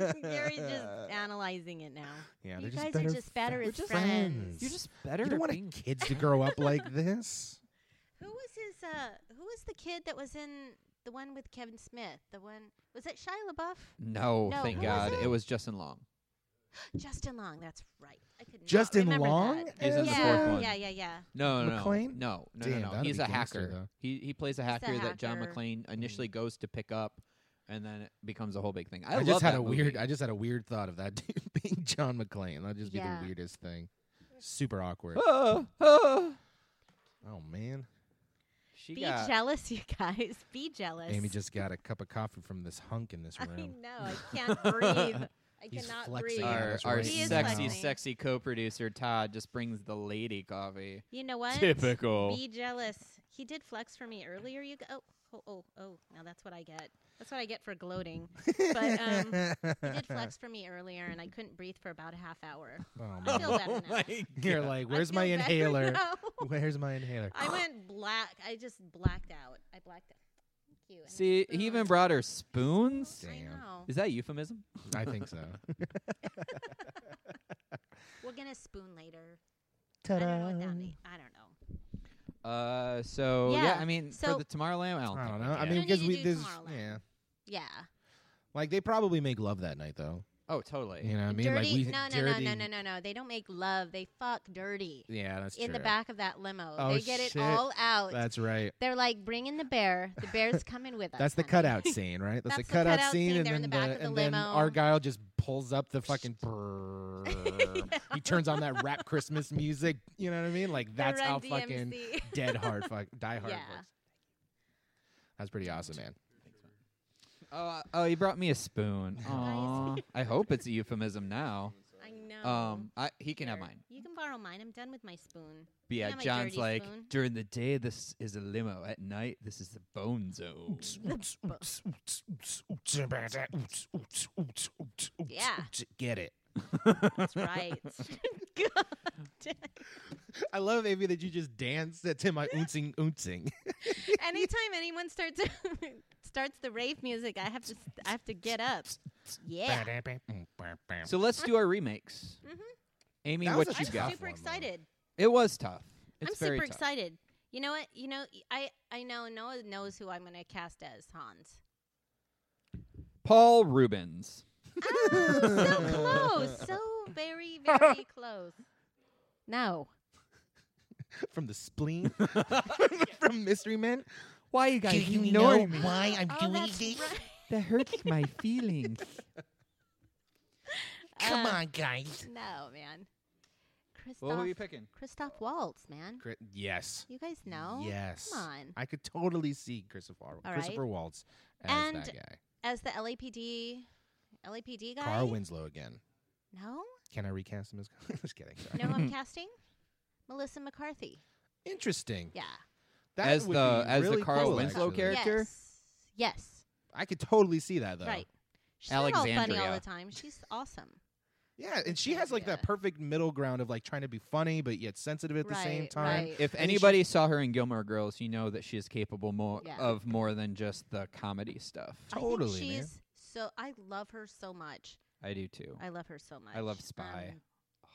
S5: just analyzing it now.
S3: yeah,
S5: you
S3: they're
S5: guys
S3: just
S5: are
S3: better
S5: just better
S3: friends.
S5: as friends.
S2: You're just better.
S3: You don't
S2: at
S3: want
S2: being
S3: kids to grow up like this.
S5: Who was his? Uh, who was the kid that was in the one with Kevin Smith? The one was it Shia LaBeouf?
S2: No,
S5: No,
S2: thank
S5: who was
S2: God,
S5: it?
S2: it? was Justin Long.
S5: Justin Long. That's right. I could not
S3: Justin
S5: remember
S3: Long
S5: That.
S2: He's in the
S5: yeah,
S2: fourth one.
S5: yeah, yeah, yeah.
S2: No, no,
S3: McClane?
S2: no, no,
S3: Damn,
S2: no, no.
S3: that'd
S2: He's
S3: be
S2: a
S3: gangster,
S2: hacker.
S3: though. Hmm.
S2: He he plays a
S5: He's a
S2: hacker, that John
S5: hacker.
S2: McClane initially goes to pick up, and then it becomes a whole big thing. I,
S3: I,
S2: love
S3: just had
S2: that
S3: a
S2: movie.
S3: weird. I just had a weird thought of that dude being John McClane. That'd just be
S5: Yeah.
S3: the weirdest thing. Super awkward.
S2: Ah, ah.
S3: Oh man,
S2: She
S5: Be
S2: got
S5: jealous, you guys. Be jealous.
S3: Amy just got a cup of coffee from this hunk in this
S5: I
S3: room.
S5: know. I can't breathe. I
S3: He's
S5: cannot
S3: flexing
S5: breathe.
S3: on
S2: our
S3: us
S2: our
S3: right
S5: He is
S2: sexy,
S5: flexing.
S2: sexy co-producer Todd just brings the lady coffee.
S5: You know what?
S2: Typical.
S5: Be jealous. He did flex for me earlier. You go. Oh, oh, oh, oh. Now that's what I get. That's what I get for gloating. But um, he did flex for me earlier, and I couldn't breathe for about a half hour.
S3: Oh,
S5: I
S3: man.
S5: feel better now.
S3: You're like,
S5: I
S3: where's
S5: feel
S3: my
S5: better
S3: inhaler?
S5: now.
S3: Where's my inhaler?
S5: I went black. I just blacked out. I blacked out. Thank you. And
S2: See,
S5: spoon.
S2: he even brought her spoons.
S5: I
S3: Damn.
S5: know.
S2: Is that a euphemism?
S3: I think so.
S5: We're gonna spoon later. I don't know what that means. I don't know.
S2: Uh, so yeah,
S5: Yeah,
S2: I mean,
S5: so-
S2: for the Tomorrowland, I don't,
S3: I
S2: think
S3: don't
S2: we
S3: know. I
S2: did.
S3: mean,
S5: You don't need
S3: because
S5: to
S3: we
S5: do
S3: this
S5: Tomorrowland.
S3: yeah,
S5: Yeah.
S3: like they probably make love that night though.
S2: oh, totally.
S3: You know what I mean?
S5: dirty.
S3: like we
S5: no, no,
S3: dirty.
S5: no, no, no, no, no. They don't make love. They fuck dirty
S3: Yeah, that's
S5: in
S3: true.
S5: the back of that limo.
S3: Oh,
S5: they get
S3: shit.
S5: it all out.
S3: That's right.
S5: They're like, bring in the bear. The bear's coming with us.
S3: That's the
S5: honey."
S3: cutout scene, right? That's,
S5: That's
S3: the
S5: the
S3: cutout,
S5: cutout
S3: scene,
S5: scene.
S3: and
S5: They're
S3: then
S5: in the back of the
S3: and then
S5: limo.
S3: Argyle just pulls up the fucking. brrrr. He turns on that rap Christmas music. You know what I mean? Like
S5: They're
S3: that's how
S5: Run
S3: fucking
S5: DMC.
S3: dead hard, fuck, die hard.
S5: Yeah.
S3: works. That's pretty awesome, man.
S2: Oh, oh, he brought me a spoon. Aw. I hope it's a euphemism now.
S5: I know.
S2: Um, I, he can have
S5: Here,
S2: mine.
S5: You can borrow mine. I'm done with my spoon.
S2: But yeah,
S5: have my
S2: John's
S5: dirty
S2: like
S5: spoon?
S2: during the day this is a limo, at night this is the bone zone.
S5: Yeah.
S3: Get it.
S5: That's right. God.
S3: I love Amy that you just danced to my oonsing oonsing.
S5: Anytime anyone starts starts the rave music, I have to s- I have to get up. Yeah.
S2: So let's do our remakes.
S5: Mhm.
S2: Amy,
S3: That was
S2: what
S3: a
S2: you
S3: tough
S2: got?
S5: I'm super
S3: one, though.
S5: excited.
S2: It was tough. It's
S5: I'm
S2: very
S5: super
S2: tough.
S5: excited. You know what? You know I I know no one knows who I'm going to cast as Hans.
S2: Paul Rubens.
S5: so close. So very very close. No.
S3: From the spleen? From Mystery Men?
S2: Why you
S3: Do you know why I'm
S5: Oh,
S3: doing this?
S2: That hurts my feelings.
S3: Come
S5: Uh,
S3: on, guys.
S5: No, man. Christoph
S2: What were you picking?
S5: Christoph Waltz, man.
S3: Cri- Yes.
S5: You guys know?
S3: Yes.
S5: Come on.
S3: I could totally see Christopher,
S5: right.
S3: Christopher Waltz as
S5: And
S3: that guy.
S5: As the LAPD LAPD guy?
S3: Carl Winslow again.
S5: No?
S3: Can I recast him as Just kidding.
S5: You
S3: Sorry.
S5: know who I'm casting? Melissa McCarthy.
S3: Interesting.
S5: Yeah.
S3: That
S2: As
S3: would
S2: the-
S3: be
S2: as the
S3: really
S2: Carl
S3: cool,
S2: Winslow
S3: actually.
S2: character? Character?
S5: Yes. Yes.
S3: I could totally see that though.
S5: Right. She's not all funny all
S2: Alexandria.
S5: the time. She's awesome.
S3: Yeah, and she has like that
S5: Yeah.
S3: perfect middle ground of like trying to be funny but yet sensitive at the same
S5: Right,
S3: time.
S5: right.
S2: If
S3: And she-
S2: anybody saw her in Gilmore Girls, you know that she is capable more
S5: Yeah.
S2: of more than just the comedy stuff.
S3: Totally,
S5: I think
S3: man.
S5: she's so I love her so much.
S2: I do too.
S5: I love her so much.
S3: Oh,
S2: I love Spy.
S5: Um,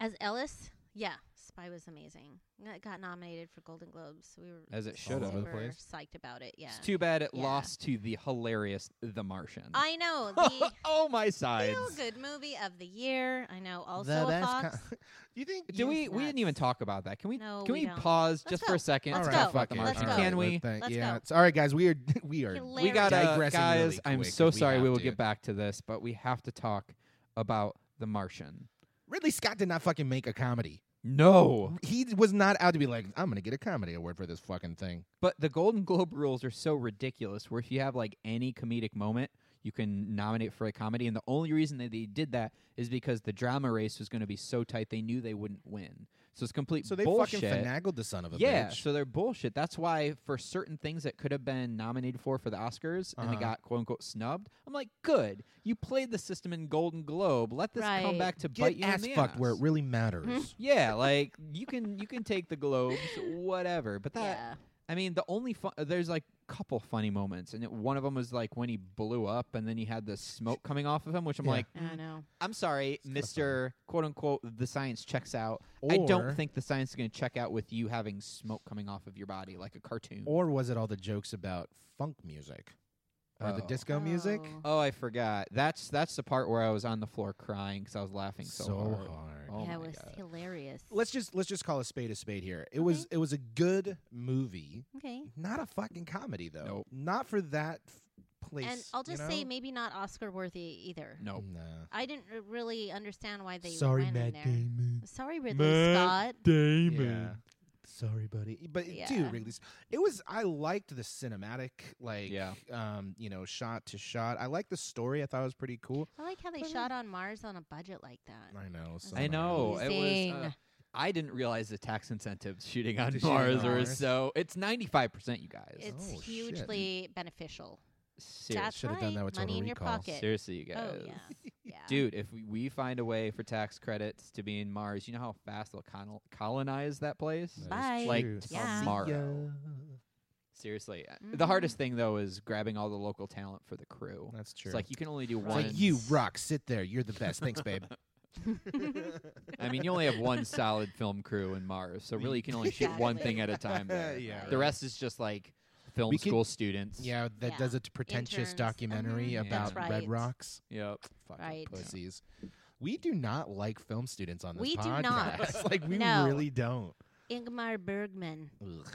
S5: as Ellis, Yeah, Spy was amazing. N- It got nominated for Golden Globes. We were
S2: As it
S3: should have. All over the
S5: super
S3: place.
S5: psyched about it. Yeah,
S2: It's too bad it
S5: Yeah.
S2: lost to the hilarious The Martian.
S5: I know the
S2: oh my sides.
S5: feel good movie of the year. I know also
S3: The
S5: a
S3: best
S5: Fox.
S3: co- you think?
S2: Do
S3: you-
S2: we? We didn't even
S5: nuts.
S2: talk about that. Can we?
S5: No,
S2: can
S5: we
S2: we,
S5: don't.
S2: pause
S5: Let's
S2: just for
S5: go.
S2: a second?
S5: Let's
S3: All
S5: go.
S3: right, fuck it.
S5: Let's
S3: All
S5: go.
S3: right,
S2: Can we?
S3: let's think.
S5: Let's
S3: yeah.
S5: go.
S3: it's- all right, guys. We are we are
S5: Hilarious.
S2: we got uh,
S3: digressing
S2: guys.
S3: really
S2: I'm
S3: quick,
S2: so
S3: but we
S2: sorry. We
S3: have
S2: will
S3: to.
S2: get back to this, but we have to talk about The Martian.
S3: Ridley Scott did not fucking make a comedy.
S2: No,
S3: He was not out to be like, I'm gonna get a comedy award for this fucking thing.
S2: but the Golden Globe rules are so ridiculous. Where if you have like any comedic moment, you can nominate for a comedy, and the only reason that they did that is because the drama race was going to be so tight they knew they wouldn't win. So it's complete
S3: So they
S2: bullshit.
S3: fucking finagled the son of a
S2: yeah,
S3: bitch.
S2: so they're bullshit. That's why for certain things that could have been nominated for for the Oscars and they
S3: Uh-huh.
S2: got quote unquote snubbed, I'm like, good. You played the system in Golden Globe. Let this come
S5: Right.
S2: back to bite
S3: get
S2: you
S3: ass
S2: in the
S3: fucked
S2: ass. Mm-hmm.
S3: where it really matters.
S2: yeah, like you can you can take the globes, whatever. But that
S5: Yeah,
S2: I mean, the only fun, there's like couple funny moments, and it, one of them was like when he blew up, and then he had the smoke coming off of him, which I'm
S3: Yeah.
S2: like, "Hmm,
S5: I know.
S2: I'm sorry,
S3: kinda
S2: Mister, quote unquote, the science checks out. I don't
S3: Or-
S2: think the science is going to check out with you having smoke coming off of your body like a cartoon.
S3: or was it all the jokes about funk music or the
S2: Oh.
S3: disco music?
S5: Oh.
S2: oh, I forgot. That's that's the part where I was on the floor crying because I was laughing so, hard. Oh
S5: yeah, it
S2: my
S5: was
S2: God.
S5: hilarious.
S3: Let's just let's just call a spade a spade here.
S2: Mm-hmm.
S3: It was it was a good movie,
S5: okay.
S3: not a fucking comedy though.
S2: Nope.
S3: Not for that f- place.
S5: And I'll
S3: you
S5: just say
S3: know?
S5: maybe not Oscar worthy either.
S2: No,
S3: Nah.
S5: I didn't r- really understand why they
S3: Sorry,
S5: went in
S3: Matt
S5: there.
S3: Damon.
S5: Sorry, Ridley Scott.
S3: Damon. Sorry, buddy. But it-
S5: Yeah.
S3: dude, Wrigley's. It was. I liked the cinematic, like,
S2: Yeah.
S3: um, you know, shot to shot. I liked the story. I thought it was pretty cool.
S5: I like how they shot on Mars on a budget like that.
S3: I know. so
S2: I know. It
S5: Amazing.
S2: was. Uh, I didn't realize the tax incentives shooting on
S3: To shoot
S2: Mars
S3: on
S2: were
S3: Mars.
S2: so. It's ninety five percent, you guys.
S5: It's
S3: Oh, shit.
S5: hugely beneficial.
S2: Seriously.
S5: That's
S3: Should've
S5: right.
S3: done that with
S5: Money
S3: Total
S5: in your
S3: Recall.
S5: pocket.
S2: Seriously, you guys.
S5: Oh yeah, yeah.
S2: Dude, if we, we find a way for tax credits to be in Mars, you know how fast they'll con- colonize that place?
S3: That is
S5: Bye.
S2: Like
S3: true.
S5: Yeah.
S2: tomorrow. Seriously. Uh,
S5: Mm-hmm.
S2: The hardest thing, though, is grabbing all the local talent for the crew.
S3: That's true.
S2: It's like you can only do
S5: Right.
S2: one.
S3: It's like you rock. Sit there. You're the best. Thanks, babe.
S2: I mean, you only have one solid film crew in Mars, so really you can only shoot one
S5: Exactly.
S2: thing at a time. There.
S3: Yeah,
S2: The
S5: right.
S2: rest is just like film
S3: We could-
S2: school students.
S3: yeah, that
S5: Yeah.
S3: does a pretentious
S5: Interns. Mm-hmm.
S3: documentary
S2: Mhm.
S3: about
S2: That's
S5: right.
S3: Red Rocks.
S2: Yep.
S3: Fucking
S5: Right.
S3: pussies. We do not like film students on this
S5: We do
S3: podcast.
S5: not.
S3: like we
S5: No.
S3: really don't.
S5: Ingmar Bergman.
S3: Ugh.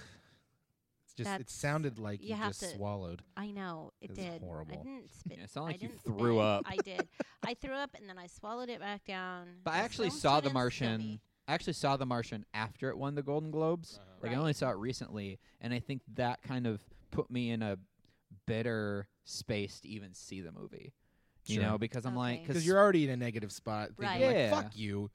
S3: It's just it
S5: That's-
S3: sounded like
S5: you
S3: you,
S5: have
S3: just
S5: to-
S3: swallowed.
S5: I know it
S3: This is
S5: did.
S3: horrible.
S5: I didn't spit.
S2: Yeah, it sounded like
S5: I
S2: you
S5: didn't
S2: threw
S5: spit.
S2: up.
S5: I did. I threw up and then I swallowed it back down.
S2: But I
S5: Those
S2: actually
S5: film
S2: saw The
S5: students kill
S2: Martian.
S5: me.
S2: I actually saw The Martian after it won the Golden Globes. Like I
S5: Right.
S2: only saw it recently, and I think that kind of put me in a better space to even see the movie. You
S3: Sure.
S2: know, because I'm like,
S5: Okay.
S3: Because you're already in a negative spot. Thinking
S5: Right.
S2: Yeah.
S3: like, fuck you.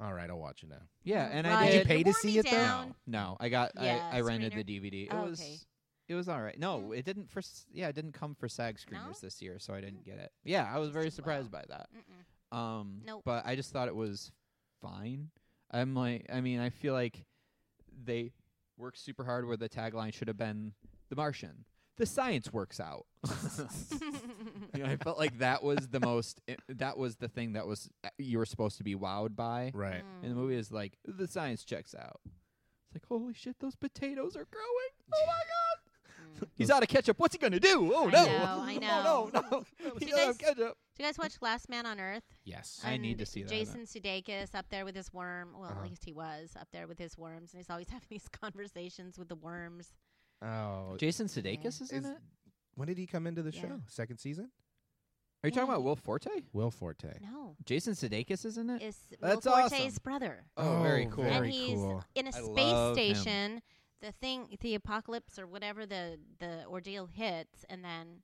S3: All right, I'll watch it now.
S2: yeah, and I
S5: Right.
S3: Did you
S2: did.
S3: pay to
S5: wore
S3: see
S5: me
S3: it, though?
S5: down.
S2: No, I got.
S5: Yeah,
S2: I, I rented the
S5: screener.
S2: DVD. It
S5: Oh, okay.
S2: was. It was all right. No, it didn't for. s- Yeah, it didn't come for SAG
S5: No? Mm.
S2: screeners this year, so I didn't get it. Yeah, I was very surprised by that.
S5: Mm-mm.
S2: Um,
S5: Nope.
S2: But I just thought it was fine. I'm like, I mean, I feel like they worked super hard where the tagline should have been The Martian. The science works out. you know, I felt like that was the most, i that was the thing that was, uh, you were supposed to be wowed by.
S3: Right.
S5: Mm.
S2: And the movie is like, the science checks out. It's like, holy shit, those potatoes are growing. Oh my God. He's out of ketchup. What's he going to do? Oh
S5: I
S2: no.
S5: know, I
S2: Oh no, no. He's out of
S5: guys-
S2: ketchup.
S5: Do you guys watch Last Man on Earth?
S3: Yes.
S2: I need
S5: And
S2: to see that. Uh-huh.
S5: Jason Sudeikis up there with his worm. Well, at least he was up there with his worms, and he's always having these conversations with the worms.
S3: Oh.
S2: Jason Sudeikis is in
S3: Is-
S2: it?
S3: When did he come into the
S5: Yeah.
S3: show? Second season?
S2: Are you talking
S5: Yeah.
S2: about Will Forte?
S3: Will Forte.
S5: No,
S2: Jason Sudeikis is in it?
S5: is Will
S2: That's
S5: Forte's
S2: awesome.
S5: brother,
S2: Oh, very cool.
S3: Very
S5: and he's
S3: cool.
S5: in a
S2: I
S5: space
S2: love him.
S5: station. The thing, the apocalypse or whatever the the ordeal hits, and then,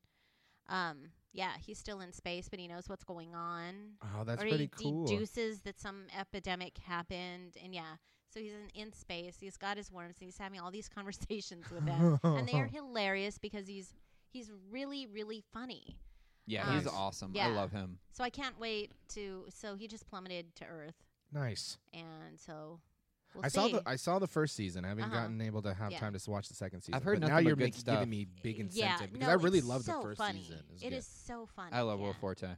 S5: um, yeah, he's still in space, but he knows what's going on.
S3: Oh, that's
S5: or
S3: pretty
S5: he
S3: cool.
S5: deduces that some epidemic happened, and yeah, so he's in, in space. He's got his worms, and he's having all these conversations with them, and they are hilarious because he's he's really really funny.
S2: yeah,
S5: um,
S2: he's awesome. I
S5: yeah.
S2: love him.
S5: So I can't wait to. So he just plummeted to Earth,
S3: Nice.
S5: and so we'll
S3: I
S5: see.
S3: saw the I saw the first season. I haven't
S5: Uh-huh.
S3: gotten able to have
S5: Yeah.
S3: time to watch the second season.
S2: heard
S3: but now
S2: nothing but
S3: you're
S2: good
S3: making,
S2: stuff.
S3: giving me big incentive
S5: yeah,
S3: because
S5: no,
S3: I really
S5: it's
S3: loved
S5: so
S3: the first
S5: funny.
S3: season. It was
S5: It
S3: good.
S5: is so funny.
S2: I love
S5: yeah.
S2: Will Forte.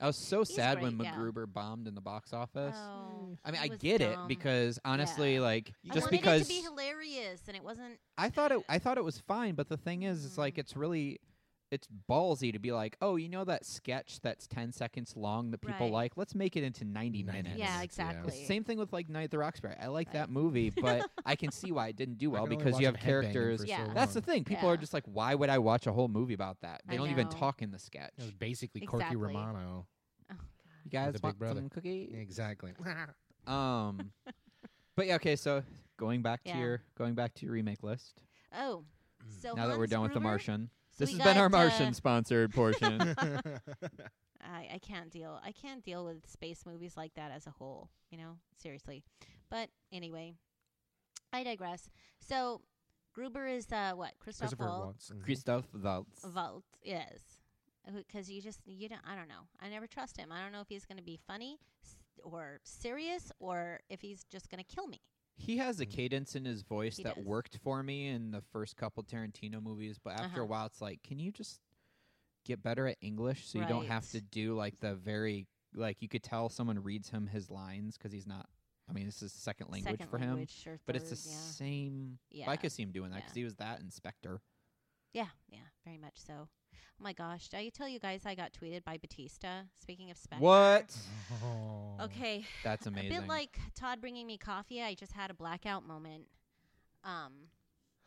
S2: I was so
S5: He's
S2: sad when
S5: great, yeah.
S2: MacGruber bombed in the box office.
S5: Oh,
S2: I mean,
S5: it
S2: I
S5: was
S2: get it
S5: dumb.
S2: because honestly,
S5: Yeah.
S2: like,
S4: I
S5: I
S2: just
S5: wanted
S2: because
S5: it to be hilarious, and it wasn't.
S2: I thought it, I thought it was fine. But the thing is, it's
S5: Mm.
S2: like it's really, it's ballsy to be like, oh, you know that sketch that's ten seconds long that people
S5: Right.
S2: like. Let's make it into ninety,
S3: 90
S2: minutes.
S3: minutes,
S5: Yeah,
S3: yeah.
S5: exactly.
S2: It's the same thing with like Night at the Roxbury. I like
S5: Right.
S2: that movie, but I can see why it didn't do
S3: I
S2: well
S3: can only
S2: because you
S3: watch
S2: have
S3: them headbanging
S2: characters.
S3: for so
S5: Yeah.
S2: That's the
S3: long.
S2: thing. People are
S5: Um, Yeah.
S2: just like, why would I watch a whole movie about that? They
S5: I
S2: don't even
S5: know.
S2: talk in the sketch.
S3: It was
S2: You
S3: basically Corky
S5: Exactly.
S3: Romano.
S5: Oh, God.
S2: guys
S3: the Big
S2: want
S3: Brother.
S2: some cookies?
S3: Exactly.
S2: Um, but yeah, okay. So going back to
S5: Yeah.
S2: your going back to your remake list.
S5: Oh, so
S2: now that we're
S5: Hans
S2: done with the
S5: Gruber?
S2: Martian,
S5: So
S2: this
S5: we
S2: has been our
S5: got, uh,
S2: Martian sponsored portion.
S5: I, I can't deal. I can't deal with space movies like that as a whole. You know, seriously. But anyway, I digress. So Gruber is uh, what Christoph
S3: Christopher
S5: Waltz.
S3: Waltz. Mhm.
S2: Christoph Waltz.
S5: Vault is because you just you don't I don't know I never trust him I don't know if he's going to be funny s- or serious or if he's just going to kill me
S2: He has a cadence in his voice
S5: Mm. He
S2: that
S5: does.
S2: worked for me in the first couple Tarantino movies, but after a
S5: Uh-huh.
S2: while, it's like, can you just get better at English so you don't have
S5: Right.
S2: to do like the very like you could tell someone reads him his lines 'cause he's not. I mean, this is second language
S5: Second
S2: for him,
S5: language or
S2: but it's the
S5: third,
S2: same.
S5: yeah
S2: I could see him doing that 'cause
S5: yeah.
S2: he was that inspector.
S5: yeah yeah very much so oh my gosh did I tell you guys I got tweeted by Batista speaking of Spectre
S2: What?
S3: Oh.
S5: okay
S2: That's amazing.
S5: a bit like Todd bringing me coffee I just had a blackout moment um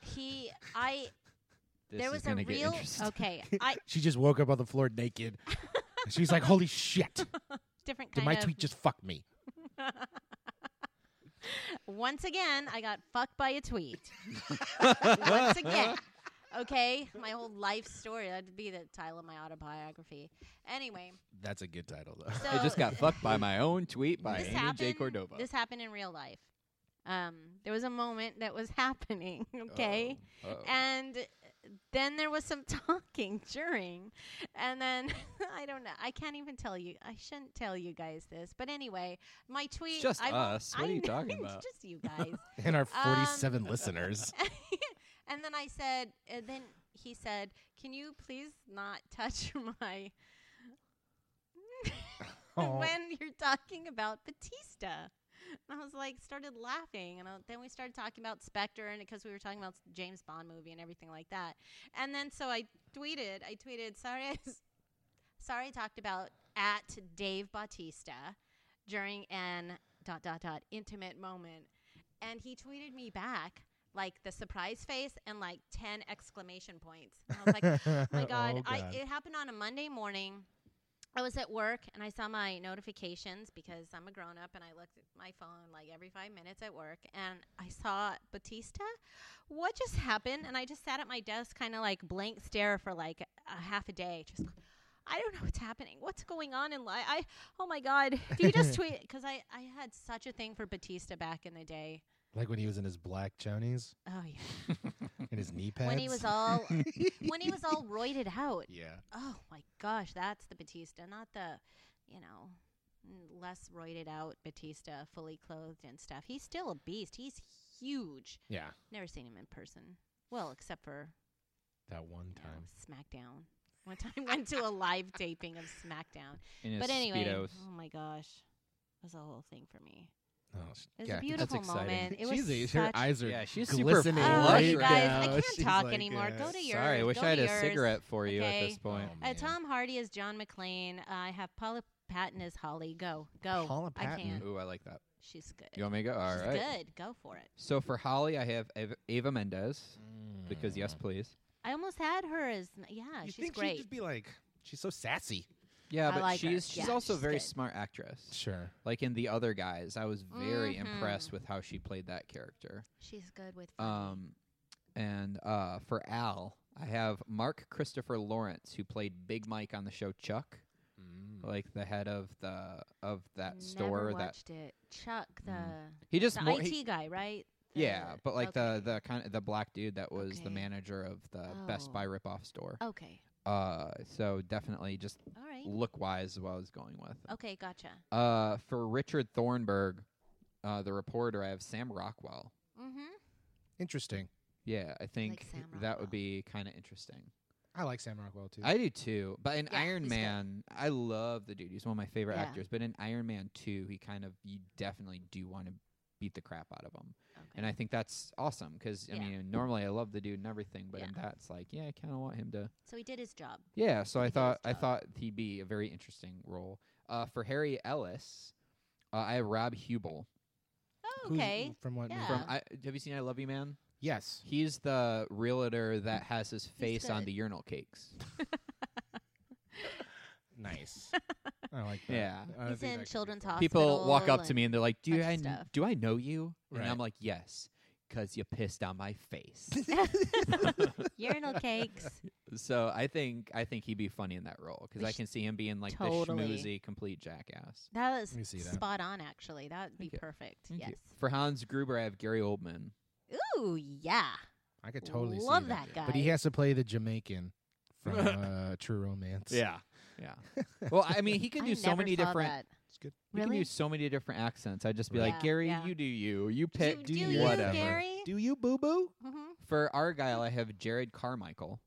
S5: he I
S2: This
S5: there
S2: is
S5: was a
S2: gonna get
S5: real
S2: interesting.
S5: okay I
S3: She just woke up on the floor naked. She's like, "Holy shit!
S5: different
S3: Did
S5: kind
S3: my
S5: of
S3: tweet just fuck me?"
S5: Once again, I got fucked by a tweet. Once again. Okay, my whole life story. That'd be the title of my autobiography. Anyway,
S3: That's a good title, though.
S5: so
S2: I just got fucked by my own tweet by
S5: this
S2: Amy
S5: happened,
S2: J. Cordova.
S5: This happened in real life. Um, there was a moment that was happening.
S2: Oh.
S5: Okay, and uh, then there was some talking during, and then I don't know. I can't even tell you. I shouldn't tell you guys this, but anyway, my tweet.
S2: just
S5: I won't-
S2: us. What are
S5: I
S2: you
S5: know,
S2: talking
S5: it's
S2: about?
S5: Just you guys.
S3: and our
S5: Um,
S3: forty-seven listeners.
S5: and then I said, and then he said, "Can you please not touch my
S3: Aw.
S5: when you're talking about Batista?" And I was like, started laughing, and I, then we started talking about Spectre, and because we were talking about s- James Bond movie and everything like that, and then so I tweeted, I tweeted, sorry, I s- sorry, I talked about at Dave Bautista during an dot dot dot intimate moment, and he tweeted me back like the surprise face and like 10 exclamation points. And I was like, oh my God.
S3: Oh,
S5: I,
S3: God.
S5: it happened on a Monday morning. I was at work and I saw my notifications because I'm a grown up and I looked at my phone like every five minutes at work and I saw Batista. What just happened? And I just sat at my desk, kind of like blank stare for like a half a day. Just, I don't know what's happening. What's going on in life? I, oh my God. Do you just tweet? Because I, I had such a thing for Batista back in the day.
S3: like when he was in his black chonies
S5: Oh, yeah.
S3: and his knee pads.
S5: when he was all when he was all roided out.
S3: yeah.
S5: Oh my gosh, that's the Batista, not the, you know, n- less roided out Batista, fully clothed and stuff. He's still a beast. He's huge.
S3: Yeah.
S5: Never seen him in person. Well, except for
S3: That one
S5: you know,
S3: time.
S5: SmackDown. One time went to a live taping of SmackDown.
S2: In his
S5: but anyway,
S2: Speedos.
S5: oh my gosh, it was a whole thing for me.
S3: Oh,
S5: It was
S3: yeah.
S5: a beautiful
S4: exciting.
S5: moment. It was
S3: Jeez, her
S5: such
S3: eyes are
S2: Yeah, she's super
S3: glistening.
S2: flush
S5: Oh, you
S2: right
S5: guys,
S2: now.
S5: I can't
S3: She's
S5: talk
S3: like,
S5: anymore.
S3: uh,
S5: Go to yours.
S2: Sorry, I wish
S5: go
S2: I had
S5: to
S2: a
S5: yours.
S2: cigarette for you at this
S5: Okay.
S2: point.
S3: Oh,
S5: Uh,
S3: man.
S5: Tom Hardy is John McClane. I have Paula Patton as Holly. Go, go.
S3: Paula
S5: I
S3: Patton.
S5: can't.
S2: Ooh, I like that.
S5: She's good.
S2: You want me to go? All
S5: She's
S2: right.
S5: good. Go for it.
S2: So for Holly, I have Ava, Ava Mendez because yes, please.
S5: I almost had her as yeah.
S3: Mm. You
S5: she's
S3: think she'd
S5: great.
S3: just be like, she's so sassy.
S2: Yeah,
S5: I
S2: but
S5: like her.
S2: she's she's
S5: Yeah,
S2: also a
S5: she's
S2: very
S5: good.
S2: smart actress.
S3: Sure.
S2: Like in the other guys, I was very
S5: Mhm.
S2: impressed with how she played that character.
S5: she's good with. funny.
S2: Um, and uh, for Al, I have Mark Christopher Lawrence who played Big Mike on the show Chuck,
S3: Mm.
S2: like the head of the of that
S5: Never
S2: store. That
S5: watched it. Chuck the
S2: he just
S5: the
S2: more,
S5: IT
S2: he-
S5: guy, right?
S2: Yeah,
S5: The-
S2: but like
S5: okay.
S2: the the kind of the black dude that was the
S5: Okay.
S2: manager of the Best
S5: Oh.
S2: Buy ripoff store.
S5: Okay.
S2: Uh, so definitely just
S5: All right.
S2: look wise is what I was going with.
S5: Okay. Gotcha.
S2: Uh, for Richard Thornburg, uh, the reporter, I have Sam Rockwell.
S5: Mm-hmm.
S3: Interesting.
S2: Yeah, I think
S5: Sam
S2: that would
S5: Rockwell.
S2: be kind of interesting.
S3: I like Sam Rockwell too.
S2: I do too. But in
S5: Yeah,
S2: Iron
S5: he's good.
S2: Man, I love the dude. He's one of my favorite
S5: Yeah.
S2: actors. But in Iron Man 2, he kind of, you definitely do want to beat the crap out of him. And I think that's awesome because, I
S5: Yeah.
S2: mean, normally I love the dude and everything, but
S5: Yeah.
S2: in that's like, yeah, I kind of want him to.
S5: so he did his job.
S2: Yeah, so I
S5: He does
S2: thought I
S5: tough.
S2: thought he'd be a very interesting role. Uh, for Harry Ellis, uh, I have Rob Hubel
S5: Oh,
S3: Who's-
S5: okay.
S3: From what? movie?
S5: Yeah.
S2: from. I, have you seen I Love You Man?
S3: yes.
S2: He's the realtor that has his face on
S5: good.
S2: the urinal cakes.
S3: Nice. I like that.
S2: Yeah.
S3: I
S5: He's
S3: think that could
S5: in
S3: be
S5: Children's
S3: fun.
S2: People walk
S5: Hospital
S2: up to me and they're like, "Do
S5: bunch of
S2: I kn-
S5: stuff.
S2: do I know you?"
S3: Right.
S2: And I'm like, "Yes, because you pissed on my face."
S5: Urinal cakes.
S2: so I think I think he'd be funny in that role because
S5: We
S2: I
S5: should
S2: can see him being like
S5: totally-
S2: the schmoozy complete jackass.
S5: That was
S3: Let me see that.
S5: spot on, actually. That would be
S2: Thank you.
S5: perfect.
S2: Thank you.
S5: yes.
S2: For Hans Gruber, I have Gary Oldman.
S5: Ooh, yeah.
S3: I could totally see
S5: Love
S3: that.
S5: that guy.
S3: But he has to play the Jamaican from uh, True Romance.
S2: Yeah. Well, I mean, he can
S5: I
S2: do so
S5: never
S2: many
S5: saw
S2: different.
S5: that.
S3: It's good.
S2: He can
S5: Really?
S2: do so many different accents. I'd just be
S5: Right.
S2: like,
S5: Yeah,
S2: Gary,
S5: yeah.
S2: you do you. You
S5: Do,
S2: pick
S5: do you,
S2: whatever.
S5: Gary?
S3: Do you boo boo?
S5: Mhm.
S2: For Argyle, I have Jared Carmichael.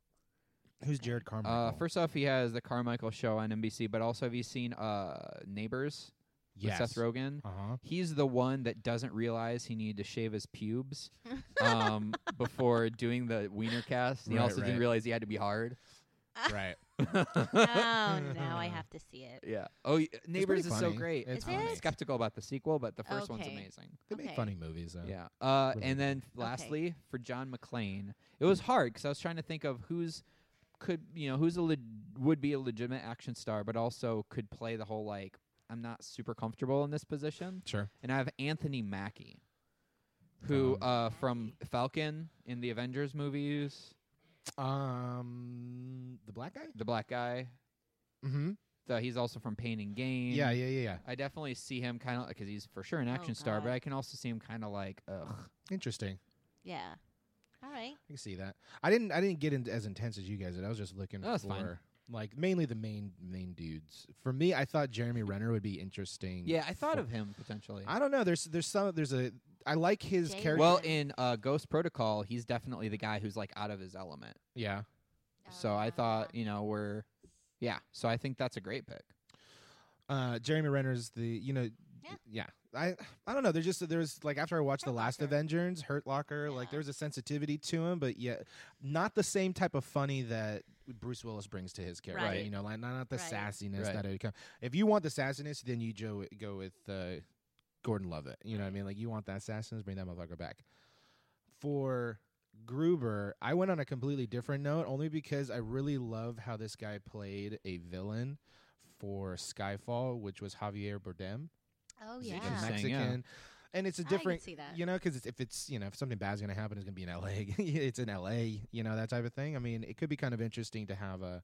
S3: Who's Jared Carmichael?
S2: Uh, first off, he has the Carmichael Show on NBC, but also have you seen uh, Neighbors
S3: yes.
S2: with Seth Rogen?
S3: Uh huh.
S2: He's the one that doesn't realize he needed to shave his pubes um, before doing the wiener cast. And he
S3: Right,
S2: also
S3: right.
S2: didn't realize he had to be hard.
S3: Right.
S5: oh, now I have to see it.
S2: yeah. Oh, y- Neighbors is so
S3: funny.
S2: great.
S3: It's
S5: Is funny. it?
S2: skeptical about the sequel, but the first one's
S5: Okay.
S2: amazing.
S3: They make
S5: Okay.
S3: funny movies though.
S2: Yeah. Uh,
S3: Really
S2: and then f-
S5: Okay.
S2: lastly, for John McClane, it was hard because I was trying to think of who's could you know who's a leg- would be a legitimate action star, but also could play the whole like I'm not super comfortable in this position.
S3: Sure.
S2: And I have Anthony Mackie, who uh, from Falcon in the Avengers movies,
S3: Um, the black guy.
S2: the black guy.
S3: Mm-hmm.
S2: The, he's also from Pain and Gain.
S3: Yeah, yeah, yeah, yeah.
S2: I definitely see him kind of because he's for sure an
S5: Oh,
S2: action star, but
S5: God.
S2: I can also see him kind of like ugh.
S3: Mm, Interesting.
S5: Yeah. All right.
S3: I can see that. I didn't. I didn't get into as intense as you guys did. I was just looking
S2: No, that's
S3: for
S2: fine.
S3: like mainly the main main dudes. For me, I thought Jeremy Renner would be interesting.
S2: Yeah, I thought
S3: for-
S2: of him potentially.
S3: I don't know. There's there's some there's a. I like his
S5: Jay
S3: character.
S2: Well,
S5: Right.
S2: in uh, Ghost Protocol, he's definitely the guy who's like out of his element.
S3: yeah.
S2: So I
S5: Ah.
S2: thought, you know, we're yeah. So I think that's a great pick.
S3: Uh, Jeremy Renner's the you know.
S5: Yeah.
S3: Yeah. I I don't know. There's just there's like after I watched
S5: Hurt
S3: the last
S5: Locker.
S3: Avengers, Hurt Locker, like
S5: Yeah.
S3: there was a sensitivity to him, but yet not the same type of funny that Bruce Willis brings to his character.
S5: Right.
S3: You know, like not, not the
S5: Right.
S3: sassiness
S2: Right.
S3: that it come. If you want the sassiness, then you jo- go with uh, Gordon Lovett. You know what I mean? Like you want that sassiness, bring that motherfucker back. For Gruber, I went on a completely different note only because I really love how this guy played a villain for Skyfall, which was Javier Bardem,
S5: Oh
S3: He's
S5: yeah.
S3: a
S2: Interesting.
S3: Mexican. And it's a
S5: I can
S3: different,
S5: see that.
S3: you know, because if it's, you know, if something bad's going to happen, it's going to be in LA. it's in LA, you know, that type of thing. I mean, it could be kind of interesting to have a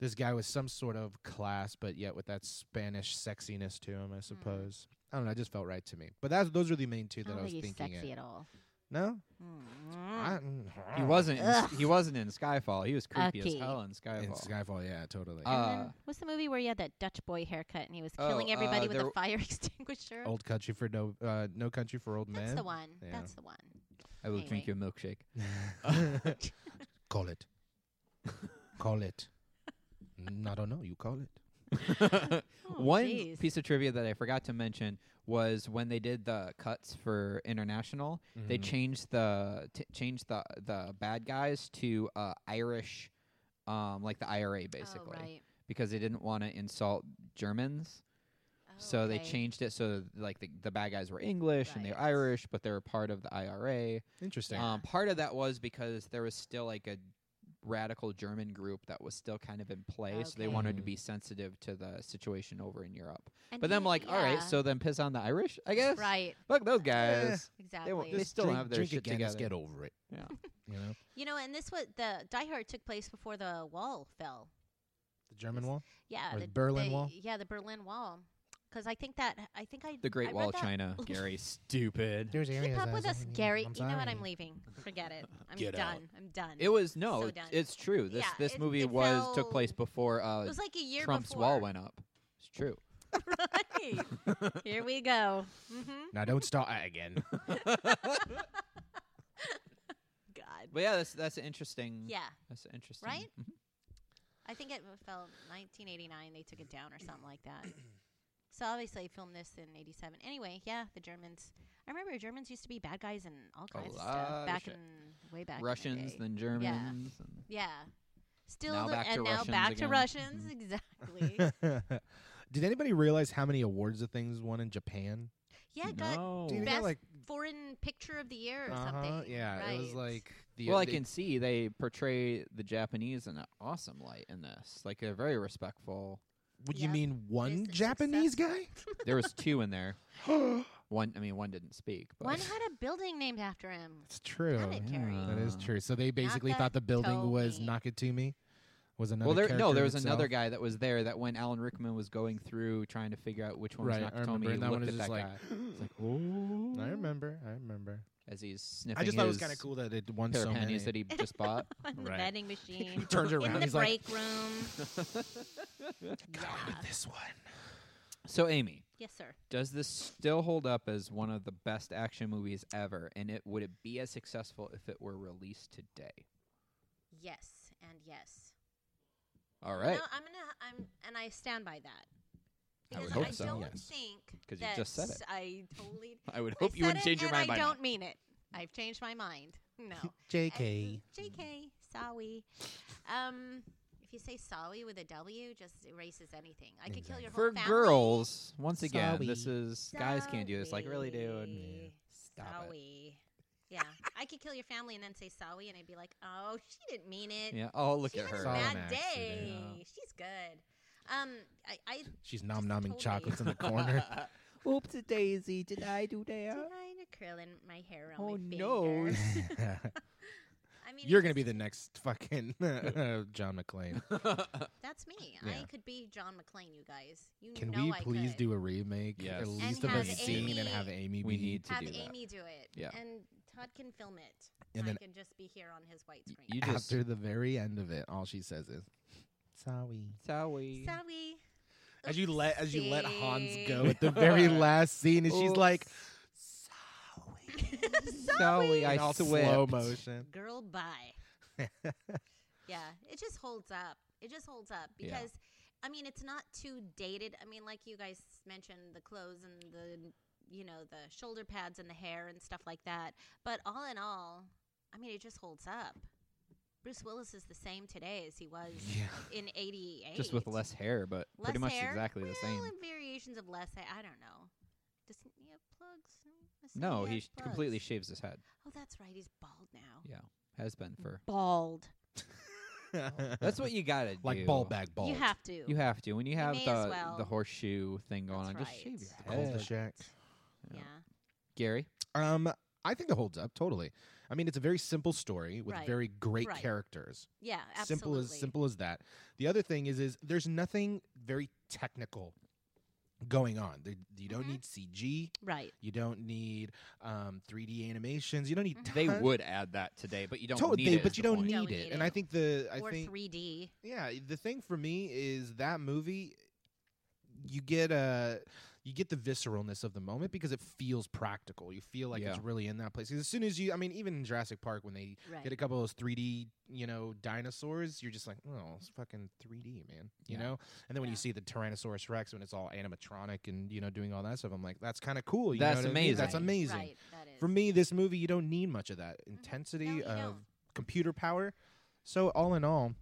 S3: this guy with some sort of class, but yet with that Spanish sexiness to
S5: Mm-hmm.
S3: him, I suppose. I don't know. It just felt right to me. But that's, those are the main two
S5: I
S3: that
S5: don't
S3: I, was
S5: think he's
S3: thinking.
S5: sexy
S3: of.
S5: at all.
S3: No?
S5: Mm.
S3: I- mm,
S2: He wasn't. In, he wasn't in Skyfall. He was creepy as
S5: Okay.
S2: hell in Skyfall.
S3: In Skyfall, yeah, totally.
S2: Uh,
S5: And then, what's the movie where he had that Dutch boy haircut and he was
S2: Oh,
S5: killing everybody
S2: uh,
S5: with
S2: there-
S5: a fire extinguisher?
S3: Old country for no, uh, no country for old
S5: That's
S3: men.
S5: the one.
S3: Yeah.
S5: That's the one.
S2: I will drink
S5: anyway.
S2: you a milkshake.
S3: call it. call it. Mm, I don't know. You call it.
S5: Oh,
S2: One
S5: jeez.
S2: piece of trivia that I forgot to mention was when they did the cuts for international,
S3: Mm-hmm.
S2: they changed the t- changed the the bad guys to uh, Irish, um, like the IRA basically,
S5: Oh, right. Oh,
S2: because they didn't want to insult Germans. So they
S5: Okay.
S2: changed it so like the, the bad guys were English and they're
S5: Right.
S2: Irish, but they were part of the IRA.
S3: Interesting.
S2: Um, part of that was because there was still like a radical German group that was still kind of in play, so they wanted to
S3: Mhm.
S2: be sensitive to the situation over in Europe.
S5: And
S2: But then I'm
S5: he-
S2: like, all right,
S5: yeah.
S2: so then piss on the Irish, I guess.
S5: right,
S2: Fuck those guys.
S5: exactly.
S2: They won't- they still
S3: drink,
S2: have their
S3: drink
S2: shit
S3: again.
S2: together.
S3: Let's get over it.
S2: Yeah.
S3: You know
S5: You know, and this was the Die Hard took place before the wall fell.
S3: the German wall.
S5: Yeah,
S3: Or the Berlin Wall?
S5: Yeah, the Berlin Wall. Because I think that I think I
S2: The Great
S5: I
S2: Wall
S5: read
S2: of
S5: that-
S2: China, Gary, stupid.
S3: There's
S5: Keep up with us, Gary. you know what? I'm leaving. Forget it. I'm
S4: Get
S5: done.
S4: out.
S5: I'm done.
S2: It was no,
S5: So
S2: it's-
S5: done.
S2: it's true. This
S5: Yeah,
S2: this
S5: it-
S2: movie
S5: it
S2: was took
S5: fell-
S2: place before
S5: It
S2: uh,
S5: was like a year
S2: Trump's
S5: before.
S2: wall went up. It's true.
S5: right. Here we go. hmm
S3: Now don't start again.
S5: God.
S2: But yeah, that's that's interesting.
S5: Yeah.
S2: that's interesting.
S5: Right?
S2: Mhm.
S5: I think it fell 1989. They took it down or something like that. So obviously, they filmed this in '87. Anyway, yeah, the Germans. I remember Germans used to be bad guys and all kinds of
S2: lot
S5: stuff
S2: of
S5: back
S2: shit.
S5: in way back. in the
S2: Russians,
S5: day.
S2: then Germans. and-
S5: yeah, still
S2: Now
S5: the-
S2: back to
S5: and now
S2: Russians
S5: back to
S2: again.
S5: Russians exactly.
S3: Did anybody realize how many awards the things won in Japan?
S5: yeah, it got
S2: no.
S3: Do you think
S5: Oh. best
S3: that, like
S5: foreign picture of the year or
S3: uh-huh,
S5: something.
S3: yeah, it was
S5: right.
S3: like the
S2: Well, I
S3: the-
S2: can see they portray the Japanese in an awesome light in this. Like they're very respectful.
S3: Would you
S5: Yeah.
S3: mean one
S5: Is it
S3: Japanese
S5: successful?
S2: There was two in there. One, I mean, one didn't speak. But
S5: one had a building named after him.
S3: It's true.
S5: Damn it, Carrie.
S3: That is
S2: Uh,
S3: true. So they basically
S5: Naka
S3: thought the building was
S5: Tomy.
S3: Nakatomi. Was another
S2: well, there no,
S3: character
S2: there was
S3: itself.
S2: another guy that was there that when Alan Rickman was going through trying to figure out which one
S3: Right,
S2: was
S3: I remember.
S2: Nakatomi, he
S3: and that one
S2: looked
S3: is
S2: at
S3: just
S2: that
S3: like,
S2: guy. It's like, oh,
S3: I remember. I remember.
S2: As he's sniffing
S3: I just thought it was
S2: his
S3: kind of cool that it won
S2: pair
S3: so
S2: of
S3: many.
S2: pennies that he just bought.
S5: On the
S4: Right.
S5: vending machine.
S3: He turns
S5: in
S3: around.
S5: the
S3: He's like,
S5: break room. yeah.
S3: "This one."
S2: So, Amy,
S5: Yes, sir.
S2: does this still hold up as one of the best action movies ever? And it would it be as successful if it were released today?
S5: Yes, and yes.
S2: All right,
S5: No, I'm gonna. I'm and I stand by that.
S2: I would
S5: Because
S2: hope
S5: I
S2: so.
S5: don't
S3: Yes.
S5: think
S2: 'Cause you
S5: that
S2: just said it.
S5: I totally.
S2: I would
S5: I
S2: hope you
S5: said
S2: wouldn't
S5: it
S2: change your
S5: and
S2: mind
S5: I
S2: by now.
S5: don't mean it. I've changed my mind. No.
S3: Jk.
S5: Uh, Jk. Sawi. Um, if you say Sawi with a W, just erases anything. I could kill your whole
S2: For
S5: family.
S2: girls, once again, this
S3: Sorry.
S2: is guys can't do this. Like, really, dude?
S5: Sawi.
S2: Stop it.
S5: Sawi. Yeah, I could kill your family and then say Sawi, and I'd be like, "Oh, she didn't mean it.
S2: Yeah. Oh, look
S5: she
S2: at
S5: had
S2: her.
S5: a
S3: Saw
S5: bad
S3: an
S5: day.
S3: accident.
S5: She's good." Um, I, I
S3: She's
S5: Just
S3: nom nomming
S5: totally.
S3: chocolates in the corner.
S2: Oops, Daisy, did I do
S5: Did
S2: that?
S5: I curl in my hair on
S2: Oh,
S5: my finger?
S2: no.
S5: I mean,
S3: You're gonna
S5: it's-
S3: be the next fucking John McClane.
S5: That's me. I
S3: Yeah.
S5: could be John McClane, you guys. You
S3: Can
S5: know
S3: we
S5: I
S3: please
S5: could.
S3: do a remake,
S2: Yes.
S3: at
S2: And
S3: least of a
S5: have
S3: scene, and
S5: Amy-
S3: have Amy?
S2: We
S3: be-
S2: need to
S5: have
S2: do that.
S5: Amy do it?
S2: Yeah.
S5: And Todd can film it.
S3: And
S5: And I
S3: then-
S5: can just be here on his white
S2: Y-
S5: screen.
S2: You just
S3: after the very end of it. All she says is, "Sorry."
S2: Sorry.
S5: Sorry.
S3: As you let as you let Hans go
S5: Oopsie.
S3: at the very last scene, and she's
S2: Oops.
S3: like,
S2: Sorry,
S3: in
S2: I
S3: all slow
S2: swept.
S3: motion.
S5: Girl, bye. yeah, it just holds up. It just holds up
S2: Yeah.
S5: because, I mean, it's not too dated. I mean, like you guys mentioned, the clothes and the, you know, the shoulder pads and the hair and stuff like that. But all in all, I mean, it just holds up. Bruce Willis is the same today as he was in '88.
S2: Just with less hair, but
S5: Less
S2: pretty much
S5: hair?
S2: exactly
S5: well,
S2: the same.
S5: variations of less hair. I don't know. Does he have plugs? Must say
S2: No, he
S5: has
S2: sh- completely
S5: plugs.
S2: shaves his head.
S5: Oh, that's right. He's bald now.
S2: Yeah, has been
S5: Mm.
S2: for.
S5: Bald.
S2: That's what you gotta do.
S3: like ball bag ball.
S5: You have to.
S2: You have to when you have
S5: may
S2: the
S5: as well.
S2: the horseshoe thing going
S5: That's
S2: on. Just shave
S5: right.
S2: your
S3: Hold
S2: head,
S3: the shack.
S5: Yeah.
S2: Gary.
S3: Um, I think it holds up totally. I mean, it's a very simple story with
S5: Right.
S3: very great
S5: Right.
S3: characters.
S5: Yeah. Absolutely.
S3: Simple as simple as that. The other thing is, is there's nothing very technical going on. There, you don't
S5: Mhm.
S3: need CG.
S5: Right.
S3: You don't need um, 3D animations. You don't need.
S2: They
S3: ton-
S2: would add that today, but you don't
S3: Totally,
S2: need it.
S3: but you don't need,
S5: Mm-hmm. Don't
S3: it.
S5: need
S3: And
S5: it.
S3: I think the I
S5: or
S3: think
S5: 3D.
S3: Yeah, the thing for me is that movie you get a you get the visceralness of the moment because it feels practical. You feel like it's
S2: Yeah.
S3: really in that place. 'Cause as soon as you I mean even in Jurassic Park when they
S5: Right.
S3: get a couple of those 3D, you know, dinosaurs, you're just like, "Oh, it's fucking 3D, man." You
S2: Yeah.
S3: know? And then when
S5: Yeah.
S3: you see the Tyrannosaurus Rex when it's all animatronic and you know doing all that stuff, I'm like, "That's kind of cool." You know
S2: That's
S3: what I mean? That's
S2: Right.
S3: amazing.
S5: Right. That is.
S3: For me, this movie you don't need much of that intensity
S5: Mm-hmm. you
S3: of
S5: don't.
S3: computer power. So all in all,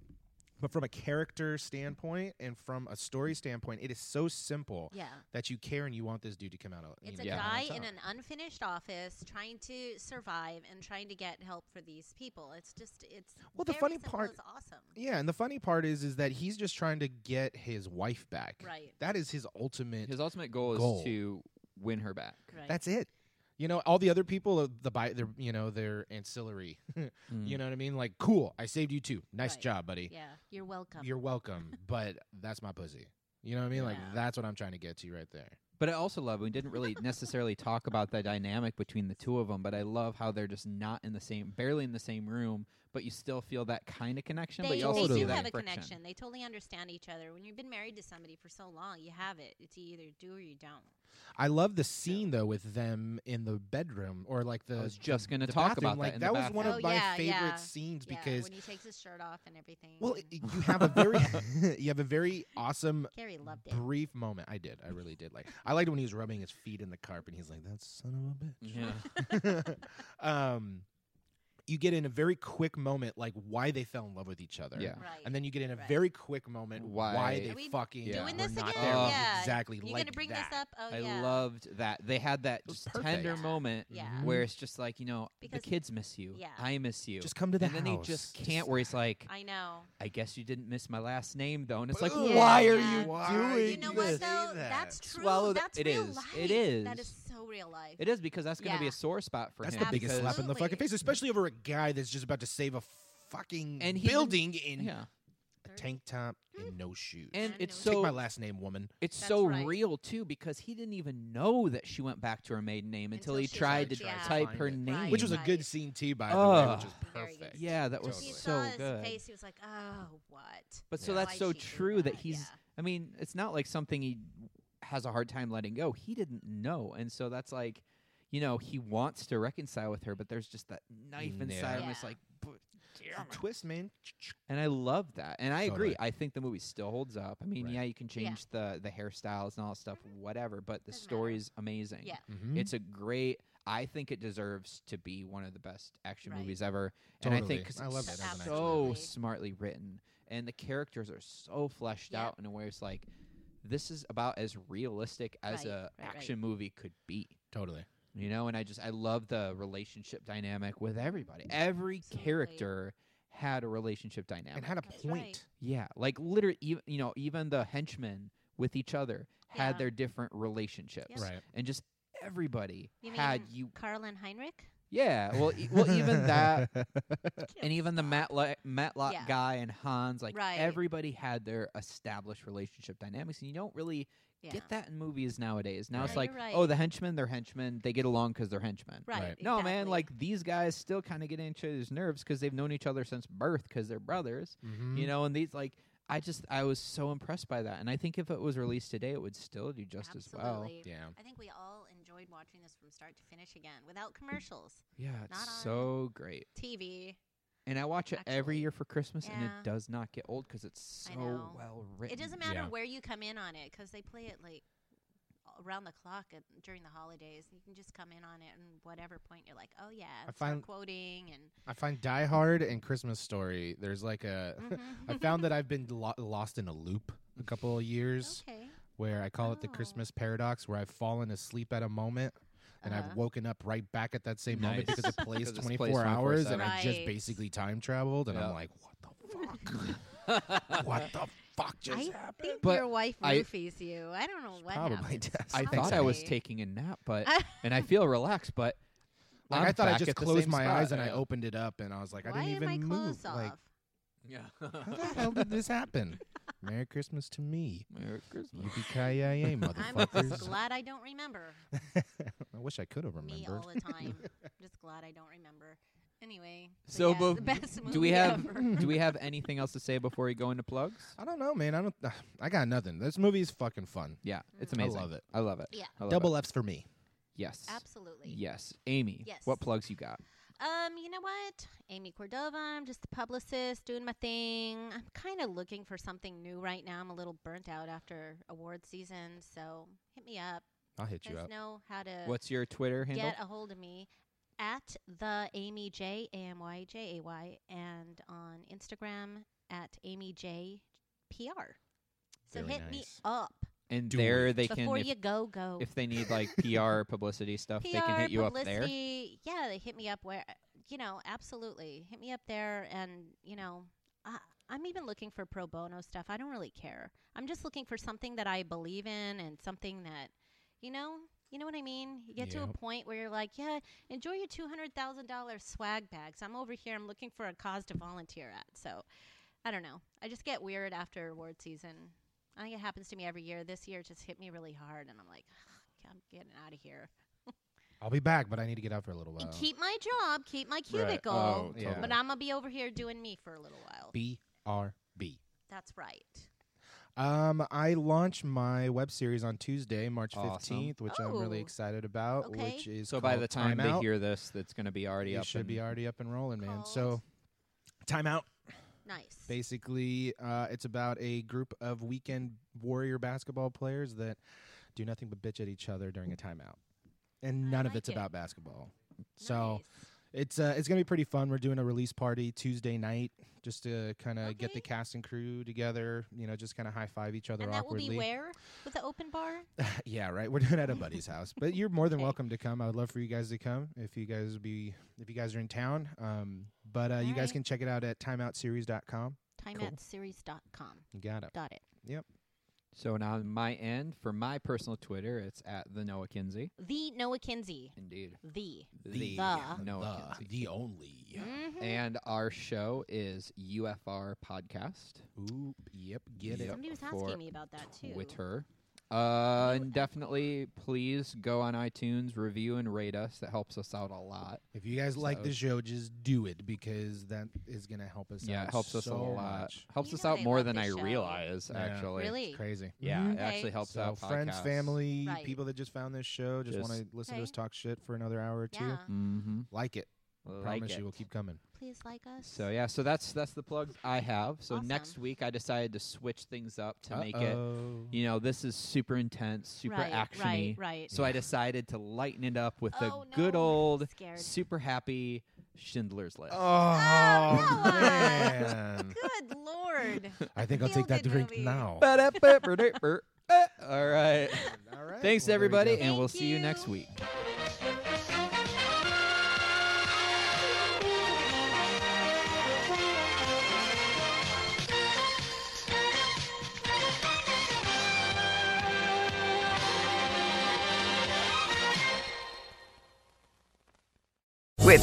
S3: but from a character standpoint and from a story standpoint, it is so simple
S5: Yeah.
S3: that you care and you want this dude to come out. al- you
S5: It's
S3: know,
S5: a
S3: come out
S5: guy
S3: on top.
S5: in an unfinished office trying to survive and trying to get help for these people. It's just it's
S3: Well, the
S5: very
S3: funny
S5: simple,
S3: part-
S5: it's awesome.
S3: yeah, and the funny part is, is that he's just trying to get his wife back.
S5: Right.
S3: That is his ultimate.
S2: His ultimate goal is
S3: Goal.
S2: to win her back.
S5: Right.
S3: that's it. You know, all the other people, uh, the by, their, you know, their ancillary.
S2: Mm.
S3: You know what I mean? Like, cool, I saved you too. Nice
S5: Right.
S3: job, buddy.
S5: yeah. You're welcome.
S3: You're welcome, but that's my pussy. You know what I mean? Like
S5: Yeah.
S3: that's what I'm trying to get to right there.
S2: But I also love we didn't really necessarily talk about the dynamic between the two of them, but I love how they're just not in the same, barely in the same room, but you still feel that kind of connection. but
S5: They,
S2: you
S5: they
S2: also
S5: do
S2: feel that
S5: have a
S2: friction.
S5: connection. They totally understand each other. When you've been married to somebody for so long, you have it. It's you either do or you don't.
S3: I love the scene though with them in the bedroom or like the.
S2: I was just
S3: the-
S2: gonna
S3: the
S2: talk
S3: bathroom.
S2: about that
S3: Like
S2: in the
S3: that was one of
S5: bathroom. Oh,
S3: my
S5: yeah,
S3: favorite
S5: yeah.
S3: scenes
S5: Yeah,
S3: because
S5: when he takes his shirt off and everything.
S3: well, it- you have a very you have a very awesome
S5: Carrie
S2: Mm.
S5: loved it.
S3: brief moment. I did. I really did. Like I liked when he was rubbing his feet in the carpet. and He's like, "That son of a bitch."
S2: Yeah.
S3: um, you get in a very quick moment, like why they fell in love with each other.
S2: Yeah.
S5: Right.
S3: And then you get in a
S5: Right.
S3: very quick moment why,
S2: Why-
S3: they
S5: Are we
S3: fucking
S2: doing
S3: were
S5: this
S3: not
S5: again?
S3: there.
S5: Yeah.
S3: Exactly.
S5: you
S3: like
S5: gonna bring
S3: that.
S5: this up? Oh
S2: I
S5: yeah.
S2: loved that. They had that
S3: was
S2: just tender
S3: perfect.
S2: moment
S5: Yeah.
S2: Mm-hmm. where it's just like, you know,
S5: Because-
S2: the kids miss you.
S5: yeah.
S2: I miss you.
S3: Just come to the
S2: and then
S3: house.
S2: he just can't where he's like,
S5: I know.
S2: I guess you didn't miss my last name though. And it's like,
S5: Yeah,
S2: why are
S5: yeah.
S2: you
S3: Why
S2: doing
S5: You know
S3: you
S2: this?
S5: what
S3: say
S5: though?
S3: that.
S5: That's true.
S2: Swallow th-
S5: that's
S2: it
S5: real
S2: is.
S5: life.
S2: It
S5: That
S2: is.
S5: is so real life.
S2: It is because that's going to be
S5: Yeah.
S2: a sore spot for
S3: That's
S2: him.
S3: the biggest slap in the fucking
S5: Absolutely.
S3: face, especially over a guy that's just about to save a fucking
S2: And he
S3: building in
S2: Yeah.
S3: a tank top and no shoes.
S2: And
S5: I
S2: it's
S5: know.
S3: Take
S2: so
S3: my last name, woman.
S2: It's
S5: That's
S2: so
S5: right.
S2: real too because he didn't even know that she went back to her maiden name until,
S5: Until
S2: he
S5: she
S2: tried to
S5: tried to
S2: type
S3: find
S2: her
S3: it.
S2: name,
S3: Which was a
S5: Right.
S3: good scene too, by the way,
S2: Ugh.
S3: which is
S5: Very good
S3: perfect.
S5: scene.
S2: Yeah, that was
S5: When he
S3: Totally.
S5: saw
S2: so
S5: his
S2: good.
S5: face, he was like, "Oh, what?"
S2: But so
S3: Yeah.
S2: that's
S5: Why'd
S2: so
S5: she do
S2: true that
S5: that?
S2: he's.
S5: Yeah.
S2: I mean, it's not like something he has a hard time letting go. He didn't know, and so that's like, you know, he wants to reconcile with her, but there's just that
S3: Mm,
S2: knife inside him.
S5: Yeah.
S2: It's like, "But
S3: It's a
S2: damn it."
S3: twist, man.
S2: and I love that, and I
S3: Totally.
S2: agree. I think the movie still holds up. I mean,
S3: Right.
S2: yeah, you can change the the hairstyles and all that stuff, whatever, but the
S5: Doesn't matter.
S2: story is amazing.
S5: Yeah.
S3: Mhm.
S2: It's a great. I think it deserves to be one of the best action
S5: Right.
S2: movies ever, and I think
S3: Totally.
S2: 'cause
S3: I
S2: it's
S3: love it as
S5: an action
S2: so
S5: movie.
S2: smartly written, and the characters are so fleshed
S5: Yeah.
S2: out in a way it's like this is about as realistic as
S5: Right,
S2: a
S5: right, right.
S2: action movie could be.
S3: Totally.
S2: You know, and I just I love the relationship dynamic with everybody. Every
S5: Absolutely.
S2: character had a relationship dynamic.
S3: And had a
S5: That's
S3: point.
S5: right.
S2: yeah, like literally, even, you know, even the henchmen with each other had
S5: Yeah.
S2: their different relationships,
S3: Right.
S2: and just everybody
S5: You
S2: had
S5: mean
S2: you
S5: Carl and Heinrich.
S2: yeah, well, e- well, even that, Uh, and
S5: Can't
S2: even the
S5: stop.
S2: Matlock, Matlock
S5: Yeah.
S2: guy and Hans, like
S5: Right.
S2: everybody had their established relationship dynamics, and you don't really
S5: Yeah.
S2: get that in movies nowadays. Now it's
S5: Right.
S2: like,
S5: You're
S2: oh,
S5: right.
S2: the henchmen, they're henchmen, they get along because they're henchmen.
S5: Right.
S3: Right.
S2: No, man,
S5: exactly.
S2: like these guys still kind of get into each other's nerves because they've known each other since birth because they're brothers,
S3: Mm-hmm.
S2: you know, and these like. I just I was so impressed by that, and I think if it was released today, it would still do just as well.
S5: Absolutely.
S3: Yeah.
S5: I think we all enjoyed watching this from start to finish again without commercials.
S2: Yeah,
S5: Not
S2: it's
S5: on-
S2: so great.
S5: TV.
S2: And I watch it every
S5: Actually.
S2: year for Christmas, and it
S5: Yeah.
S2: does not get old because it's
S5: I
S2: so
S5: know.
S2: well written.
S5: It doesn't matter
S3: Yeah.
S5: where you come in on it because they play it like around the clock at, during the holidays. You can just come in on it and whatever point you're like, oh yeah, it's
S3: find-
S5: quoting and
S3: I find Die Hard and Christmas Story. There's like a.
S5: Mm-hmm.
S3: I found that I've been lo- lost in a loop a couple of years
S5: okay,
S3: where I call it the
S5: Oh.
S3: Christmas paradox, where I've fallen asleep at a moment and I've
S5: Uh-huh.
S3: woken up right back at that same moment
S2: Nice.
S3: because it plays
S2: 'Cause it's
S3: 24
S2: plays 24
S3: hours and I just
S5: Right.
S3: basically time traveled and I'm
S2: Yeah.
S3: like, what the fuck? what the fuck just
S5: I
S3: happened?
S5: think
S2: But
S5: your wife
S2: I-
S5: roofies you. I don't know what
S3: Probably
S5: happens.
S3: does.
S2: I
S3: think
S2: thought
S3: so.
S2: I was
S5: Probably.
S2: taking a nap, but and I feel relaxed, but
S3: Like
S2: I'm
S3: I thought I
S2: back
S3: just
S2: at the
S3: closed
S2: same
S3: my
S2: spot.
S3: eyes and I
S2: Yeah.
S3: opened it up and I was like, I
S5: Why
S3: didn't
S5: are
S3: even
S5: my
S3: move.
S5: clothes
S3: Like,
S5: off?
S2: yeah.
S3: how the hell did this happen? Merry Christmas to me.
S2: Merry Christmas.
S3: Yippee ki yay,
S5: I'm just
S3: motherfuckers!
S5: glad I don't remember
S3: I wish I could have
S5: me
S3: remembered.
S5: all the time. just glad I don't remember. Anyway,
S2: So,
S5: yeah, it's
S2: Bo-
S5: the best movie
S2: Do we have
S5: ever.
S2: do we have anything else to say before we go into plugs?
S3: I don't know, man. I don't. I got nothing. This movie is fucking fun.
S2: Yeah, it's
S3: I
S2: amazing.
S3: love it.
S2: I love it.
S5: Yeah.
S2: I love
S3: Double
S2: it.
S3: F's for me.
S2: Yes.
S5: Absolutely.
S2: Yes, Amy.
S5: Yes.
S2: What plugs you got?
S5: Um, you know what? Amy Cordova, I'm just a publicist doing my thing. I'm kind of looking for something new right now. I'm a little burnt out after award season, so hit me up.
S3: I'll hit
S5: You
S3: you
S5: guys
S3: up.
S5: know how to
S2: What's your Twitter handle?
S5: Uh, get a hold of me at the Amy J A M Y J A Y and on Instagram at Amy J P R. So
S3: Very
S5: hit me
S3: nice.
S5: up
S2: and
S3: Do
S2: there
S3: it.
S2: they
S5: before
S2: can if,
S5: you go go.
S2: if they need like PR publicity stuff,
S5: PR
S2: they can hit you up there.
S5: publicity, Yeah, they hit me up where you know, absolutely. Hit me up there and, you know, I I'm even looking for pro bono stuff. I don't really care. I'm just looking for something that I believe in and something that, you know, you know what I mean? You get to a
S3: Yep.
S5: point where you're like, yeah, enjoy your $200,000 swag bags. I'm over here. I'm looking for a cause to volunteer at. So, I don't know. I just get weird after award season. I think it happens to me every year. This year it just hit me really hard and I'm like, I'm getting out of here.
S3: I'll be back, but I need to get out for a little while.
S5: Keep my job, keep my cubicle,
S2: Oh,
S3: Yeah.
S2: totally.
S5: but I'm gonna be over here doing me for a little while.
S3: B R B.
S5: That's right.
S3: Um, I launch my web series on Tuesday, March
S2: Awesome.
S3: fifteenth, which I'm really
S5: Oh.
S3: excited about.
S5: Okay.
S3: Which is
S2: So by
S3: called
S2: the time they
S3: Out.
S2: hear this, that's going to be already
S3: it
S2: up.
S3: should
S2: and-
S3: be already up and rolling, man.
S5: Called-
S3: So, time out.
S5: Nice.
S3: Basically, uh, it's about a group of weekend warrior basketball players that do nothing but bitch at each other during a timeout, and
S5: I
S3: none of
S5: like
S3: it's
S5: it.
S3: about basketball. So
S5: Nice.
S3: it's uh, it's gonna be pretty fun. We're doing a release party Tuesday night just to kind of get
S5: Okay.
S3: the cast and crew together. You know, just kind of high five each other
S5: and that will
S3: awkwardly.
S5: be where with the open bar.
S3: yeah, right. We're doing it at a buddy's house, but you're more than
S5: Okay.
S3: welcome to come. I would love for you guys to come if you guys would be if you guys are in town. Um, but uh, you guys
S5: Alright.
S3: can check it out at timeoutseries.com.
S5: Timeoutseries.com.
S3: You got it.
S5: Got it.
S2: So now on my end, for my personal Twitter, it's at the Noah Kinsey.
S5: The Noah Kinsey.
S2: Indeed.
S5: The.
S2: The,
S5: The.
S2: Noah Kinsey.
S4: the only.
S5: Mhm.
S2: And our show is UFR Podcast.
S3: Ooh, yep, get
S2: Yep.
S3: it.
S5: Somebody was
S2: for
S5: asking me about that too.
S2: Twitter. Uh, and definitely, please go on iTunes, review and rate us. That helps us out a lot.
S3: If you guys like
S2: So-
S3: the show, just do it because that is gonna help us.
S2: yeah,
S3: out
S2: it helps us
S3: so
S2: a lot.
S3: much.
S2: Helps
S5: You
S2: us
S5: know
S2: out
S5: they
S2: more
S5: love
S2: than
S5: this
S2: I
S5: show.
S2: realize,
S3: Yeah.
S2: actually.
S5: Really? Mm-hmm.
S3: It's crazy.
S2: Yeah,
S3: Mhm.
S2: it actually
S5: Okay.
S2: helps
S3: so
S2: out
S3: friends,
S2: podcasts.
S3: family,
S5: Right.
S3: people that just found this show, just,
S2: Just-
S3: want to listen to us
S5: Okay.
S3: talk shit for another hour or two.
S5: Yeah.
S2: Mm-hmm.
S3: Like it.
S2: Like
S3: Promise
S2: it.
S3: you, we'll keep coming.
S5: Please like us.
S2: So yeah, so that's that's the plugs I have. So
S5: Awesome.
S2: next week I decided to switch things up to make it.
S3: Uh-oh.
S2: You know, this is super intense, super
S5: right,
S2: actiony.
S5: Right. Right.
S2: So I decided to lighten it up with the
S5: Oh,
S2: good
S5: no.
S2: old
S5: Scared.
S2: super happy Schindler's List.
S3: Oh,
S5: Noah!
S3: man.
S5: Good lord.
S3: I think I'll take that
S5: Feel-good
S3: drink
S5: movie.
S3: now. All
S2: Ba-da-ba-ba-da-ba. Eh, All right.
S3: right.
S2: Thanks
S3: well, there you
S2: everybody,
S3: go.
S2: and we'll
S5: Thank
S2: see you
S5: you.
S2: next week.
S6: With